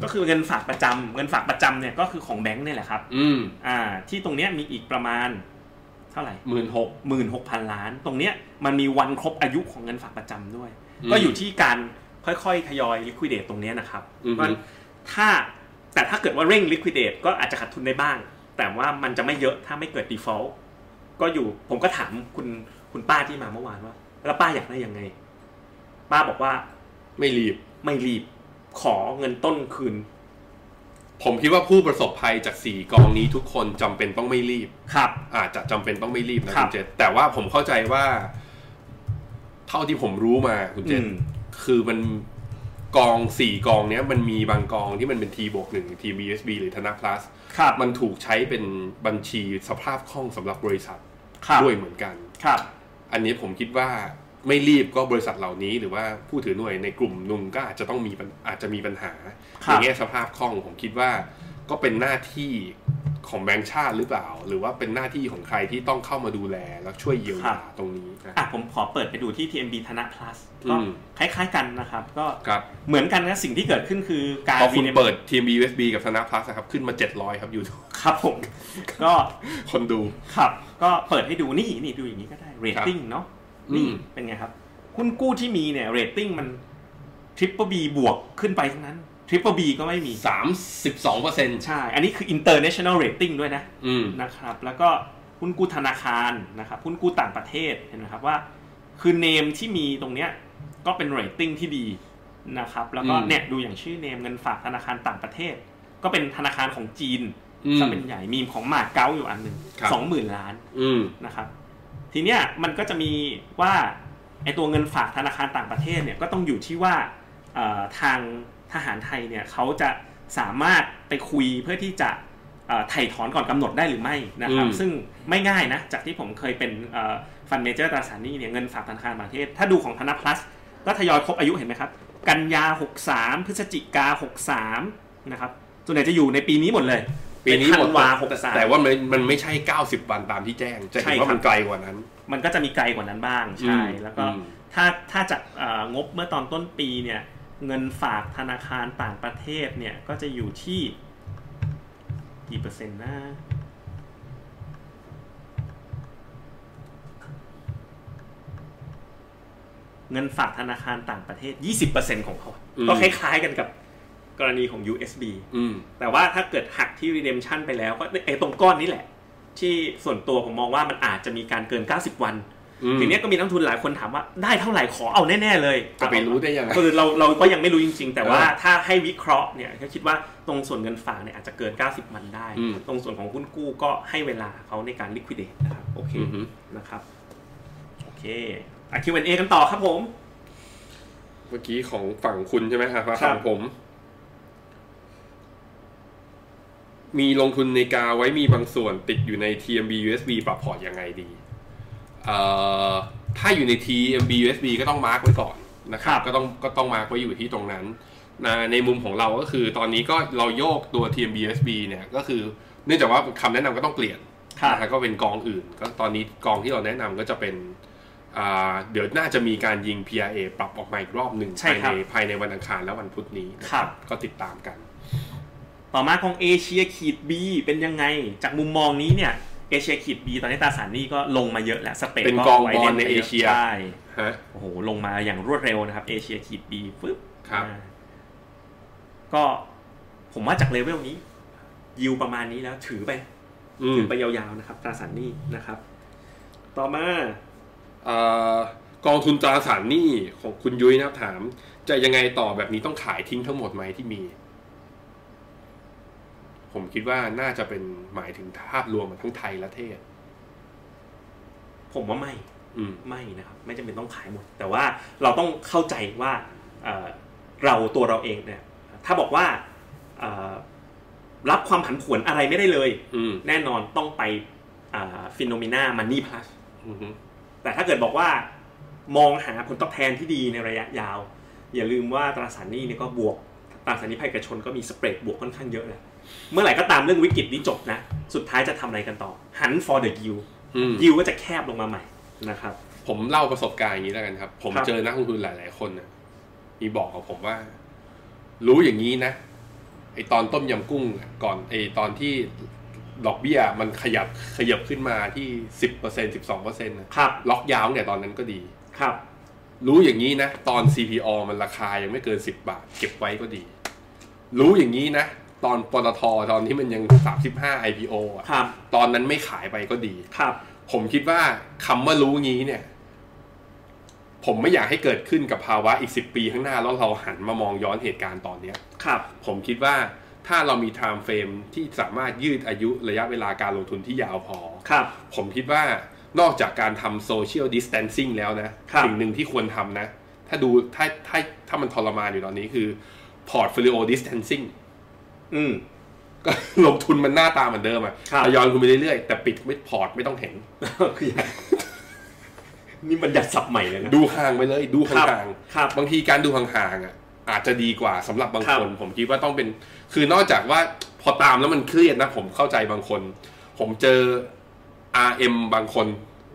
Speaker 2: ก็คือเงินฝากประจำเงินฝากประจำเนี่ยก็คือของแบงค์เนี่ยแหละครับ
Speaker 1: อืม
Speaker 2: อ่าที่ตรงเนี้ยมีอีกประมาณเท่าไหร่
Speaker 1: หมื่นหก
Speaker 2: หมื่นหกพันล้าน ตรงเนี้ยมันมีวันครบอายุของเงินฝากประจำด้วย
Speaker 1: อืม
Speaker 2: ก็อยู่ที่การค่อยๆทยอย liquidate ตรงเนี้ยนะครับ
Speaker 1: อือฮึ
Speaker 2: ว่าถ้าแต่ถ้าเกิดว่าเร่ง liquidate ก็อาจจะขาดทุนได้บ้าง แต่ว่ามันจะไม่เยอะถ้าไม่เกิด default ก็อยู่ผมก็ถามคุณคุณป้าที่มาเมื่อวานว่า แล้วป้าอยากได้ยังไง ป้าบอกว่า
Speaker 1: ไม่รีบ
Speaker 2: ไม่รีบขอเงินต้นคืน
Speaker 1: ผมคิดว่าผู้ประสบภัยจากสี่กองนี้ทุกคนจำเป็นต้องไม่รีบ
Speaker 2: ครับ
Speaker 1: อาจจะจำเป็นต้องไม่รีบนะครับ คุณเจษแต่ว่าผมเข้าใจว่า เท่าที่ผมรู้มาคุณเจ
Speaker 2: อื
Speaker 1: ษ
Speaker 2: ม
Speaker 1: คือมันกองสี่กองเนี้ยมันมีบางกองที่มันเป็นทีบวกหนึ่งที BSB หรือธนาพลัส
Speaker 2: ครับ
Speaker 1: มันถูกใช้เป็นบัญชีสภาพคล่องสำหรับบริษัท
Speaker 2: ครับ
Speaker 1: ด้วยเหมือนกัน
Speaker 2: ครับ
Speaker 1: อันนี้ผมคิดว่าไม่รีบก็บริษัทเหล่านี้ หรือว่าผู้ถือหน่วยในกลุ่มหนุ่มก็อาจจะต้องมีปัญอาจจะมีปัญหา
Speaker 2: ครับ
Speaker 1: ในแง่สภาพคล่องผมคิดว่า ก็เป็นหน้าที่ของแบงก์ชาติหรือเปล่า หรือว่าเป็นหน้าที่ของใครที่ต้องเข้ามาดูแลแล้วช่วยเยียวยาตรงนี้นะ
Speaker 2: อ่ะผมขอเปิดไปดูที่ TMB ธนา plus ก็
Speaker 1: อืม
Speaker 2: คล้ายๆกันนะครับ ก็
Speaker 1: ครับ
Speaker 2: เหมือนกันนะสิ่งที่เกิดขึ้นคือการ
Speaker 1: พอคุณเปิดทีม USB กับธนาพลัสนะครับ ขึ้นมา 700 ครับอยู่
Speaker 2: ครับผม <laughs> ก็
Speaker 1: <laughs> คนดู
Speaker 2: ครับก็เปิดให้ดูนี่นี่ดูอย่างนี้ก็ได้เรตติ้งเนาะ
Speaker 1: อืม
Speaker 2: นี่เป็นไงครับหุ้นกู้ที่มีเนี่ยเรตติ้งมันทริปเปอร์บีบวกขึ้นไปทั้งนั้นทริปเปอร์บีก็ไม่มี
Speaker 1: 32เปอร์เซ็นต์
Speaker 2: ใช่ อันนี้คือ international rating ด้วยนะ
Speaker 1: อืม
Speaker 2: นะครับ แล้วก็หุ้นกู้ธนาคารนะครับหุ้นกู้ต่างประเทศเห็นไหมครับว่า คือเนมที่มีตรงเนี้ยก็เป็นเรตติ้งที่ดีนะครับ แล้วก็เนี่ยดูอย่างชื่อเนมเงินฝากธนาคารต่างประเทศ ก็เป็นธนาคารของจีน
Speaker 1: อืม
Speaker 2: ถ้าเป็นใหญ่มีมของหมาเก๊าอยู่อันหนึ่ง
Speaker 1: ครับ
Speaker 2: สองหมื่นล้าน
Speaker 1: อืม
Speaker 2: นะครับ ทีเนี้ยมันก็จะมีว่าไอตัวเงินฝากธนาคารต่างประเทศเนี่ยก็ต้องอยู่ที่ว่าเอ่อทางทหารไทยเนี่ยเขาจะสามารถไปคุยเพื่อที่จะเอ่อไถ่ถอนก่อนกำหนดได้หรือไม่นะครับ ซึ่งไม่ง่ายนะ จากที่ผมเคยเป็นฟันเมเจอร์ตราสารหนี้เนี่ยเงินฝากธนาคารต่างประเทศ ถ้าดูของธนาพลัส ก็ทยอยครบอายุเห็นไหมครับ กันยา 63 พฤศจิกา 63 นะครับส่วนใหญ่จะอยู่ในปีนี้หมดเลย
Speaker 1: ปีนี้หมด
Speaker 2: เป็ธันวา
Speaker 1: แต่
Speaker 2: 63
Speaker 1: แต่ว่ามันมันไม่ใช่ 90 วันตามที่แจ้ง จะเห็นว่ามันไกลกว่านั้น
Speaker 2: มันก็จะมีไกลกว่านั้นบ้างใช่
Speaker 1: อืม
Speaker 2: แล้วก็
Speaker 1: อืม
Speaker 2: ถ้าถ้าจากเอ่องบเมื่อตอนต้นปีเนี่ยเงินฝากธนาคารต่างประเทศเนี่ยก็จะอยู่ที่กี่เปอร์เซ็นต์นะเงินฝากธนาคารต่างประเทศ 20%ของเขาก็คล้ายๆกันกับกรณีของ USB
Speaker 1: อืม
Speaker 2: แต่ว่าถ้าเกิดหักที่ redemption ไปแล้วก็ไอ้ตรงก้อนนี้แหละ ที่ส่วนตัวผมมองว่ามันอาจจะมีการเกิน 90 วัน
Speaker 1: อืม
Speaker 2: ทีเนี้ยก็มีนักทุนหลายคนถามว่าได้เท่าไหร่ขอเอาแน่ ๆ เลย
Speaker 1: จะไปรู้ได้ยังไง
Speaker 2: คือเราเราก็ยังไม่รู้จริง ๆ แต่ว่า
Speaker 1: เออ
Speaker 2: ถ้าให้วิเคราะห์เนี่ยก็คิดว่าตรงส่วนเงินฝากเนี่ยอาจจะเกิน 90 วันได้
Speaker 1: อืม
Speaker 2: ตรงส่วนของหุ้นกู้ก็ให้เวลาเขาในการ liquidate นะครับโอเค
Speaker 1: อือหือ
Speaker 2: นะครับโอเคอ่ะ Q&A กันต่อครับผม
Speaker 1: เมื่อกี้ของฝั่งคุณใช่ไหมครับ
Speaker 2: ครั
Speaker 1: ฝั่
Speaker 2: บ
Speaker 1: งผม มีลงทุนในกาไว้มีบางส่วนติดอยู่ใน TMB USB ปรับพอร์ตยังไงดี เอ่อ ถ้าอยู่ใน TMB USB ก็ต้องมาร์กไว้ก่อน นะครับ
Speaker 2: ครับ
Speaker 1: ก็ต้องก็ต้องมาไว้อยู่ที่ตรงนั้นนะในมุมของเราก็คือตอนนี้ก็เราโยกตัว TMBSB เนี่ยก็คือเนื่องจากว่าคำแนะนำก็ต้องเปลี่ยน
Speaker 2: ครับ
Speaker 1: แล้วก็เป็นกองอื่น ก็ตอนนี้กองที่เราแนะนำก็จะเป็นอ่าเดี๋ยวน่าจะมีการยิง PIA ปรับออกมาอีกรอบหนึ่ง
Speaker 2: ใช่
Speaker 1: ภาย
Speaker 2: ครั
Speaker 1: ใน
Speaker 2: บ
Speaker 1: ภายในวันอังคารและวันพุธนี้นะครับ ก็ติดตามกัน
Speaker 2: ต่อมาของเอเชียขีด B เป็นยังไง จากมุมมองนี้เนี่ยเอเชียขีด B ตอนนี้ตราสารหนี้ก็ลงมาเยอะแล้วสเปน
Speaker 1: เป็นกอง
Speaker 2: ไว้
Speaker 1: บอล
Speaker 2: น
Speaker 1: ใน
Speaker 2: ไปะ
Speaker 1: เอเชีย
Speaker 2: ใช่
Speaker 1: ฮะ
Speaker 2: โอ้โหลงมาอย่างรวดเร็วนะครับเอเชียขีด B ปึ๊บ
Speaker 1: ครับ
Speaker 2: อ่าก็ผมว่าจากเลเวลนี้ ยิวประมาณนี้แล้วถือไป
Speaker 1: อืม
Speaker 2: ถือไปยาวๆนะครับตราสารหนี้นะครับ ต่อมา
Speaker 1: เอ่อกองทุนตราสารหนี้ของคุณยุ้ยนะครับถาม จะยังไงต่อแบบนี้ต้องขายทิ้งทั้งหมดไหมที่มี ผมคิดว่าน่าจะเป็นหมายถึงภาพรวมของทั้งไทยและเทศ
Speaker 2: ผมว่าไม่
Speaker 1: อืม
Speaker 2: ไม่นะครับ ไม่จำเป็นต้องขายหมด แต่ว่าเราต้องเข้าใจว่าเอ่อเราตัวเราเองเนี่ย ถ้าบอกว่าเอ่อรับความผันผวนอะไรไม่ได้เลย
Speaker 1: อืม
Speaker 2: แน่นอนต้องไปฟิโนเมนามันนี่พลัส
Speaker 1: อืม
Speaker 2: แต่ถ้าเกิดบอกว่ามองหาผลตอบแทนที่ดีในระยะยาว อย่าลืมว่าตราสารหนี้เนี่ยก็บวกตราสารหนี้ภาคเอกชนก็มีสเปรดบวกค่อนข้างเยอะแหละเมื่อไหร่ก็ตามเรื่องวิกฤตนี้จบนะ สุดท้ายจะทำอะไรกันต่อหัน for the yield
Speaker 1: อืม
Speaker 2: yield ก็จะแคบลงมาใหม่นะครับ
Speaker 1: ผมเล่าประสบการณ์อย่างนี้แล้วกันครับ ผม
Speaker 2: ครับ
Speaker 1: เจอนักลงทุนหลาย ๆ คนนะมีบอกกับผมว่า รู้อย่างนี้นะไอตอนต้มยำกุ้งอะก่อนไอตอนที่ดอกเบี้ยมันขยับขยับขึ้นมาที่สิบเปอร์เซ็นสิบสองเปอร์เซ็นต์
Speaker 2: ครับ
Speaker 1: ล็อกยาวเนี่ยตอนนั้นก็ดี
Speaker 2: ครับ
Speaker 1: รู้อย่างนี้นะ ตอน CPO มันราคายังไม่เกินสิบบาท เก็บไว้ก็ดี รู้อย่างนี้นะ ตอนปตทตอนที่มันยังสามสิบห้า IPO อะ
Speaker 2: ครับ
Speaker 1: ตอนนั้นไม่ขายไปก็ดี
Speaker 2: ครับ
Speaker 1: ผมคิดว่าคำว่ารู้งี้เนี่ย ผมไม่อยากให้เกิดขึ้นกับภาวะอีกสิปีข้างหน้าแล้วเราหันมามองย้อนเหตุการณ์ตอนเนี้ย
Speaker 2: ครับ
Speaker 1: ผมคิดว่าถ้าเรามี time frame ที่สามารถยืดอายุระยะเวลาการลงทุนที่ยาวพอ
Speaker 2: ครับ
Speaker 1: ผมคิดว่านอกจากการทำ social distancing แล้วนะครับ สิ่งหนึ่งที่ควรทำนะ ถ้าดูถ้าถ้าถ้ามันทรมานอยู่ตอนนี้คือ portfolio distancing
Speaker 2: อืม
Speaker 1: ก็ <laughs> ลงทุนมันหน้าตาเหมือนเดิมอะ
Speaker 2: ครับ
Speaker 1: ทยอยลงทุนไปเรื่อยๆแต่ปิดไม่พอร์ตไม่ต้องเห็น
Speaker 2: คือ <laughs> นี่บัญญัติศัพท์ใหม่เลยนะ
Speaker 1: ดูห่างไปเลย ดูห่าง
Speaker 2: ครับ
Speaker 1: ๆบางทีการดูห่างๆอ่ะอาจจะดีกว่าสำหรับบางคน ผมคิดว่าต้องเป็น คือนอกจากว่าพอตามแล้วมันเครียดนะ ผมเข้าใจบางคน ผมเจอ RM บางคน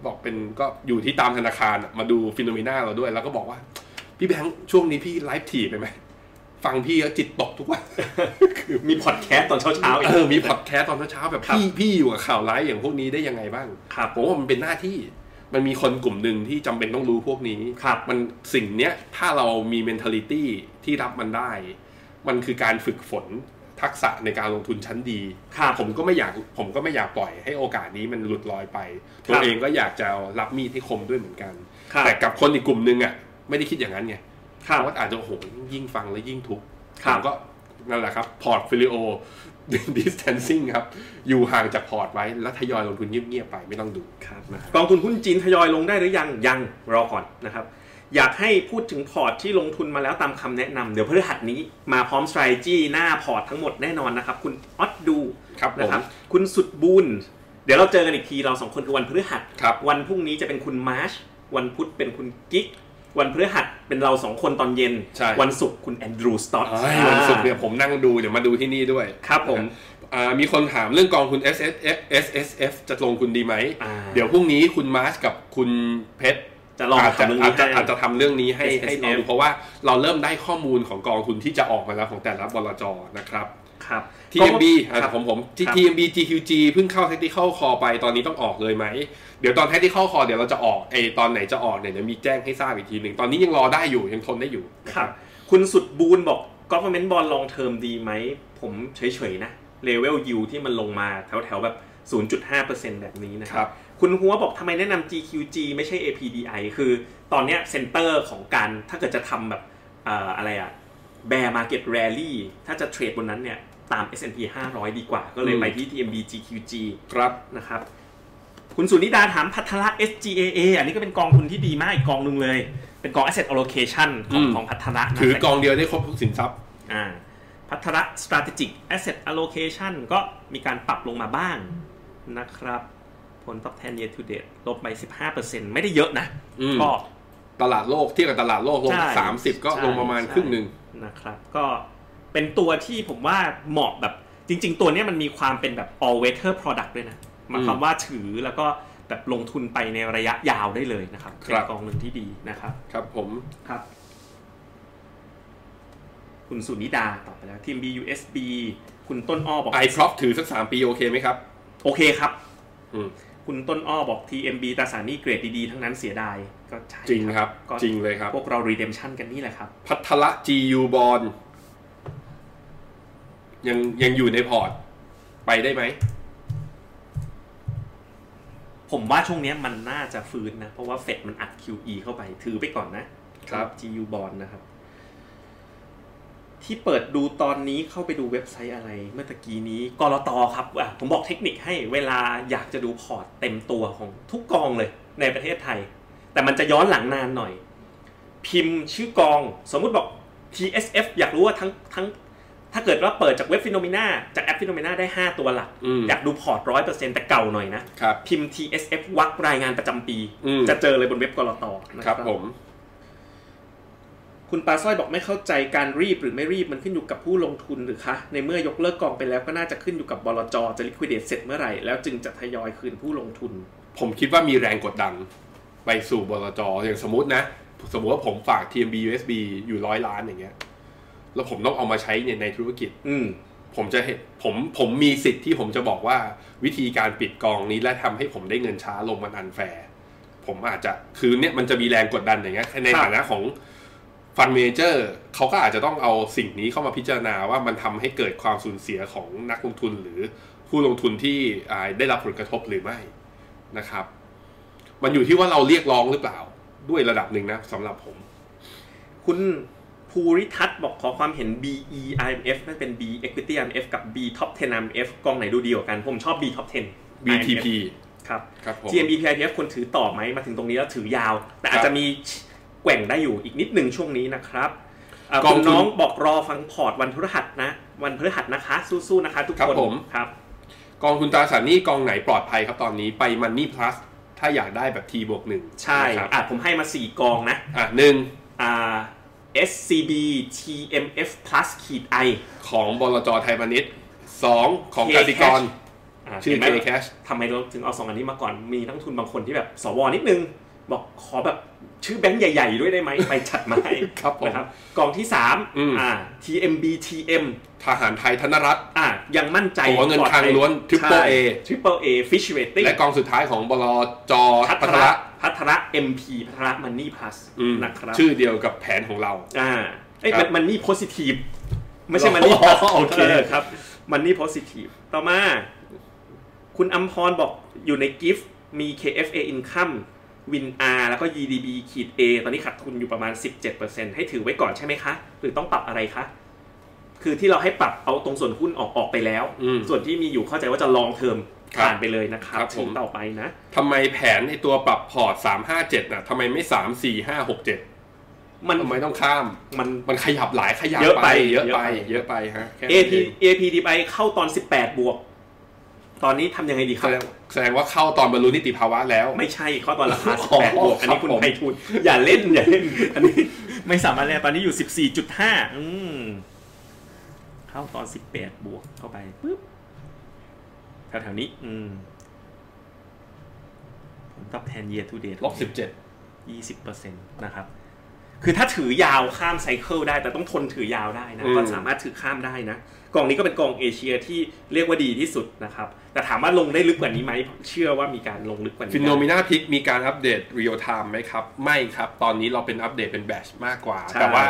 Speaker 1: บอกเป็นก็อยู่ที่ตามธนาคารอะมาดูฟิโนเมนาเราด้วย แล้วก็บอกว่า พี่แบงค์ช่วงนี้พี่ไลฟ์ถี่ไปไหมฟังพี่แล้วจิตตกทุกวัน คือ
Speaker 2: มีพอดแคสต์ตอนเช้าเช้าๆอีก
Speaker 1: เออมีพอดแคสต์ตอนเช้าๆแบบ
Speaker 2: ครับ
Speaker 1: พี่พี่อยู่กับข่าวไลฟ์อย่างพวกนี้ได้ยังไงบ้าง
Speaker 2: ครับ
Speaker 1: ผมว่ามันเป็นหน้าที่ มันมีคนกลุ่มหนึ่งที่จำเป็นต้องรู้พวกนี้
Speaker 2: ครับ
Speaker 1: มันสิ่งเนี้ยถ้าเรามี mentality ที่รับมันได้ มันคือการฝึกฝนทักษะในการลงทุนชั้นดี
Speaker 2: ครับ
Speaker 1: ผมก็ไม่อยาก ผมก็ไม่อยากปล่อยให้โอกาสนี้มันหลุดลอยไป
Speaker 2: ครับ
Speaker 1: ตัวเองก็อยากจะรับมีดให้คมด้วยเหมือนกัน
Speaker 2: ครับ
Speaker 1: แต่กับคนอีกกลุ่มหนึงอ่ะไม่ได้คิดอย่างนั้นไง
Speaker 2: ครั
Speaker 1: เพ
Speaker 2: บ
Speaker 1: ราะว่าอาจจะโอ้โหยิ่งฟังแล้วยิ่งทุกข์
Speaker 2: ครับ
Speaker 1: ผมก็นั่นแหละครับ portfolio <laughs> distancing ครับ อยู่ห่างจากพอร์ตไว้แล้วทยอยลงทุนเงียบๆไปไม่ต้องดู
Speaker 2: ครับนะครับกองทุนหุ้นจีนทยอยลงได้หรือยัง ยัง รอก่อนนะครับ อยากให้พูดถึงพอร์ตที่ลงทุนมาแล้วตามคำแนะนำเดี๋ยวพฤหัสนี้มาพร้อม strategy หน้าพอร์ตทั้งหมดแน่นอนนะครับ คุณออดดู
Speaker 1: ครับผม
Speaker 2: นะครับ คุณสุดบุญ เดี๋ยวเราเจอกันอีกทีเราสองคนคือวันพฤหัส
Speaker 1: ครับ
Speaker 2: วันพรุ่งนี้จะเป็นคุณมาร์ช วันพุธเป็นคุณกิ๊ก วันพฤหัสเป็นเราสองคนตอนเย็น
Speaker 1: ใช่
Speaker 2: วันศุกร์คุณแอนดรูสต็อต
Speaker 1: เอ้ยวันศุกร์เนี่ยผมนั่งดูเดี๋ยวมาดูที่นี่ด้วย
Speaker 2: ครับผม
Speaker 1: อ่ามีคนถามเรื่องกองทุน S S F S S F จะลงทุนดีไหม
Speaker 2: อ่า
Speaker 1: เดี๋ยวพรุ่งนี้คุณมาร์ชกับคุณเพชร
Speaker 2: จะลอง
Speaker 1: อาจจะ
Speaker 2: ทำเรื่อง
Speaker 1: อาจ
Speaker 2: นี้
Speaker 1: จะ
Speaker 2: ให้
Speaker 1: อาจจะทำเรื่องนี้ให้
Speaker 2: SSF
Speaker 1: ให้ลองดูเพราะว่าเราเริ่มได้ข้อมูลของกองทุนที่จะออกมาแล้วของแต่ละบลจนะครับ
Speaker 2: ครับ
Speaker 1: TMB อ่ะ
Speaker 2: ครับ
Speaker 1: ผมผม
Speaker 2: ครับ
Speaker 1: TMB GQG เพิ่งเข้า Tactical Call ไปตอนนี้ต้องออกเลยไหม เดี๋ยวตอน Tactical Call เดี๋ยวเราจะออกไอตอนไหนจะออกเนี่ยเดี๋ยวมีแจ้งให้ทราบอีกทีหนึ่งตอนนี้ยังรอได้อยู่ยังทนได้อยู่นะ
Speaker 2: ครับ คุณสุดบูนบอก government bond long term ดีไหม ผมเฉยๆนะ level yield ที่มันลงมาแถวๆแบบ 0.5%แบบนี้นะค
Speaker 1: ครั
Speaker 2: รับ
Speaker 1: บ
Speaker 2: คุณหัวบอกทำไมแนะนำ GQG ไม่ใช่ APDI คือตอนเนี้ยเซ็นเตอร์ของการถ้าเกิดจะทำแบบเอ่ออะไรอะ bear market rally ถ้าจะเทรดบนนั้นเนี่ย ตาม S&P 500 ดีกว่า ก็เลยไปที่ TMB GQG
Speaker 1: ครับ
Speaker 2: นะครับ คุณสุนิดาถามพัทละ SGAA อันนี้ก็เป็นกองทุนที่ดีมากอีกกองหนึ่งเลย เป็นกอง asset allocation ขอ
Speaker 1: อื
Speaker 2: ง
Speaker 1: ม
Speaker 2: ของพัทละนะ
Speaker 1: ถือกองเดียวได้ครบทุกสินทรัพย์
Speaker 2: อ่าพัทละ strategic asset allocation ก็มีการปรับลงมาบ้างนะครับ ผลตอบแทน year to date ลบไป 15%ไม่ได้เยอะนะ
Speaker 1: อืม
Speaker 2: ก็
Speaker 1: ตลาดโลกเทียบกับตลาดโลกลง
Speaker 2: ใช่
Speaker 1: สามสิบก็
Speaker 2: ใช่
Speaker 1: ลงประมาณ
Speaker 2: ใช่
Speaker 1: ครึ่งหนึ่ง
Speaker 2: นะครับก็เป็นตัวที่ผมว่าเหมาะแบบจริง ๆ ตัวเนี้ยมันมีความเป็นแบบ all weather product ด้วยนะหมายความว่าถือแล้วก็แบบลงทุนไปในระยะยาวได้เลยนะครับ
Speaker 1: ครับ
Speaker 2: เป็นกองเงินที่ดีนะครับ
Speaker 1: ครับผม
Speaker 2: ครับ คุณสุนิดาตอบไปแล้วทีม BUSB คุณต้นอ้อบอก
Speaker 1: i c r o p ถือสักสามปีโอเคไหมครับ
Speaker 2: โอเคครับ
Speaker 1: อืม
Speaker 2: คุณต้นอ้อบอก TMB ตราสารหนี้เกรดดีๆ ทั้งนั้นเสียดายก็ใช่
Speaker 1: จริงครับ
Speaker 2: ก็
Speaker 1: จริงเลยครับ
Speaker 2: พวกเรา redemption กันนี่แหละครับ
Speaker 1: พัทละ GU บอลยังยังอยู่ในพอร์ต ไปได้ไหม
Speaker 2: ผมว่าช่วงเนี้ยมันน่าจะฟื้นนะ เพราะว่าเฟดมันอัด QE เข้าไปถือไปก่อนนะครับ GU bond นะครับ ที่เปิดดูตอนนี้เข้าไปดูเว็บไซต์อะไร เมื่อตะกี้นี้กรตครับอ่ะผมบอกเทคนิคให้เวลาอยากจะดูพอร์ตเต็มตัวของทุกกองเลยในประเทศไทย แต่มันจะย้อนหลังนานหน่อย พิมพ์ชื่อกอง สมมุติบอก TSF อยากรู้ว่าทั้งทั้ง ถ้าเกิดว่าเปิดจากเว็บฟิโนเมนาจากแอปฟิโนเมนาได้ห้าตัวหลัก
Speaker 1: อืม
Speaker 2: อยากดูพอร์ตร้อยเปอร์เซ็นต์แต่เก่าหน่อยนะ
Speaker 1: ครับ
Speaker 2: พิมพ์ TSF วักรายงานประจำปี
Speaker 1: อืม
Speaker 2: จะเจอเลยบนเว็บกรตนะครับ
Speaker 1: ผม
Speaker 2: คุณปลาสร้อยบอกไม่เข้าใจการรีบหรือไม่รีบมันขึ้นอยู่กับผู้ลงทุนหรือคะ ในเมื่อยกเลิกกองไปแล้วก็น่าจะขึ้นอยู่กับบลจจะ liquidate เสร็จเมื่อไหร่ แล้วจึงจะทยอยคืนผู้ลงทุน
Speaker 1: ผมคิดว่ามีแรงกดดัน ไปสู่บลจอย่างสมมตินะ สมมติว่าผมฝาก TMB USB อยู่ร้อยล้านอย่างเงี้ย แล้วผมต้องเอามาใช้ในในธุรกิจ
Speaker 2: อืม
Speaker 1: ผมจะเห็นผมผมมีสิทธิ์ที่ผมจะบอกว่าวิธีการปิดกองนี้และทำให้ผมได้เงินช้าลงมันอันแฟร์ผมอาจจะคือเนี่ยมันจะมีแรงกดดันอย่างเงี้ยใน
Speaker 2: ครับ
Speaker 1: ฐานะของฟันเมเจอร์เขาก็อาจจะต้องเอาสิ่งนี้เข้ามาพิจารณาว่ามันทำให้เกิดความสูญเสียของนักลงทุนหรือผู้ลงทุนที่อ่าได้รับผลกระทบหรือไม่นะครับ มันอยู่ที่ว่าเราเรียกร้องหรือเปล่าด้วยระดับหนึ่งนะสำหรับผม
Speaker 2: คุณภูริทัศน์บอกขอความเห็น BE IMF นั่นเป็น B Equity IMF กับ B Top 10 IMF กองไหนดูดีกว่ากัน ผมชอบ B Top 10
Speaker 1: BTP
Speaker 2: ครับ
Speaker 1: ครับผม
Speaker 2: TMB PIF ควรถือต่อไหมมาถึงตรงนี้แล้วถือยาว แต่อาจ
Speaker 1: ครั
Speaker 2: จะ
Speaker 1: บ
Speaker 2: มีแกว่งได้อยู่อีกนิดหนึ่งช่วงนี้นะครับอ่ะ
Speaker 1: กอง
Speaker 2: คุณ
Speaker 1: ทุน
Speaker 2: น้องบอกรอฟังพอร์ตวันพฤหัสนะ วันพฤหัสนะคะ สู้ๆนะคะ ทุก
Speaker 1: ครับ
Speaker 2: คน
Speaker 1: ผม
Speaker 2: ครับ
Speaker 1: กองทุนตราสารหนี้กองไหนปลอดภัยครับตอนนี้ไปมันนี่ plus ถ้าอยากได้แบบ T บวกหนึ่ง
Speaker 2: ใช่
Speaker 1: นะครับ
Speaker 2: อ่ะผมให้มา 4 กองนะ
Speaker 1: อ่ะหนึ่ง
Speaker 2: อ่า SCB TMF plus ขีด I
Speaker 1: ของบลจไทยพาณิชย์สองของ
Speaker 2: K
Speaker 1: กสิกร
Speaker 2: Cash ะ
Speaker 1: ชื่อ
Speaker 2: เห็นไหม
Speaker 1: K Cash
Speaker 2: ทำไมเราถึงเอาสองอันนี้มาก่อนมีนักทุนบางคนที่แบบสวนิดนึง บอกขอแบบชื่อแบงค์ใหญ่ ๆ ด้วยได้ไหมไปจัดมาให้
Speaker 1: ครับผม
Speaker 2: นะครับกองที่สาม
Speaker 1: อืม
Speaker 2: อ่า TMB TM
Speaker 1: ทหารไทยธนรัตน์
Speaker 2: อ่ะยังมั่นใจ
Speaker 1: โอ้เงินคลังล้วน Triple A
Speaker 2: ทริปเปิลเอฟิชเรตติ้ง
Speaker 1: และกองสุดท้ายของบลจ
Speaker 2: พัท
Speaker 1: พัท
Speaker 2: ระ
Speaker 1: ระ
Speaker 2: พัทระเอ็มพีพัทระมันนี่พลัส
Speaker 1: อืม
Speaker 2: นะครับ
Speaker 1: ชื่อเดียวกับแผนของเรา
Speaker 2: อ่าเอ้ย
Speaker 1: ครับ
Speaker 2: มันนี่โพซิทีฟไม่ใช่มันนี่
Speaker 1: อ๋อโอเค
Speaker 2: ครับมันนี่โพซิทีฟต่อมา คุณอัมพรบอกอยู่ในกิฟต์มี KFA Income WinR แล้วก็ GDB ขีด A ตอนนี้ขาดทุนอยู่ประมาณ 17%ให้ถือไว้ก่อนใช่ไหมคะ หรือต้องปรับอะไรคะ คือที่เราให้ปรับเอาตรงส่วนหุ้นออกออกไปแล้ว
Speaker 1: อืม
Speaker 2: ส่วนที่มีอยู่เข้าใจว่าจะลองเทอม
Speaker 1: ครับ
Speaker 2: ผ่านไปเลยนะครับ
Speaker 1: ครับผม
Speaker 2: ชิ้นต่อไปนะ
Speaker 1: ทำไมแผนในตัวปรับพอร์ต 357 น่ะทำไมไม่ 3 4 5 6 7
Speaker 2: มัน
Speaker 1: ทำไมต้องข้าม
Speaker 2: มัน
Speaker 1: มันขยับหลายขยับ
Speaker 2: เยอะไป
Speaker 1: เยอะไป
Speaker 2: เย
Speaker 1: เย
Speaker 2: อะ
Speaker 1: อะ
Speaker 2: ไป
Speaker 1: ไปฮะแค่นั้น
Speaker 2: AP
Speaker 1: เอง
Speaker 2: APDI เข้าตอน 18 บวก ตอนนี้ทำยังไงดีค
Speaker 1: แส
Speaker 2: รับ
Speaker 1: ดงแสดงว่าเข้าตอนบรรลุนิติภาวะแล้ว
Speaker 2: ไม่ใช่เข้าตอนราคา
Speaker 1: อ๋อ
Speaker 2: 18 บวก อันนี้คุณ
Speaker 1: ครับผม
Speaker 2: ไพฑูรย์อย่าเล่น อย่าเล่น อันนี้ ไม่สามารถเล่นตอนนี้อยู่ 14.5 อืมเข้าตอน 18 บวกเข้าไปปุ๊บแถวๆนี้ อืมผลตอบแทน year to date
Speaker 1: ลบสิบเจ็ด
Speaker 2: 20%นะครับ คือถ้าถือยาวข้ามไซเคิลได้ แต่ต้องทนถือยาวได้นะ
Speaker 1: อืม
Speaker 2: ก็สามารถถือข้ามได้นะ กองนี้ก็เป็นกองเอเชียที่เรียกว่าดีที่สุดนะครับ แต่ถามว่าลงได้ลึกกว่านี้ไหม เชื่อว่ามีการลงลึกกว่านี้
Speaker 1: ฟินโนมิน่าพิกมีการอัปเดตเรียลไทม์ไหมครับ ไม่ครับ ตอนนี้เราเป็นอัปเดตเป็นแบชมากกว่า
Speaker 2: ใช่
Speaker 1: แต่ว่า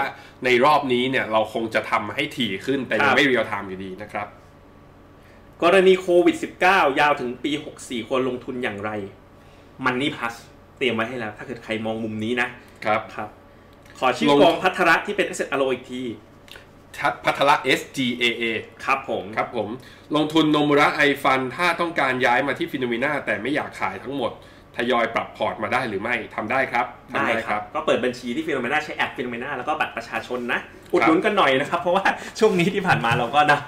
Speaker 1: ในรอบนี้เนี่ยเราคงจะทำให้ถี่ขึ้นแต่
Speaker 2: ค
Speaker 1: ยั
Speaker 2: รั
Speaker 1: ง
Speaker 2: บ
Speaker 1: ไม่เรียลไทม์อยู่ดีนะครับ
Speaker 2: กรณีโควิด -19 ยาวถึงปี 64 ควรลงทุนอย่างไร มันนี่พลัสเตรียมไว้ให้แล้ว ถ้าเกิดใครมองมุมนี้นะครับ ครับ ขอชื่อ
Speaker 1: ลง
Speaker 2: กองพัทระที่เป็น asset alloy อีกที
Speaker 1: ชัดพัทละ SGAA
Speaker 2: ครับผม
Speaker 1: ครับผม ลงทุนโนมูระไอฟันถ้าต้องการย้ายมาที่ฟินโนมิน่าแต่ไม่อยากขายทั้งหมด ทยอยปรับพอร์ตมาได้หรือไม่ทำได้ครับทำ
Speaker 2: ได้ครับ ก็เปิดบัญชีที่ฟิโนเมนาใช้แอปฟิโนเมนาแล้วก็บัตรประชาชนนะ อุดหนุนกันหน่อยนะครับ เพราะว่าช่วงนี้ที่ผ่านมาเราก็นะ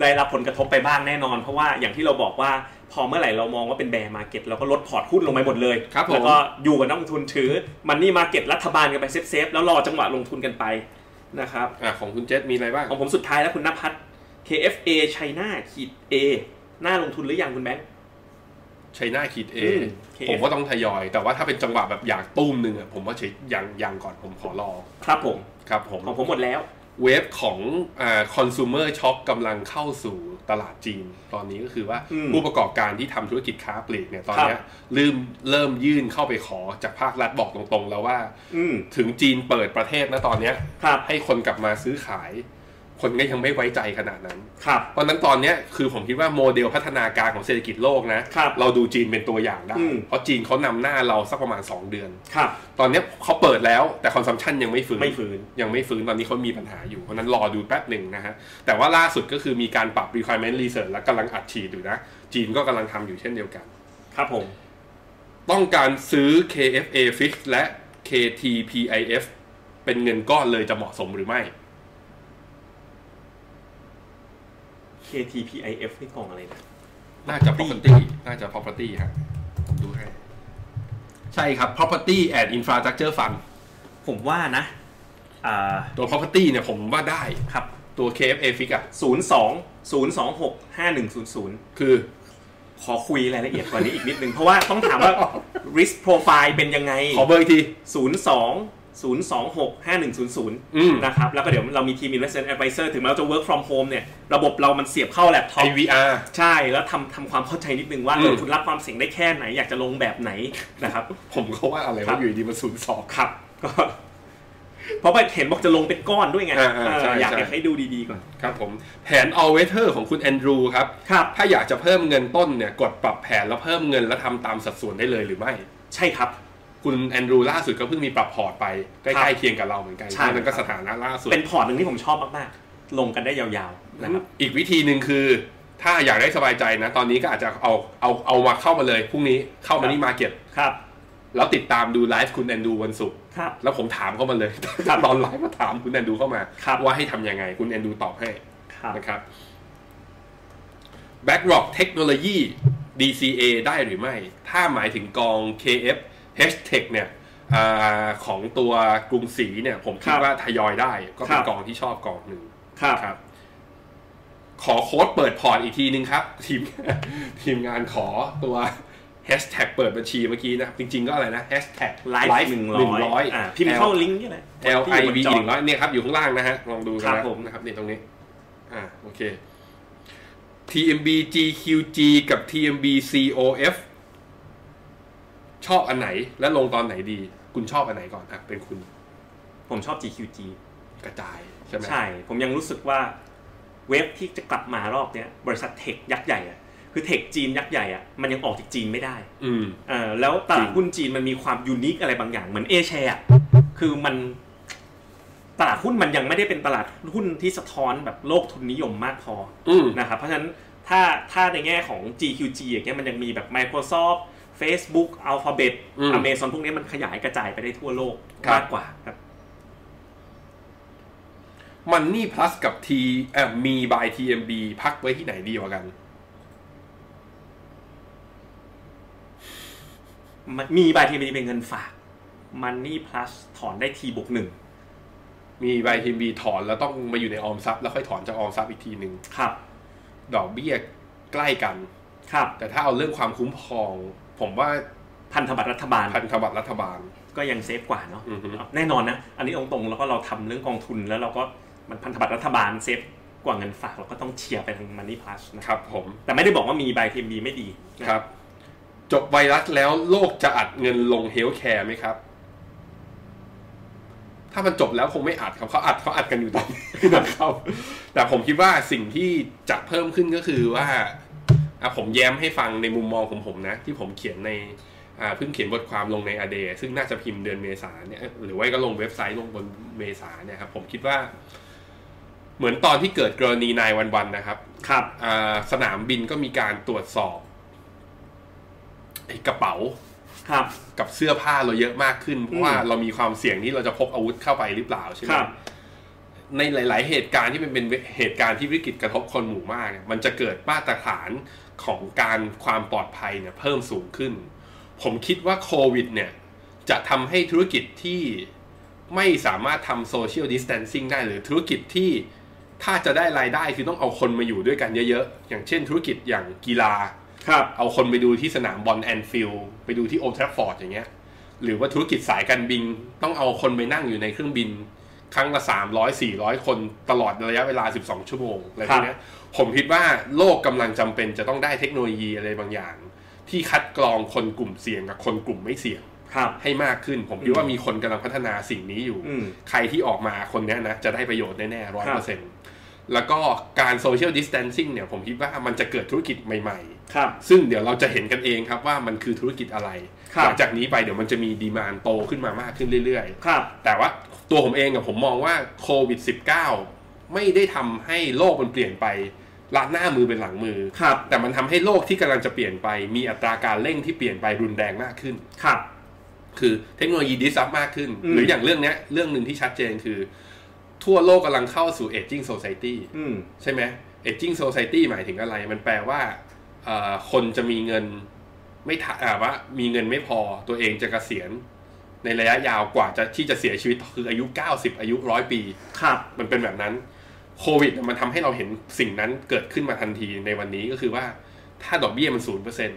Speaker 2: ได้รับผลกระทบไปบ้างแน่นอน เพราะว่าอย่างที่เราบอกว่า พอเมื่อไหร่เรามองว่าเป็นแบร์มาเก็ตเราก็ลดพอร์ตหุ้นลงไปหมดเลย
Speaker 1: ครับผม
Speaker 2: แล้วก็อยู่กับนักลงทุนถือมันนี่มาเก็ตรัฐบาลกันไปเซฟๆแล้วรอจังหวะลงทุนกันไปนะครับ
Speaker 1: อ่ะของคุณเจษมีอะไรบ้าง
Speaker 2: ของผมสุดท้ายแล้วคุณนภัทร KFA ชัยนาขีด A น่าลงทุนหรือยังคุณแบงค์
Speaker 1: ชัยนาขีดเอ
Speaker 2: อืม KF
Speaker 1: ผมว่าต้องทยอย แต่ว่าถ้าเป็นจังหวะแบบอยากตุ้มหนึ่งอ่ะผมว่าเฉยยังยังก่อนผมขอรอ
Speaker 2: ครับผม
Speaker 1: ครับผม
Speaker 2: ของผมหมดแล้ว
Speaker 1: เวฟของอ่าคอน sumer shock กำลังเข้าสู่ตลาดจีน ตอนนี้ก็คือว่า
Speaker 2: อืม
Speaker 1: ผู้ประกอบการที่ทำธุรกิจค้าปลีกเนี่ยตอนเนี้ย
Speaker 2: ครับ
Speaker 1: เริ่มเริ่มยื่นเข้าไปขอจากภาครัฐบอกตรงๆ แล้วว่า
Speaker 2: อืม
Speaker 1: ถึงจีนเปิดประเทศนะตอนเนี้ย
Speaker 2: ครับ
Speaker 1: ให้คนกลับมาซื้อขาย คนก็ยังไม่ไว้ใจขนาดนั้น
Speaker 2: ครับ
Speaker 1: เพราะฉะนั้นตอนเนี้ยคือผมคิดว่าโมเดลพัฒนาการของเศรษฐกิจโลกนะ
Speaker 2: ครับ
Speaker 1: เราดูจีนเป็นตัวอย่างได้
Speaker 2: อืม
Speaker 1: เพราะจีนเขานำหน้าเราสักประมาณ 2 เดือน
Speaker 2: ครับ
Speaker 1: ตอนเนี้ยเขาเปิดแล้วแต่คอนซัมชันยังไม่ฟื้น
Speaker 2: ไม่ฝืน
Speaker 1: ยังไม่ฟื้นตอนนี้เขามีปัญหาอยู่ เพราะฉะนั้นรอดูแป๊บหนึ่งนะฮะ แต่ว่าล่าสุดก็คือมีการปรับ requirement research และกำลังอัดฉีดอยู่นะ จีนก็กำลังทำอยู่เช่นเดียวกัน
Speaker 2: ครับผม
Speaker 1: ต้องการซื้อ KFA Fix และ KTPIF เป็นเงินก้อนเลยจะเหมาะสมหรือไม่
Speaker 2: KTPIF นี่กองอะไรนะ
Speaker 1: น่าจะ property น่าจะ property ฮะผมดูให้ ใช่ครับ property and infrastructure fund
Speaker 2: ผมว่านะอ่า
Speaker 1: ตัว property เนี่ยผมว่าได้
Speaker 2: ครับ
Speaker 1: ตัว KFA fix อ่ะ
Speaker 2: ศูนย์สองศูนย์สองหกห้าหนึ่งศูนย์ศูนย์
Speaker 1: คือ
Speaker 2: ขอคุยรายละเอียดกว่านี้อีกนิดนึง เพราะ <laughs> ว่าต้องถามว่า risk profile เป็นยังไง
Speaker 1: ขอเบอร์อีกที
Speaker 2: 02
Speaker 1: อ
Speaker 2: 026
Speaker 1: ืม
Speaker 2: 5100 นะครับ แล้วก็เดี๋ยวเรามีทีม investment advisor ถึงแม้เราจะ work from home เนี่ย ระบบเรามันเสียบเข้าแล็ปท็อป
Speaker 1: IVR
Speaker 2: ใช่ แล้วทำทำความเข้าใจนิดนึงว่า
Speaker 1: อืม
Speaker 2: เออคุณรับความเสี่ยงได้แค่ไหน อยากจะลงแบบไหนนะครับ
Speaker 1: ผมก็ว่าอะไร
Speaker 2: ครั
Speaker 1: ว่า
Speaker 2: บ
Speaker 1: อยู่ดีมันศูนย์สอง
Speaker 2: ครับ <laughs> ก็ เพราะว่าเห็นบอกจะลงเป็นก้อนด้วยไง
Speaker 1: อ่าอ่า
Speaker 2: เออ
Speaker 1: ใช่
Speaker 2: อยาก
Speaker 1: ใช่
Speaker 2: อยากให้ดูดีๆก่อน
Speaker 1: ครับผม แผน all weather ของคุณแอนดรูครับ
Speaker 2: ครับ
Speaker 1: ถ้าอยากจะเพิ่มเงินต้นเนี่ย กดปรับแผนแล้วเพิ่มเงินแล้วทำตามสัดส่วนได้เลยหรือไม่
Speaker 2: ใช่ครับ
Speaker 1: คุณแอนดรูล่าสุดก็เพิ่งมีปรับพอร์ตไป ใก
Speaker 2: ครั
Speaker 1: ล้
Speaker 2: บ
Speaker 1: ๆเคียงกับเราเหมือนกัน
Speaker 2: ใช่
Speaker 1: นั่นก็สถานะล่าสุด
Speaker 2: เป็นพอร์ตหนึ่งที่ผมชอบมากๆ ลงกันได้ยาวๆ นะครับ
Speaker 1: อีกวิธีหนึ่งคือ ถ้าอยากได้สบายใจนะ ตอนนี้ก็อาจจะเอาเอาเอามาเข้ามาเลยพรุ่งนี้เข้ามานี่มาเก็ต
Speaker 2: ครับ
Speaker 1: แล้วติดตามดูไลฟ์คุณแอนดูวันศุกร์
Speaker 2: ครับ
Speaker 1: แล้วผมถามเข้ามาเลย <laughs>
Speaker 2: ครับ
Speaker 1: ตอนไลฟ์มาถามคุณแอนดูเข้ามา
Speaker 2: ครับ
Speaker 1: ว่าให้ทำยังไงคุณแอนดูตอบให้
Speaker 2: ครับ
Speaker 1: นะครับ Backrock Technology DCA ได้หรือไม่ ถ้าหมายถึงกอง KF H Tech เนี่ยอาของตัวกรุงศรีเนี่ย ผมคิด
Speaker 2: ครับ
Speaker 1: ว่าทยอยได้ ก็เป็น
Speaker 2: ครับ
Speaker 1: กองที่ชอบกองหนึ่ง
Speaker 2: ครับ
Speaker 1: ครับ ขอโค้ดเปิดพอร์ตอีกทีนึงครับ <laughs> ทีม ทีมงานขอตัวแฮชแท็กเปิดบัญชีเมื่อกี้นะครับจริงๆก็อะไรนะแฮชแท็ก
Speaker 2: ไลฟ์หนึ่งร้อยอ่าพิมพ์เข้าลิงก์นี่แหละ
Speaker 1: L I V หนึ่งร้อยเนี่ยครับ อยู่ข้างล่างนะฮะ ลองดูกัน
Speaker 2: ครั
Speaker 1: นะ
Speaker 2: บผม
Speaker 1: นะครับนี่ตรงนี้ อ่าโอเค T M B G Q G กับ T M B C O F ชอบอันไหนและลงตอนไหนดี คุณชอบอันไหนก่อนอ่ะเป็นคุณ
Speaker 2: ผมชอบ GQG
Speaker 1: กระจายใช่ไหม
Speaker 2: ใช่ ผมยังรู้สึกว่าเวฟที่จะกลับมารอบเนี้ยบริษัทเทคยักษ์ใหญ่อะคือเทคจีนยักษ์ใหญ่อะมันยังออกจากจีนไม่ได้
Speaker 1: อืม
Speaker 2: เออแล้วตลาดหุ้นจีนมันมีความยูนิคอะไรบางอย่างเหมือนเอแชร์คือมันตลาดหุ้นมันยังไม่ได้เป็นตลาดหุ้นที่สะท้อนแบบโลกทุนนิยมมากพอ
Speaker 1: อืม
Speaker 2: นะครับเพราะฉะนั้นถ้าถ้าในแง่ของ GQG อย่างเงี้ยมันยังมีแบบ Microsoft Facebook Alphabet
Speaker 1: อืม
Speaker 2: Amazon พวกเนี้ยมันขยายกระจายไปได้ทั่วโลก
Speaker 1: ครับ
Speaker 2: มากกว่าครับ
Speaker 1: มันนี่ plus กับ T เอ่อมี by TMB พักไว้ที่ไหนดีกว่ากัน
Speaker 2: มันมีบายทีเป็นเงินฝาก Money Plus ถอนได้ทีบวกหนึ่ง
Speaker 1: มี by TMB ถอนแล้วต้องมาอยู่ในออมทรัพย์แล้วค่อยถอนจากออมทรัพย์อีกทีหนึ่ง
Speaker 2: ครับ
Speaker 1: ดอกเบี้ยใกล้กัน
Speaker 2: ครับ
Speaker 1: แต่ถ้าเอาเรื่องความคุ้มครอง ผมว่า
Speaker 2: พันธบัตรรัฐบาล
Speaker 1: พันธบัตรรัฐบาล
Speaker 2: ก็ยังเซฟกว่าเนาะ
Speaker 1: อือฮึ
Speaker 2: แน่นอนนะ อันนี้ตรงๆแล้วก็เราทำเรื่องกองทุนแล้วเราก็มันพันธบัตรรัฐบาลเซฟกว่าเงินฝากเราก็ต้องเชียร์ไปทาง Money Plus นะครับ
Speaker 1: ครับผม
Speaker 2: แต่ไม่ได้บอกว่ามีบายทีมไม่ดีนะครับ
Speaker 1: จบไวรัสแล้วโลกจะอัดเงินลงเฮลท์แคร์ไหมครับ ถ้ามันจบแล้วคงไม่อัดครับเขาอัดเขาอัดกันอยู่ตอน <laughs> นี้นะครับแต่ผมคิดว่าสิ่งที่จะเพิ่มขึ้นก็คือว่าอ่ะผมแย้มให้ฟังในมุมมองของผมนะ ที่ผมเขียนในอ่าเพิ่งเขียนบทความลงในอเดซึ่งน่าจะพิมพ์เดือนเมษาเนี่ยหรือว่าก็ลงเว็บไซต์ลงบนเมษาเนี่ยครับผมคิดว่า เหมือนตอนที่เกิดกรณีนายวันๆนะครับ
Speaker 2: ครับ
Speaker 1: อ่าสนามบินก็มีการตรวจสอบไอ้กระเป๋า
Speaker 2: ครับ
Speaker 1: กับเสื้อผ้าเราเยอะมากขึ้น เพราะว่าเรามีความเสี่ยงที่เราจะพกอาวุธเข้าไปหรือเปล่าใช่ไหม
Speaker 2: ครับ
Speaker 1: ในหลาย ๆ เหตุการณ์ที่มันเป็นเหตุการณ์ที่วิกฤตกระทบคนหมู่มากเนี่ยมันจะเกิดมาตรฐานของการความปลอดภัยเนี่ยเพิ่มสูงขึ้น ผมคิดว่าโควิดเนี่ยจะทำให้ธุรกิจที่ไม่สามารถทำโซเชียลดิส a ทนซิ่งได้หรือธุรกิจที่ถ้าจะได้รายได้คือต้องเอาคนมาอยู่ด้วยกันเยอะ ๆ อย่างเช่นธุรกิจอย่างกีฬา
Speaker 2: ครับ
Speaker 1: เอาคนไปดูที่สนามบอลแอนฟิลด์ไปดูที่โอลด์แทรฟฟอร์ดอย่างเงี้ย หรือว่าธุรกิจสายการบิน ต้องเอาคนไปนั่งอยู่ในเครื่องบิน ครั้งละ 300 400 คนตลอดระยะเวลา 12 ชั่วโมงอะไรพวกเนี้ยผมคิดว่าโลกกำลังจำเป็นจะต้องได้เทคโนโลยีอะไรบางอย่าง ที่คัดกรองคนกลุ่มเสี่ยงกับคนกลุ่มไม่เสี่ยง
Speaker 2: ครับ
Speaker 1: ให้มากขึ้น ผมคิดว่ามีคนกำลังพัฒนาสิ่งนี้อยู่
Speaker 2: อืม
Speaker 1: ใครที่ออกมาคนเนี้ยนะจะได้ประโยชน์แน่ๆร้อยเปอร์เซ็นต์แล้วก็การโซเชียลดิส a ทนซิ่งเนี่ยผมคิดว่ามันจะเกิดธุรกิจใหม่ ๆ
Speaker 2: ครับ
Speaker 1: ซึ่งเดี๋ยวเราจะเห็นกันเองครับว่ามันคือธุรกิจอะไร
Speaker 2: ครับ
Speaker 1: หลัจากนี้ไปเดี๋ยวมันจะมีดีมานโตขึ้นมามากขึ้นเรื่อย
Speaker 2: ครับ
Speaker 1: ๆ แต่ว่าตัวผมเองอะผมมองว่าโควิด -19 ไม่ได้ทำให้โลกมันเปลี่ยนไปละหน้ามือเป็นหลังมือ
Speaker 2: ครับ
Speaker 1: แต่มันทำให้โลกที่กำลังจะเปลี่ยนไป มีอัตราการเร่งที่เปลี่ยนไปรุนแรงมากขึ้น
Speaker 2: ครับ
Speaker 1: คือเทคโนโลยีดิซับมากขึ้น
Speaker 2: อืม
Speaker 1: หรืออย่างเรื่องเนี้ยเรื่องหนึ่งที่ชัดเจนคือ ทั่วโลกกำลังเข้าสู่ aging society
Speaker 2: อืม
Speaker 1: ใช่ไหม aging society หมายถึงอะไร มันแปลว่าเอ่อคนจะมีเงินไม่ถอ่าว่ามีเงินไม่พอตัวเองจะเกษียณ ในระยะยาวกว่าจะที่จะเสียชีวิตคืออายุ 90 อายุร้อยปี
Speaker 2: ครับ
Speaker 1: มันเป็นแบบนั้นโควิดมันทำให้เราเห็นสิ่งนั้นเกิดขึ้นมาทันทีในวันนี้ก็คือว่าถ้าดอกเบี้ยมันศูนย์เปอร์เซ็น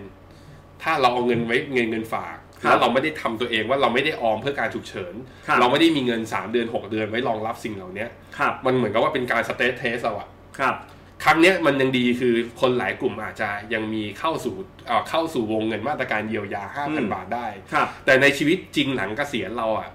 Speaker 1: ถ้าเราเอาเงินไว้เงินเงินฝาก
Speaker 2: ครับ
Speaker 1: แล้วเราไม่ได้ทำตัวเองว่าเราไม่ได้ออมเพื่อการฉุกเฉิน
Speaker 2: ครับ
Speaker 1: เราไม่ได้มีเงิน 3 เดือน 6 เดือนไว้รองรับสิ่งเหล่านี้
Speaker 2: ครับ
Speaker 1: มันเหมือนกับว่าเป็นการสเตทเทสเราอะ
Speaker 2: ครับ
Speaker 1: ครั้งเนี้ยมันยังดีคือคนหลายกลุ่มอาจจะยังมีเข้าสู่เอ่อเข้าสู่วงเงินมาตรการเยียวยา
Speaker 2: อืม
Speaker 1: 5,000 บาทได้
Speaker 2: ครับ
Speaker 1: แต่ในชีวิตจริงหลังเกษียณเราอ่ะ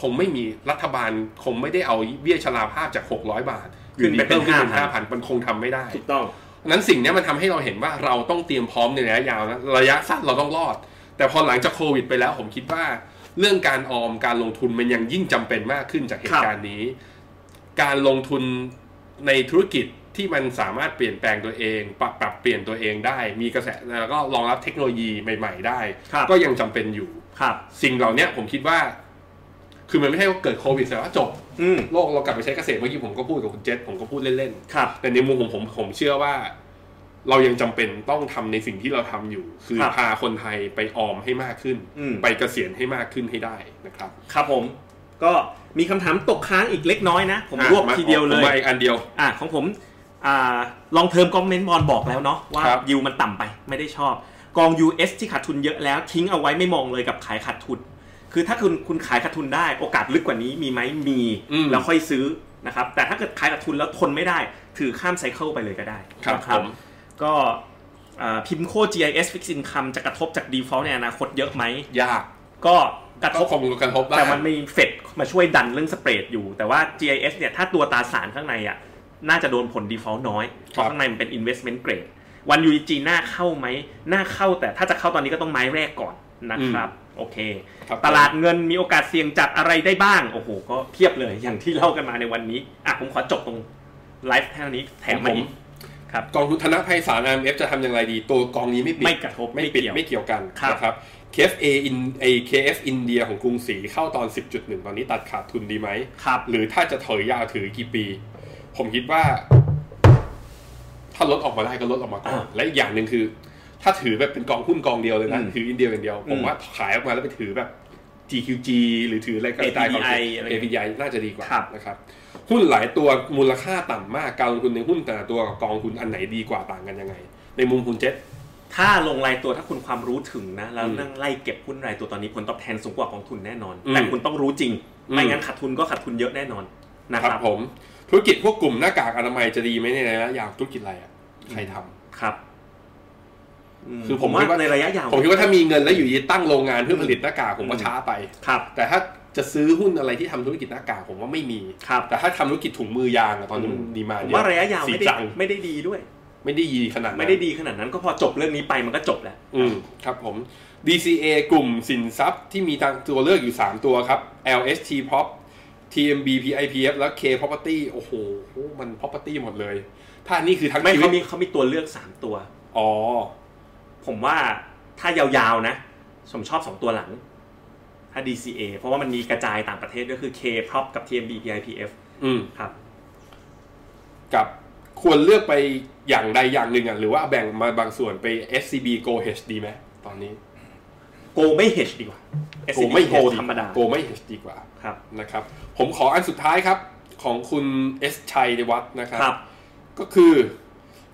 Speaker 1: คงไม่มีรัฐบาลคงไม่ได้เอาเบี้ยชราภาพจาก 600 บาท
Speaker 2: ขึ้นไปเป็น
Speaker 1: เพิ่มขึ้นเป็น
Speaker 2: 5,000
Speaker 1: 5,000มันคงทำไม่ได้
Speaker 2: ถูกต้อง
Speaker 1: นั้นสิ่งเนี้ยมันทำให้เราเห็นว่าเราต้องเตรียมพร้อมในระยะยาวนะระยะสั้นเราต้องรอด แต่พอหลังจากโควิดไปแล้ว ผมคิดว่า เรื่องการออมการลงทุนมันยังยิ่งจำเป็นมากขึ้นจากเห
Speaker 2: ครั
Speaker 1: ตุ
Speaker 2: บ
Speaker 1: การณ์นี้ การลงทุนในธุรกิจที่มันสามารถเปลี่ยนแปลงตัวเอง ปรับปรับเปลี่ยนตัวเองได้ มีกระแสแล้วก็รองรับเทคโนโลยีใหม่ ๆ ได้
Speaker 2: ครับ
Speaker 1: ก็ยังจำเป็นอยู่
Speaker 2: ครับ
Speaker 1: สิ่งเหล่าเนี้ยผมคิดว่า คือมันไม่ใช่ว่าเกิดโควิดเสร็จแล้วจบ
Speaker 2: อืม
Speaker 1: โลกเรากลับไปใช้เกษตรเมื่อกี้ผมก็พูดกับคุณเจษผมก็พูดเล่น
Speaker 2: ครับ
Speaker 1: ๆ แต่ในมุมผมผมผมเชื่อว่า เรายังจำเป็นต้องทำในสิ่งที่เราทำอยู่ คือ
Speaker 2: ครับ
Speaker 1: พาคนไทยไปออมให้มากขึ้น
Speaker 2: อืม
Speaker 1: ไปเกษียณให้มากขึ้นให้ได้นะครับ
Speaker 2: ครับผม ก็มีคำถามตกค้างอีกเล็กน้อยนะ ผมรวบ
Speaker 1: อ่ะา
Speaker 2: ทีเดียวเล
Speaker 1: ผมมาย อีกอันเดียว
Speaker 2: อ่ะของผมอ่าลองเทอมกอมเมนต์บอลบอกแล้วเนาะว่า
Speaker 1: ครับ
Speaker 2: ยิวมันต่ำไปไม่ได้ชอบ กอง US ที่ขาดทุนเยอะแล้วทิ้งเอาไว้ไม่มองเลยกับขายขาดทุน คือถ้าคุณคุณขายขาดทุนได้โอกาสลึกกว่านี้มีไหมมี
Speaker 1: อืม
Speaker 2: แล้วค่อยซื้อนะครับแต่ถ้าเกิดขายขาดทุนแล้วทนไม่ได้ ถือข้ามไซเคิลไปเลยก็ได้
Speaker 1: ครับ
Speaker 2: นะ
Speaker 1: ผม
Speaker 2: ก็อ่าพิมโค GIS Fixed Income จะกระทบจาก Default ในอนาคตเยอะไหม
Speaker 1: ยาก
Speaker 2: ก็กระท
Speaker 1: ก็
Speaker 2: บ
Speaker 1: คงกระทบบ้าง
Speaker 2: แต่มันมีเฟดมาช่วยดันเรื่องสเปรดอยู่ แต่ว่า GIS เนี่ยถ้าตัวตราสารข้างในอ่ะน่าจะโดนผล default น้อย เพ
Speaker 1: ครั
Speaker 2: ราะ
Speaker 1: บ
Speaker 2: ข้างในมันเป็น investment grade วันยูจีน่าเข้าไหมน่าเข้าแต่ถ้าจะเข้าตอนนี้ก็ต้องไม้แรกก่อนนะครับ โอเค
Speaker 1: ครับ
Speaker 2: ตลาดเงินมีโอกาสเสี่ยงจากอะไรได้บ้าง โอ้โห ก็เพียบเลยอย่างที่เล่ากันมาในวันนี้ อ่ะ ผมขอจบตรงไลฟ์แค่นี้แถมมาอีก ครับ
Speaker 1: กองทุนธนภัยสาร IMF จะทำอย่างไรดี ตัวกองนี้ไม่ปิด
Speaker 2: ไม่กระทบ
Speaker 1: ไม่
Speaker 2: ไม่
Speaker 1: ปิด
Speaker 2: เกี่ยว
Speaker 1: ไม่เกี่ยวกัน
Speaker 2: ครับ
Speaker 1: นะครับ KFA อินไอ KF อินเดียของกรุงศรีเข้าตอน 10.1 ตอนนี้ตัดขาดทุนดีไหม
Speaker 2: ครับ
Speaker 1: หรือถ้าจะถอยยาวถือกี่ปี ผมคิดว่า ถ้าลดออกมาได้ก็ลดออกมาก่อน
Speaker 2: อ่า
Speaker 1: และอีกอย่างหนึ่งคือ ถ้าถือแบบเป็นกองหุ้นกองเดียวเลยนะ
Speaker 2: อืม
Speaker 1: ถืออินเดียอย่างเดียว ผม
Speaker 2: อืม
Speaker 1: ว่าขายออกมาแล้วไปถือแบบ GQG หรือถืออะไรก็ได้
Speaker 2: APDI อะไร
Speaker 1: APDI น่าจะดีกว่า
Speaker 2: ครับ
Speaker 1: นะครับหุ้นหลายตัวมูลค่าต่ำมากการลงทุนในหุ้นแต่ละตัวกับกองทุนอันไหนดีกว่าต่างกันยังไง ในมุมคุณเจษ
Speaker 2: ถ้าลงรายตัวถ้าคุณความรู้ถึงนะแล้ว
Speaker 1: อืม
Speaker 2: เรื่องไล่เก็บหุ้นรายตัวตอนนี้ผลตอบแทนสูงกว่ากองทุนแน่นอน
Speaker 1: อืม
Speaker 2: แต่คุณต้องรู้จริง
Speaker 1: อืม
Speaker 2: ไม่งั้นขาดทุนก็ขาดทุนเยอะแน่นอนนะ
Speaker 1: ค
Speaker 2: ค
Speaker 1: รั
Speaker 2: รั
Speaker 1: บบ ผม ธุรกิจพวกกลุ่มหน้ากากอนามัยจะดีไหมในระยะยาวธุรกิจอะไรอะใครทำ
Speaker 2: ครับอืม
Speaker 1: คือผ
Speaker 2: ผม ม
Speaker 1: คิดว่า
Speaker 2: ว่าในระยะยาว
Speaker 1: ผมคิดว่าถ้ามีเงินแล้วอยู่ดีตั้งโรงงานเพื่อผลิตหน้ากากผมว่าช้าไป
Speaker 2: ครับ
Speaker 1: แต่ถ้าจะซื้อหุ้นอะไรที่ทำธุรกิจหน้ากากผมว่าไม่มี
Speaker 2: ครับ
Speaker 1: แต่ถ้าทำธุรกิจถุงมือยางอะตอนนี้
Speaker 2: อืม
Speaker 1: ดีมา
Speaker 2: ผม
Speaker 1: เย
Speaker 2: ว่า
Speaker 1: อะ
Speaker 2: ระยะยาว
Speaker 1: สี
Speaker 2: ไม่ได้
Speaker 1: จัง
Speaker 2: ไม่ได้ดีด้วย
Speaker 1: ไม่ได้ยีขนาดนั้น
Speaker 2: ไม่ได้ดีขนาดนั้นก็พอจบเรื่องนี้ไปมันก็จบแล้ว
Speaker 1: อืมครับผม DCA กลุ่มสินทรัพย์ที่มีตังตัวเลือกอยู่ 3 ตัวครับ LST Prop TMB PIPF แล้ว K Property โอ้โห มัน Property หมดเลย ถ้านี่คือทั้ง
Speaker 2: ไม่
Speaker 1: ชี
Speaker 2: เขา
Speaker 1: วิ
Speaker 2: มี
Speaker 1: ต
Speaker 2: เขามีตัวเลือกสามตัว
Speaker 1: อ๋อ
Speaker 2: ผมว่าถ้ายาวๆนะผมชอบสองตัวหลัง ถ้า DCA เพราะว่ามันมีกระจายต่างประเทศก็คือ K Prop กับ TMB PIPF
Speaker 1: อืม
Speaker 2: ครับ
Speaker 1: กับควรเลือกไปอย่างใดอย่างหนึ่งอ่ะหรือว่าแบ่งมาบางส่วนไป SCB Go H ดีไหมตอนนี้
Speaker 2: โกไม่เฮดดีกว่า
Speaker 1: Go
Speaker 2: SCB
Speaker 1: ไม่
Speaker 2: โก
Speaker 1: H
Speaker 2: ธรรมดา
Speaker 1: Go ไม่ H ดีกว่า
Speaker 2: ครับ
Speaker 1: นะครับ ผมขออันสุดท้ายครับ ของคุณ S ชัยในวัดนะครั
Speaker 2: ครับ
Speaker 1: ก็คือ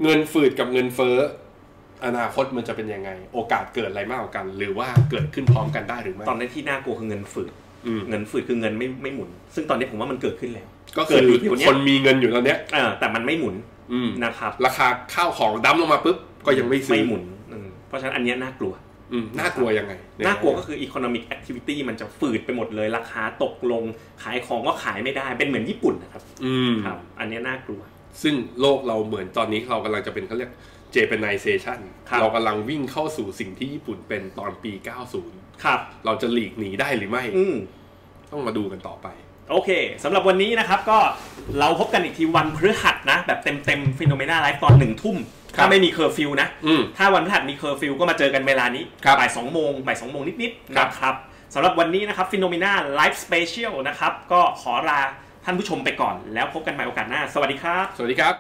Speaker 1: เงินฝืดกับเงินเฟ้อ อนาคตมันจะเป็นยังไง โอกาสเกิดอะไรมากกว่ากัน หรือว่าเกิดขึ้นพร้อมกันได้หรือไม่
Speaker 2: ตอนนี้ที่น่ากลัวคือเงินฝืด
Speaker 1: อืม
Speaker 2: เงินฝืดคือเงินไม่ไม่หมุน ซึ่งตอนนี้ผมว่ามันเกิดขึ้นแล้ว
Speaker 1: ก็คือ
Speaker 2: เกิดอยู่เดี๋ยวเนี้ย
Speaker 1: คนมีเงินอยู่ตอนเนี้ย
Speaker 2: เออแต่มันไม่หมุน
Speaker 1: อืม
Speaker 2: นะครับ
Speaker 1: ราคาข้าวของดั้มลงมาปุ๊บก็ยังไม่ซื้อ
Speaker 2: ไม่หมุนอืมเพราะฉะนั้นอันเนี้ยน่ากลัว
Speaker 1: อืมน่ากลัวยังไง
Speaker 2: น่ากลัวก็คือ economic activity มันจะฝืดไปหมดเลย ราคาตกลง ขายของก็ขายไม่ได้ เป็นเหมือนญี่ปุ่นนะครับ
Speaker 1: อืม
Speaker 2: ครับ อันเนี้ยน่ากลัว
Speaker 1: ซึ่งโลกเราเหมือนตอนนี้เรากำลังจะเป็นเขาเรียก Japanization
Speaker 2: ครับ
Speaker 1: เรากำลังวิ่งเข้าสู่สิ่งที่ญี่ปุ่นเป็นตอนปี 90
Speaker 2: ครับ
Speaker 1: เราจะหลีกหนีได้หรือไม่
Speaker 2: อืม
Speaker 1: ต้องมาดูกันต่อไป
Speaker 2: โอเค สำหรับวันนี้นะครับก็เราพบกันอีกทีวันพฤหัสนะ แบบเต็มๆฟิโนเมนาไลฟ์ตอนหนึ่งทุ่ม
Speaker 1: ครับ
Speaker 2: ถ้าไม่มีเคอร์ฟิวนะ
Speaker 1: อืม
Speaker 2: ถ้าวันพฤหัสมีเคอร์ฟิวก็มาเจอกันเวลานี้
Speaker 1: ครับ
Speaker 2: บ่ายสองโมงบ่ายสองโมงนิดๆ
Speaker 1: ครั
Speaker 2: นะ
Speaker 1: บ
Speaker 2: ครับสำหรับวันนี้นะครับฟิโนเมนาไลฟ์สเปเชียลนะครับ ก็ขอลาท่านผู้ชมไปก่อน แล้วพบกันใหม่โอกาสหน้า สวัสดีครับ
Speaker 1: สวัสดีครับ